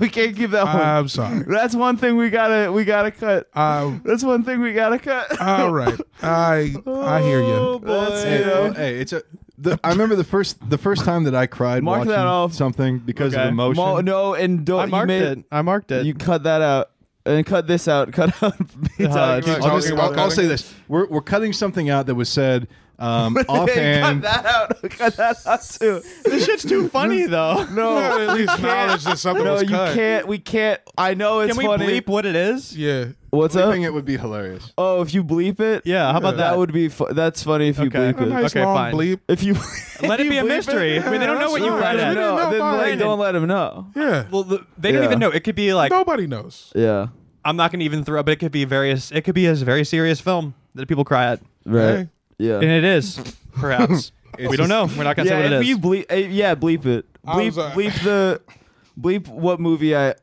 S2: we can't keep that one.
S3: I'm sorry.
S2: That's one thing we gotta. We gotta cut.
S3: I,
S2: That's one thing we gotta cut.
S3: all right. I I hear you.
S2: That's,
S5: Hey,
S2: you know,
S5: hey, it's a. The, I remember the first the first time that I cried
S2: Mark
S5: watching
S2: that off.
S5: something because
S1: Okay.
S5: of emotion.
S2: Mo- no, and don't.
S1: I
S2: you
S1: marked
S2: made-
S1: it. I marked it.
S2: You cut that out and cut this out. Cut out. me
S1: Uh, keep
S2: talking about-
S5: I'll, just,
S3: talking about
S5: I'll, I'll
S3: cutting
S5: say
S3: it.
S5: this: we're, we're cutting something out that was said um,
S2: cut
S5: offhand.
S2: that out. Cut that out too.
S1: this shit's too funny though.
S3: You
S2: No,
S3: gotta at least acknowledge that something
S2: no,
S3: was
S2: you
S3: cut.
S2: can't. We can't. I know it's
S1: Can we
S2: funny.
S1: bleep what it is?
S3: Yeah.
S2: What's
S5: I
S2: up?
S5: think it would be hilarious.
S2: Oh, if you bleep it,
S1: Yeah, how about
S2: that
S1: that?
S2: would be. Fu- that's funny if you
S1: Okay.
S2: bleep it.
S3: Nice
S1: Okay,
S3: long
S1: fine.
S3: bleep.
S2: If you
S1: Let
S2: if
S1: it
S2: you
S1: be a
S2: bleep
S1: mystery.
S2: It,
S1: We don't know
S3: that's
S1: what you
S3: fine.
S1: read
S3: We
S1: at.
S3: didn't
S2: no,
S3: know
S2: then
S3: about
S2: like,
S3: it.
S2: don't let him know.
S3: Yeah.
S1: Well, the, they don't
S2: Yeah.
S1: even know. It could be like
S3: Nobody knows.
S2: Yeah,
S1: I'm not going to even throw, but it could be various. It could be a very serious film that people cry at,
S2: right.
S3: Hey.
S2: Yeah.
S1: and it is perhaps. we don't know. We're not going to
S2: yeah,
S1: say what it
S2: if
S1: is.
S2: you bleep, uh, yeah, bleep it.
S3: I
S2: Bleep,
S3: was, uh,
S2: bleep the, bleep what movie I,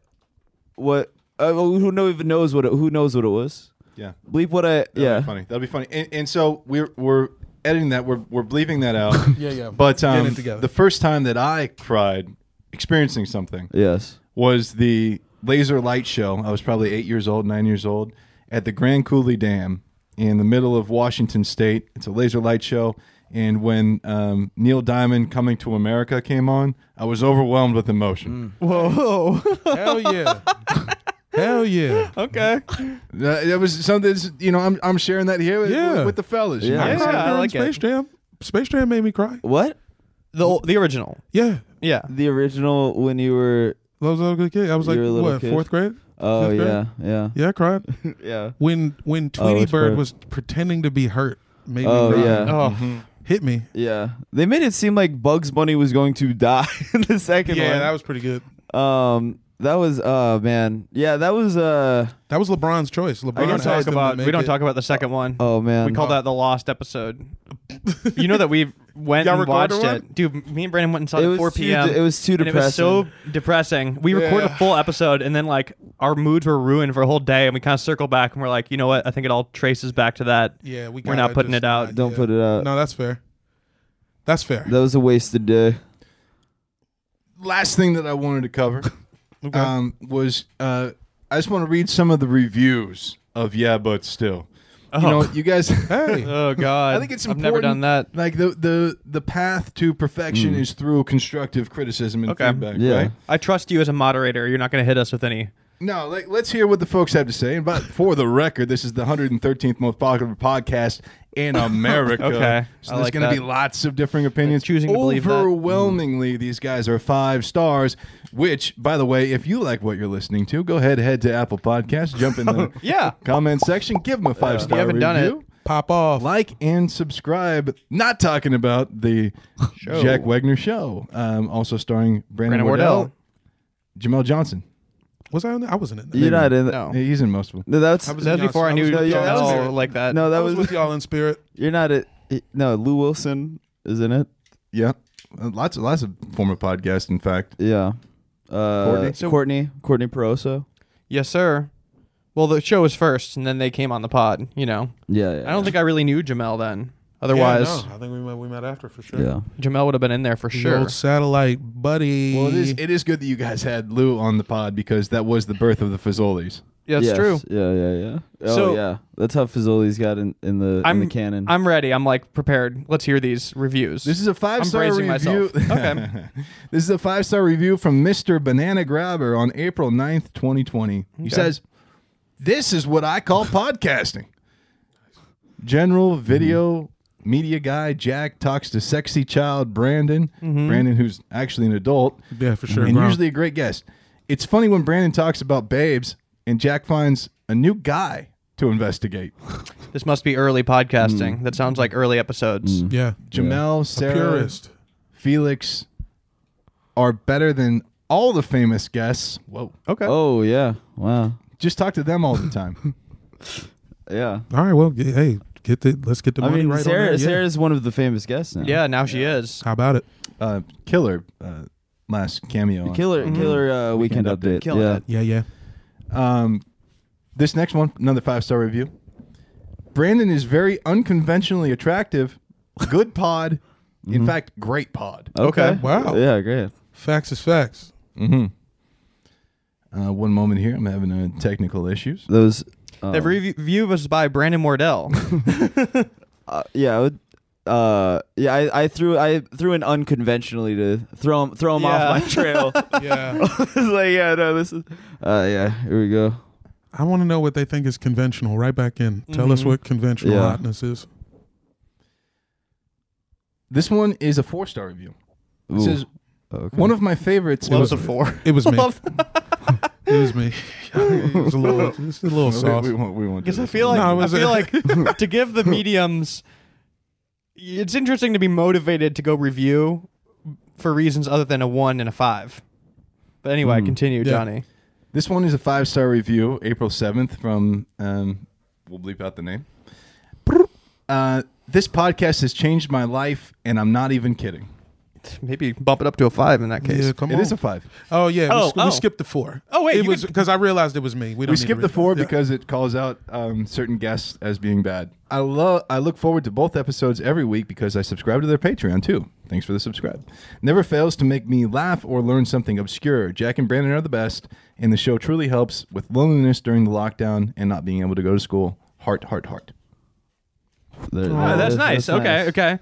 S2: what uh, who know even knows what it, who knows what it was.
S5: Yeah,
S2: Bleep what I yeah.
S5: funny. That'll be funny. And, and so we're we're editing that. We're we're bleeping that out.
S3: Yeah, yeah.
S5: But
S3: Getting
S5: um,
S3: it together.
S5: the first time that I cried, experiencing something,
S2: Yes.
S5: was the laser light show. I was probably eight years old, nine years old, at the Grand Coulee Dam in the middle of Washington State. It's a laser light show. And when um, Neil Diamond Coming to America came on, I was overwhelmed with emotion.
S1: Whoa.
S3: Hell yeah. Hell yeah.
S1: okay.
S5: Uh, it was something, that's- you know, I'm, I'm sharing that here with,
S3: Mm. Yeah.
S5: with the fellas.
S2: Yeah.
S3: I
S1: Yeah,
S3: cried
S1: I
S3: during
S1: like it.
S3: Space Jam. Space Jam made me cry.
S2: What?
S1: The the original.
S3: Yeah.
S1: Yeah.
S2: The original when you were
S3: I was a little kid. I was like,
S2: You were a little
S3: what,
S2: kid?
S3: fourth grade?
S2: oh
S3: Fifth grade?
S2: yeah, yeah.
S3: Yeah, I cried.
S2: Yeah.
S3: When when
S2: Oh,
S3: Tweety
S2: it's
S3: Bird
S2: Bird.
S3: was pretending to be hurt, made
S2: Oh, mm-hmm.
S3: me cry.
S2: yeah.
S1: Oh.
S3: Hit me.
S2: Yeah. They made it seem like Bugs Bunny was going to die in the second
S3: Yeah,
S2: one.
S3: that was pretty good.
S2: um that was oh man. Yeah, that was uh
S3: That was LeBron's choice. LeBron
S1: We don't
S3: asked
S1: talk
S3: him to
S1: about we
S3: make
S1: don't
S3: it.
S1: talk about the second one.
S2: oh man.
S1: we call that the lost episode. you know that we went
S3: Y'all
S1: and watched
S3: recorded
S1: it, dude. Me and Brandon went and saw it,
S2: It
S1: at
S2: was
S1: four
S2: too
S1: p.m.
S2: de- it was too
S1: and It was so
S2: depressing.
S1: depressing. We recorded a full episode, and then like our moods were ruined for a whole day, and we kind of circle back, and we're like, you know what? I think it all traces back to that.
S3: Yeah, we
S1: We're not
S3: gotta
S1: putting
S3: just
S1: it out.
S3: not-
S2: Don't
S3: yeah.
S2: put it out.
S3: No, that's fair. That's fair.
S2: That was a wasted day.
S5: Last thing that I wanted to cover um, was uh, I just want to read some of the reviews of Yeah, But Still. You know, you guys.
S3: Oh. hey,
S1: Oh God!
S5: I think it's
S1: I've
S5: important.
S1: never done that.
S5: Like the the the path to perfection is through constructive criticism and
S1: Okay.
S5: feedback,
S2: Yeah.
S5: right?
S1: I trust you as a moderator. You're not going to hit us with any.
S5: No, like, let's hear what the folks have to say. And but for the record, this is the 113th most popular podcast in America.
S1: Okay.
S5: so
S1: I
S5: there's
S1: like
S5: going to
S1: that.
S5: be lots of different opinions.
S1: choosing to believe that. Mm.
S5: overwhelmingly, these guys are five stars. Which, by the way, if you like what you're listening to, go ahead head to Apple Podcasts, jump in the
S1: Yeah.
S5: comment section, give them a five star.
S1: haven't done it.
S3: pop off.
S5: like and subscribe. Not talking about the Jack Wagner show, um, also starring Brandon,
S1: Brandon
S5: Wardell,
S1: Wardell.
S5: Jamel Johnson.
S3: Was I? On that? I wasn't in that.
S2: You're not in
S1: No.
S5: Hey, He's in most of them.
S2: No, that's
S3: I was
S1: That was
S3: in
S1: before I
S3: y'all's-
S1: knew
S2: No, yeah, that was
S1: y'all
S2: fair.
S1: like that.
S2: No, that
S3: I was
S2: was,
S3: with y'all in spirit.
S2: you're not a no, Lou Wilson, isn't it?
S5: Yeah, Uh, lots of lots of former podcasts. In fact,
S2: Yeah. Uh
S5: Courtney?
S2: Courtney Courtney, Courtney Peroso.
S1: yes, sir. Well, the show was first, and then they came on the pod. You know,
S2: Yeah, yeah.
S1: I don't think I really knew Jamel then. Otherwise,
S3: Yeah, no, I think we met, we met after for sure.
S2: Yeah.
S1: Jamel would have been in there for
S3: The
S1: sure.
S3: old satellite buddy.
S5: Well, it is, it is good that you guys had Lou on the pod because that was the birth of the Fazoli's.
S1: Yeah, That's
S2: Yes.
S1: true.
S2: Yeah, yeah, yeah. Oh,
S1: So-
S2: yeah. That's how Fazoli's got in, in the in the canon.
S1: I'm ready. I'm like prepared. Let's hear these reviews.
S5: This is a five star
S1: bracing
S5: review.
S1: myself. Okay.
S5: this is a five star review from Mr. Banana Grabber on April 9th, 2020. He says, This is what I call podcasting. General video media guy Jack talks to sexy child Brandon, Brandon, who's actually an adult.
S3: Yeah, for sure,
S5: And
S3: grown.
S5: usually a great guest. It's funny when Brandon talks about babes and Jack finds a new guy to investigate.
S1: this must be early podcasting. That sounds like early episodes.
S3: yeah,
S5: Jamel,
S3: A
S5: Sarah,
S3: purist.
S5: Felix are better than all the famous guests. Whoa. Okay.
S2: oh, yeah. Wow.
S5: Just talk to them all the time.
S2: Yeah.
S3: All right, well, g- hey, get the let's get the
S2: I
S3: money
S2: mean,
S3: right on
S2: Sarah
S3: that, yeah.
S2: Sarah's one of the famous guests now.
S1: Yeah, now she is.
S3: How about it?
S5: uh, killer uh, last cameo. on-
S2: Killer killer uh, weekend,
S5: Weekend
S2: update.
S5: Update.
S1: Mm-hmm. Killing
S2: yeah.
S1: it.
S3: Yeah, yeah.
S5: Um, this next one, another five star review. Brandon is very unconventionally attractive. Good pod.
S2: Mm-hmm.
S5: In fact, great pod.
S2: Oh.
S1: Okay.
S3: Wow.
S2: Yeah, great.
S3: Facts is facts.
S5: Uh, one moment here. I'm having uh, technical issues.
S2: Those um,
S1: The review was by Brandon Wardell.
S2: uh, yeah, I would, uh, yeah, I, I threw I threw an unconventionally to throw him throw him
S1: Yeah.
S2: off my trail.
S3: Yeah.
S2: It's like, yeah, no, this is. Uh, yeah, here we go.
S3: I want to know what they think is conventional. Right back in. Tell us what conventional
S2: Yeah.
S3: hotness is.
S5: This one is a four star review. It
S2: Ooh.
S5: says,
S2: Okay.
S5: one of my favorites.
S1: Loves
S5: was-
S1: a four.
S3: It was me. it was me. it was a little, it's a little sauce.
S5: We, we won't, we won't do
S1: Because I
S5: this.
S1: feel like
S3: No, it
S1: I
S3: was
S1: feel
S3: a-
S1: like to give the mediums, it's interesting to be motivated to go review for reasons other than a one and a five. But anyway, continue,
S3: Yeah.
S1: Johnny.
S5: This one is a five star review, April 7th, from, um, we'll bleep out the name. Uh, this podcast has changed my life, and I'm not even kidding.
S1: Maybe bump it up to a five in that case.
S3: Yeah, come
S5: It
S3: on.
S5: is a five.
S3: oh yeah, we,
S1: Oh,
S3: sk- we
S1: oh.
S3: skipped the four.
S1: Oh, wait,
S3: it
S1: you
S3: was
S1: could-
S3: because I realized it was me. We, don't
S5: We
S3: need to
S5: skipped the
S3: read-
S5: four
S3: Yeah.
S5: because it calls out um, certain guests as being bad. I love. I look forward to both episodes every week because I subscribe to their Patreon too. Thanks for the subscribe. Never fails to make me laugh or learn something obscure. Jack and Brandon are the best, and the show truly helps with loneliness during the lockdown and not being able to go to school. Heart, heart, heart.
S2: There-
S1: Oh,
S2: there
S1: that's
S2: it is.
S1: nice. okay,
S2: nice.
S1: okay.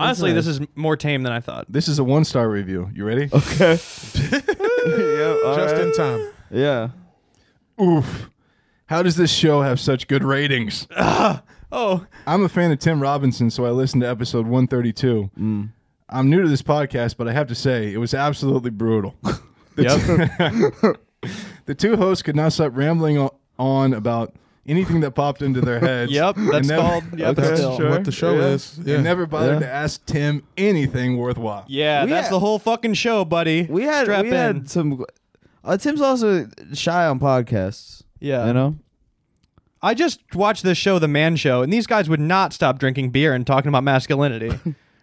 S1: Honestly,
S2: nice.
S1: this is more tame than I thought.
S5: This is a one-star review. You ready?
S2: Yeah, all
S3: Just
S2: right.
S3: in time.
S2: yeah.
S5: Oof. How does this show have such good ratings?
S1: Oh,
S5: I'm a fan of Tim Robinson, so I listened to episode 132.
S1: Mm.
S5: I'm new to this podcast, but I have to say it was absolutely brutal.
S1: yep.
S5: The two hosts could not stop rambling o- on about anything that popped into their heads.
S1: yep.
S5: and
S1: That's
S5: never,
S1: called. Yep,
S2: Okay.
S1: that's
S3: That's
S1: still.
S2: Sure.
S3: what the show
S2: Yeah.
S3: is. Yeah.
S5: They never bothered
S2: Yeah.
S5: to ask Tim anything worthwhile.
S1: Yeah,
S2: We
S1: that's
S2: had-
S1: the whole fucking show, buddy.
S2: We had
S1: Strap
S2: we
S1: in.
S2: had some. Uh, Tim's also shy on podcasts.
S1: Yeah.
S2: you know.
S1: I just watched this show, The Man Show, and these guys would not stop drinking beer and talking about masculinity.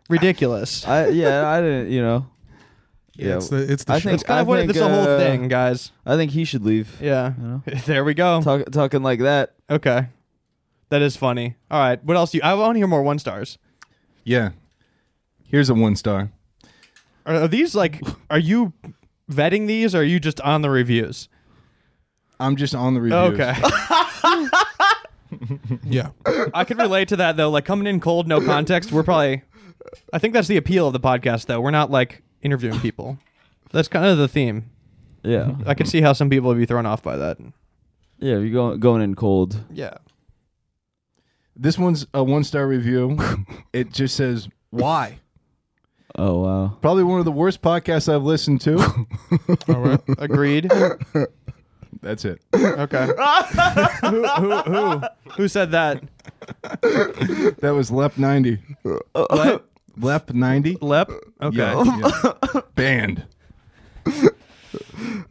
S1: Ridiculous.
S2: I yeah, I didn't. You know. Yeah,
S3: It's the it's the
S2: I
S3: show.
S2: think-
S1: It's kind of what this is the whole
S2: uh,
S1: thing, guys.
S2: I think he should leave.
S1: Yeah.
S2: know?
S1: there we go.
S2: Talk, talking like that.
S1: Okay. That is funny. All right. What else do you I want to hear more one stars.
S5: Yeah. Here's a one star.
S1: Are, are these like are you vetting these or are you just on the reviews?
S5: I'm just on the reviews.
S1: Okay.
S3: yeah.
S1: I could relate to that though. Like coming in cold, no context. We're probably I think that's the appeal of the podcast though. We're not like interviewing people. That's kind of the theme.
S2: Yeah,
S1: I could see how some people would be thrown off by that.
S2: yeah. You're going going in cold.
S1: Yeah.
S5: This one's a one star review. it just says, why?
S2: Oh wow.
S5: Probably one of the worst podcasts I've listened to.
S3: All right.
S1: Agreed.
S5: That's it.
S1: Okay. who, who, who, who said that?
S5: That was Lep 90.
S1: Lep?
S5: Lep 90?
S1: Lep? Okay.
S5: Yeah, yeah. Banned.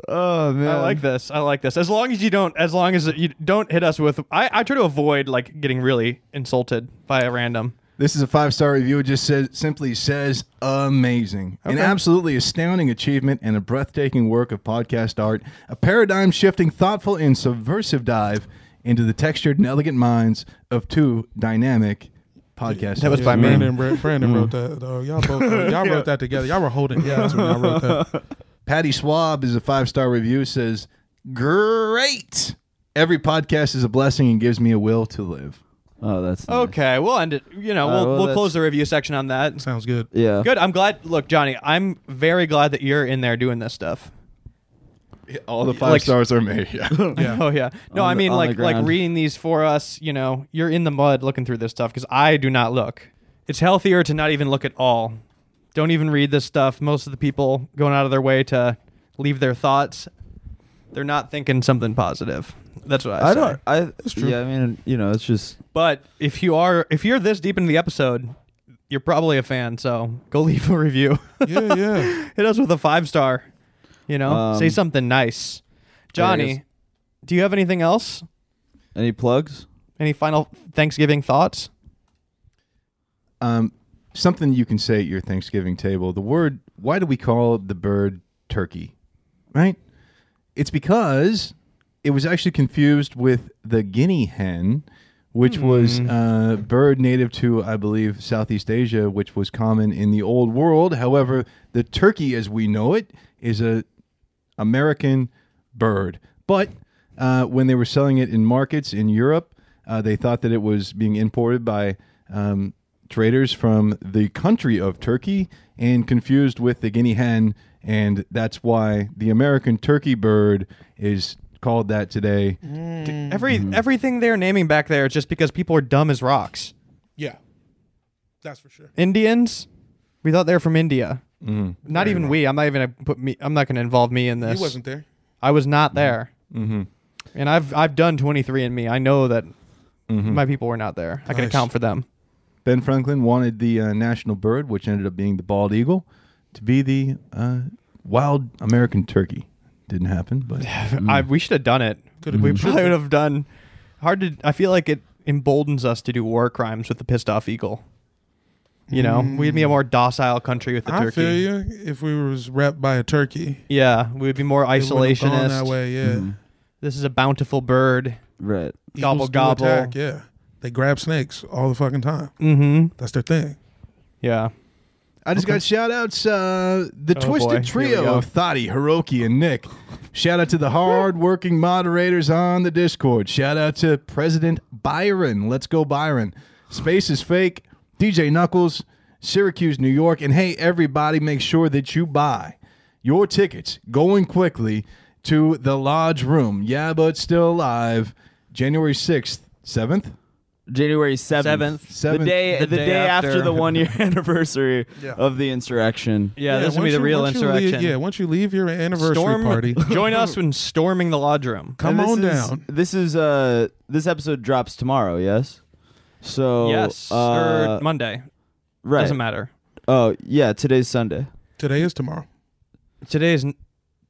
S2: Oh man.
S1: I like this. I like this. As long as you don't, as long as you don't hit us with, I, I try to avoid like getting really insulted by a random.
S5: This is a five star review. It just says simply says amazing. An absolutely astounding achievement and a breathtaking work of podcast art. A paradigm shifting, thoughtful, and subversive dive into the textured and elegant minds of two dynamic podcast.
S1: That was by me.
S3: Brandon, Bra- Brandon wrote that. Dog. Y'all both y'all wrote that together. Y'all were holding hands when y'all wrote that.
S5: Patty Swab is a five star review. Says great. Every podcast is a blessing and gives me a will to live.
S2: Oh, that's nice.
S1: Okay, we'll end it. You know,
S2: Uh,
S1: we'll,
S2: well,
S1: we'll
S2: that's-
S1: close the review section on that.
S3: Sounds good.
S2: Yeah.
S1: Good. I'm glad. Look, Johnny, I'm very glad that you're in there doing this stuff.
S5: All the five
S1: Like-
S5: stars are me.
S3: Yeah.
S1: Oh yeah. No,
S2: On
S1: I
S2: the-
S1: mean
S2: on the
S1: like like
S2: ground.
S1: reading these for us. You know, you're in the mud looking through this stuff because I do not look. It's healthier to not even look at all. Don't even read this stuff. Most of the people going out of their way to leave their thoughts. They're not thinking something positive. That's what I,
S2: I
S1: say.
S2: don't. I.
S3: true.
S2: Yeah. I mean, you know, it's just.
S1: But if you are if you're this deep into the episode, you're probably a fan. So go leave a review.
S3: Yeah, yeah.
S1: Hit us with a five star. You know,
S2: Um,
S1: say something nice.
S2: is.
S1: Johnny, do you have anything else?
S2: Any plugs?
S1: Any final Thanksgiving thoughts?
S5: Um, something you can say at your Thanksgiving table. The word. Why do we call the bird turkey? Right. It's because it was actually confused with the guinea hen, which was a bird native to, I believe, Southeast Asia, which was common in the old world. However, the turkey, as we know it, is a American bird. But uh, when they were selling it in markets in Europe, uh, they thought that it was being imported by um, traders from the country of Turkey and confused with the guinea hen. And that's why the American turkey bird is called that today.
S3: Mm.
S1: Every everything they're naming back there is just because people are dumb as rocks.
S3: Yeah. That's for sure.
S1: Indians, we thought they were from India.
S5: Mm-hmm.
S1: Not even we. I'm not even gonna put me. I'm not gonna involve me in this.
S3: He wasn't there.
S1: I was not there. Mm-hmm. And I've I've done 23andMe. I know that my people were not there. I can
S3: Nice.
S1: account for them.
S5: Ben Franklin wanted the uh, national bird, which ended up being the bald eagle, to be the uh, wild American turkey. Didn't happen, but
S1: I, we should have done it.
S3: Could've
S1: we
S3: been.
S1: probably would have done. Hard to. I feel like it emboldens us to do war crimes with the pissed off eagle. You know, we'd be a more docile country with the
S3: Mm. I
S1: turkey.
S3: feel you. If we was wrapped by a turkey,
S1: Yeah, we would be more
S3: it wouldn't have gone that
S1: isolationist.
S3: way. Yeah.
S1: This is a bountiful bird.
S2: Right.
S1: Mm-hmm. Gobble,
S3: Eagles do
S1: gobble.
S3: Attack, yeah. They grab snakes all the fucking time.
S1: Mm-hmm.
S3: That's their thing.
S1: Yeah.
S5: I just got shout outs. Uh, the
S1: Oh, boy. Here
S5: twisted
S1: we
S5: trio
S1: go.
S5: of Thadi, Hiroki, and Nick. Shout out to the hard working moderators on the Discord. Shout out to President Byron. Let's go, Byron. Space is fake. DJ Knuckles, Syracuse, New York. And hey, everybody, make sure that you buy your tickets going quickly to the Lodge Room. Yeah, but still alive. January 6th, 7th?
S2: January seventh.
S1: Seventh.
S2: The
S5: Seventh.
S2: day. The, day, after. the one year anniversary of the insurrection.
S1: Yeah, this would be
S3: once
S1: the
S3: you-
S1: real
S3: once you leave-
S1: insurrection.
S3: yeah, once you leave your anniversary
S1: Storm,
S3: party,
S1: join us when storming the lodge room.
S3: come
S2: And
S3: on
S2: this is-
S3: down.
S2: This is uh. This episode drops tomorrow. Yes. So
S1: yes,
S2: uh,
S1: or Monday.
S2: right.
S1: Doesn't matter.
S2: Oh yeah, today's Sunday.
S3: Today is tomorrow.
S1: Today is. N-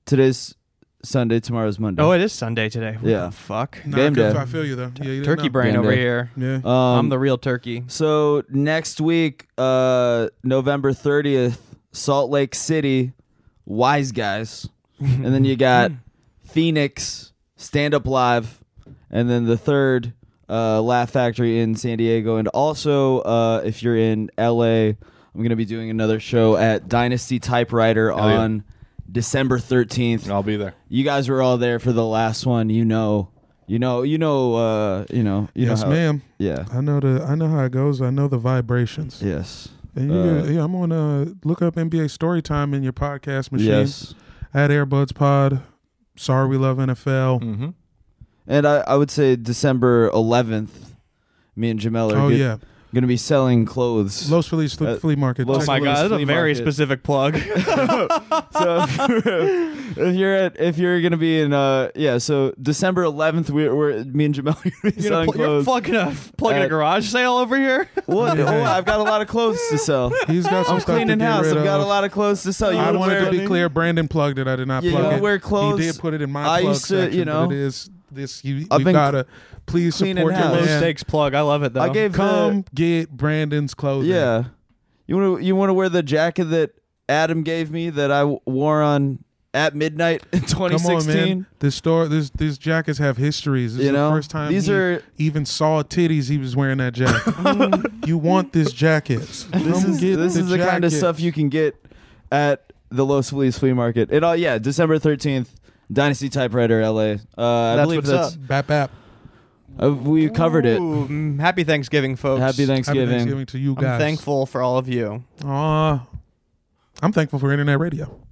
S2: Today's Sunday. Tomorrow's Monday.
S1: oh, it is Sunday today. What
S2: Yeah.
S1: the fuck.
S3: Nah,
S2: Game
S3: 'cause
S2: day.
S3: I feel you though. Yeah, you didn't
S1: Turkey
S3: know.
S1: brain
S2: Damn
S1: over Uh,
S2: day.
S1: here.
S3: Yeah.
S2: Um,
S1: I'm the real turkey.
S2: So next week, uh, November 30th, Salt Lake City, Wise Guys. and then you got Phoenix, Stand Up Live. And then the third, uh, Laugh Factory in San Diego. And also, uh, if you're in LA, I'm going to be doing another show at Dynasty Typewriter
S5: yeah.
S2: on December 13th.
S5: I'll be there.
S2: You guys were all there for the last one. You know. You know, you know, uh, you know, you
S3: Yes,
S2: know how-
S3: ma'am.
S2: Yeah.
S3: I know the. I know how it goes. I know the vibrations.
S2: Yes.
S3: And you,
S2: Uh,
S3: yeah, I'm on. Uh, look up NBA Storytime in your podcast machine.
S2: Yes.
S3: At Airbuds Pod. Sorry, we love NFL.
S5: Mm-hmm.
S2: And I, I would say December 11th, me and Jamel are
S3: Oh
S2: good-
S3: yeah,
S2: gonna be selling clothes.
S3: Los Feliz Fle-
S2: Uh,
S3: Flea Market.
S2: Los
S3: Check
S1: Oh my
S3: it out.
S1: god, that's
S2: flea
S1: a very
S2: market.
S1: specific plug.
S2: so if you're, if you're at if you're gonna be in uh yeah so December 11th we we're me and Jamel are gonna be
S1: You're, gonna
S2: selling
S1: pl- you're
S2: clothes.
S1: plugging a plugging a
S2: At-
S1: garage sale over here.
S2: what?
S3: Yeah.
S2: Oh, I've got a lot of clothes to sell.
S3: He's got some
S2: I'm
S3: stuff
S2: cleaning
S3: to get
S2: house.
S3: rid
S2: I've got a
S3: of.
S2: lot of clothes to sell. You
S3: I
S2: wanna
S3: wanted
S2: wear-
S3: to be clear. Brandon plugged it. I did not
S2: Yeah, you
S3: plug
S2: wanna
S3: it.
S2: wear clothes?
S3: He did put it in my
S2: I
S3: plug
S2: used to, you
S3: section, but
S2: know,
S3: it is this. You,
S2: I've
S3: you
S2: been
S3: gotta please support
S2: cleaning
S3: your
S2: house.
S1: Low
S2: Man.
S3: man.
S1: stakes plug. I love it though.
S2: I gave
S3: Come get Brandon's
S2: the,
S3: clothing.
S2: yeah. You wanna you wanna wear the jacket that Adam gave me that I w- wore on at midnight in
S3: Come on,
S2: 2016.
S3: man. This store, this these jackets have histories. This
S2: You
S3: is
S2: know?
S3: the first time
S2: These
S3: he
S2: are-
S3: even saw titties. He was wearing that jacket. you want this jacket? This
S2: Mm. This is this
S3: the
S2: is the kind of
S3: jacket.
S2: stuff you can get at the Los Feliz flea market. It all yeah, December 13th, Dynasty Typewriter, LA. Uh, I
S1: That's
S2: believe
S1: what's
S2: that's
S3: Bap bap.
S2: uh, we covered it.
S1: Ooh, mm, happy Thanksgiving, folks.
S2: Happy
S3: Happy
S2: Thanksgiving.
S3: Thanksgiving to you
S1: I'm
S3: guys.
S1: thankful for all of you.
S3: Aw. I'm Uh, thankful for internet radio.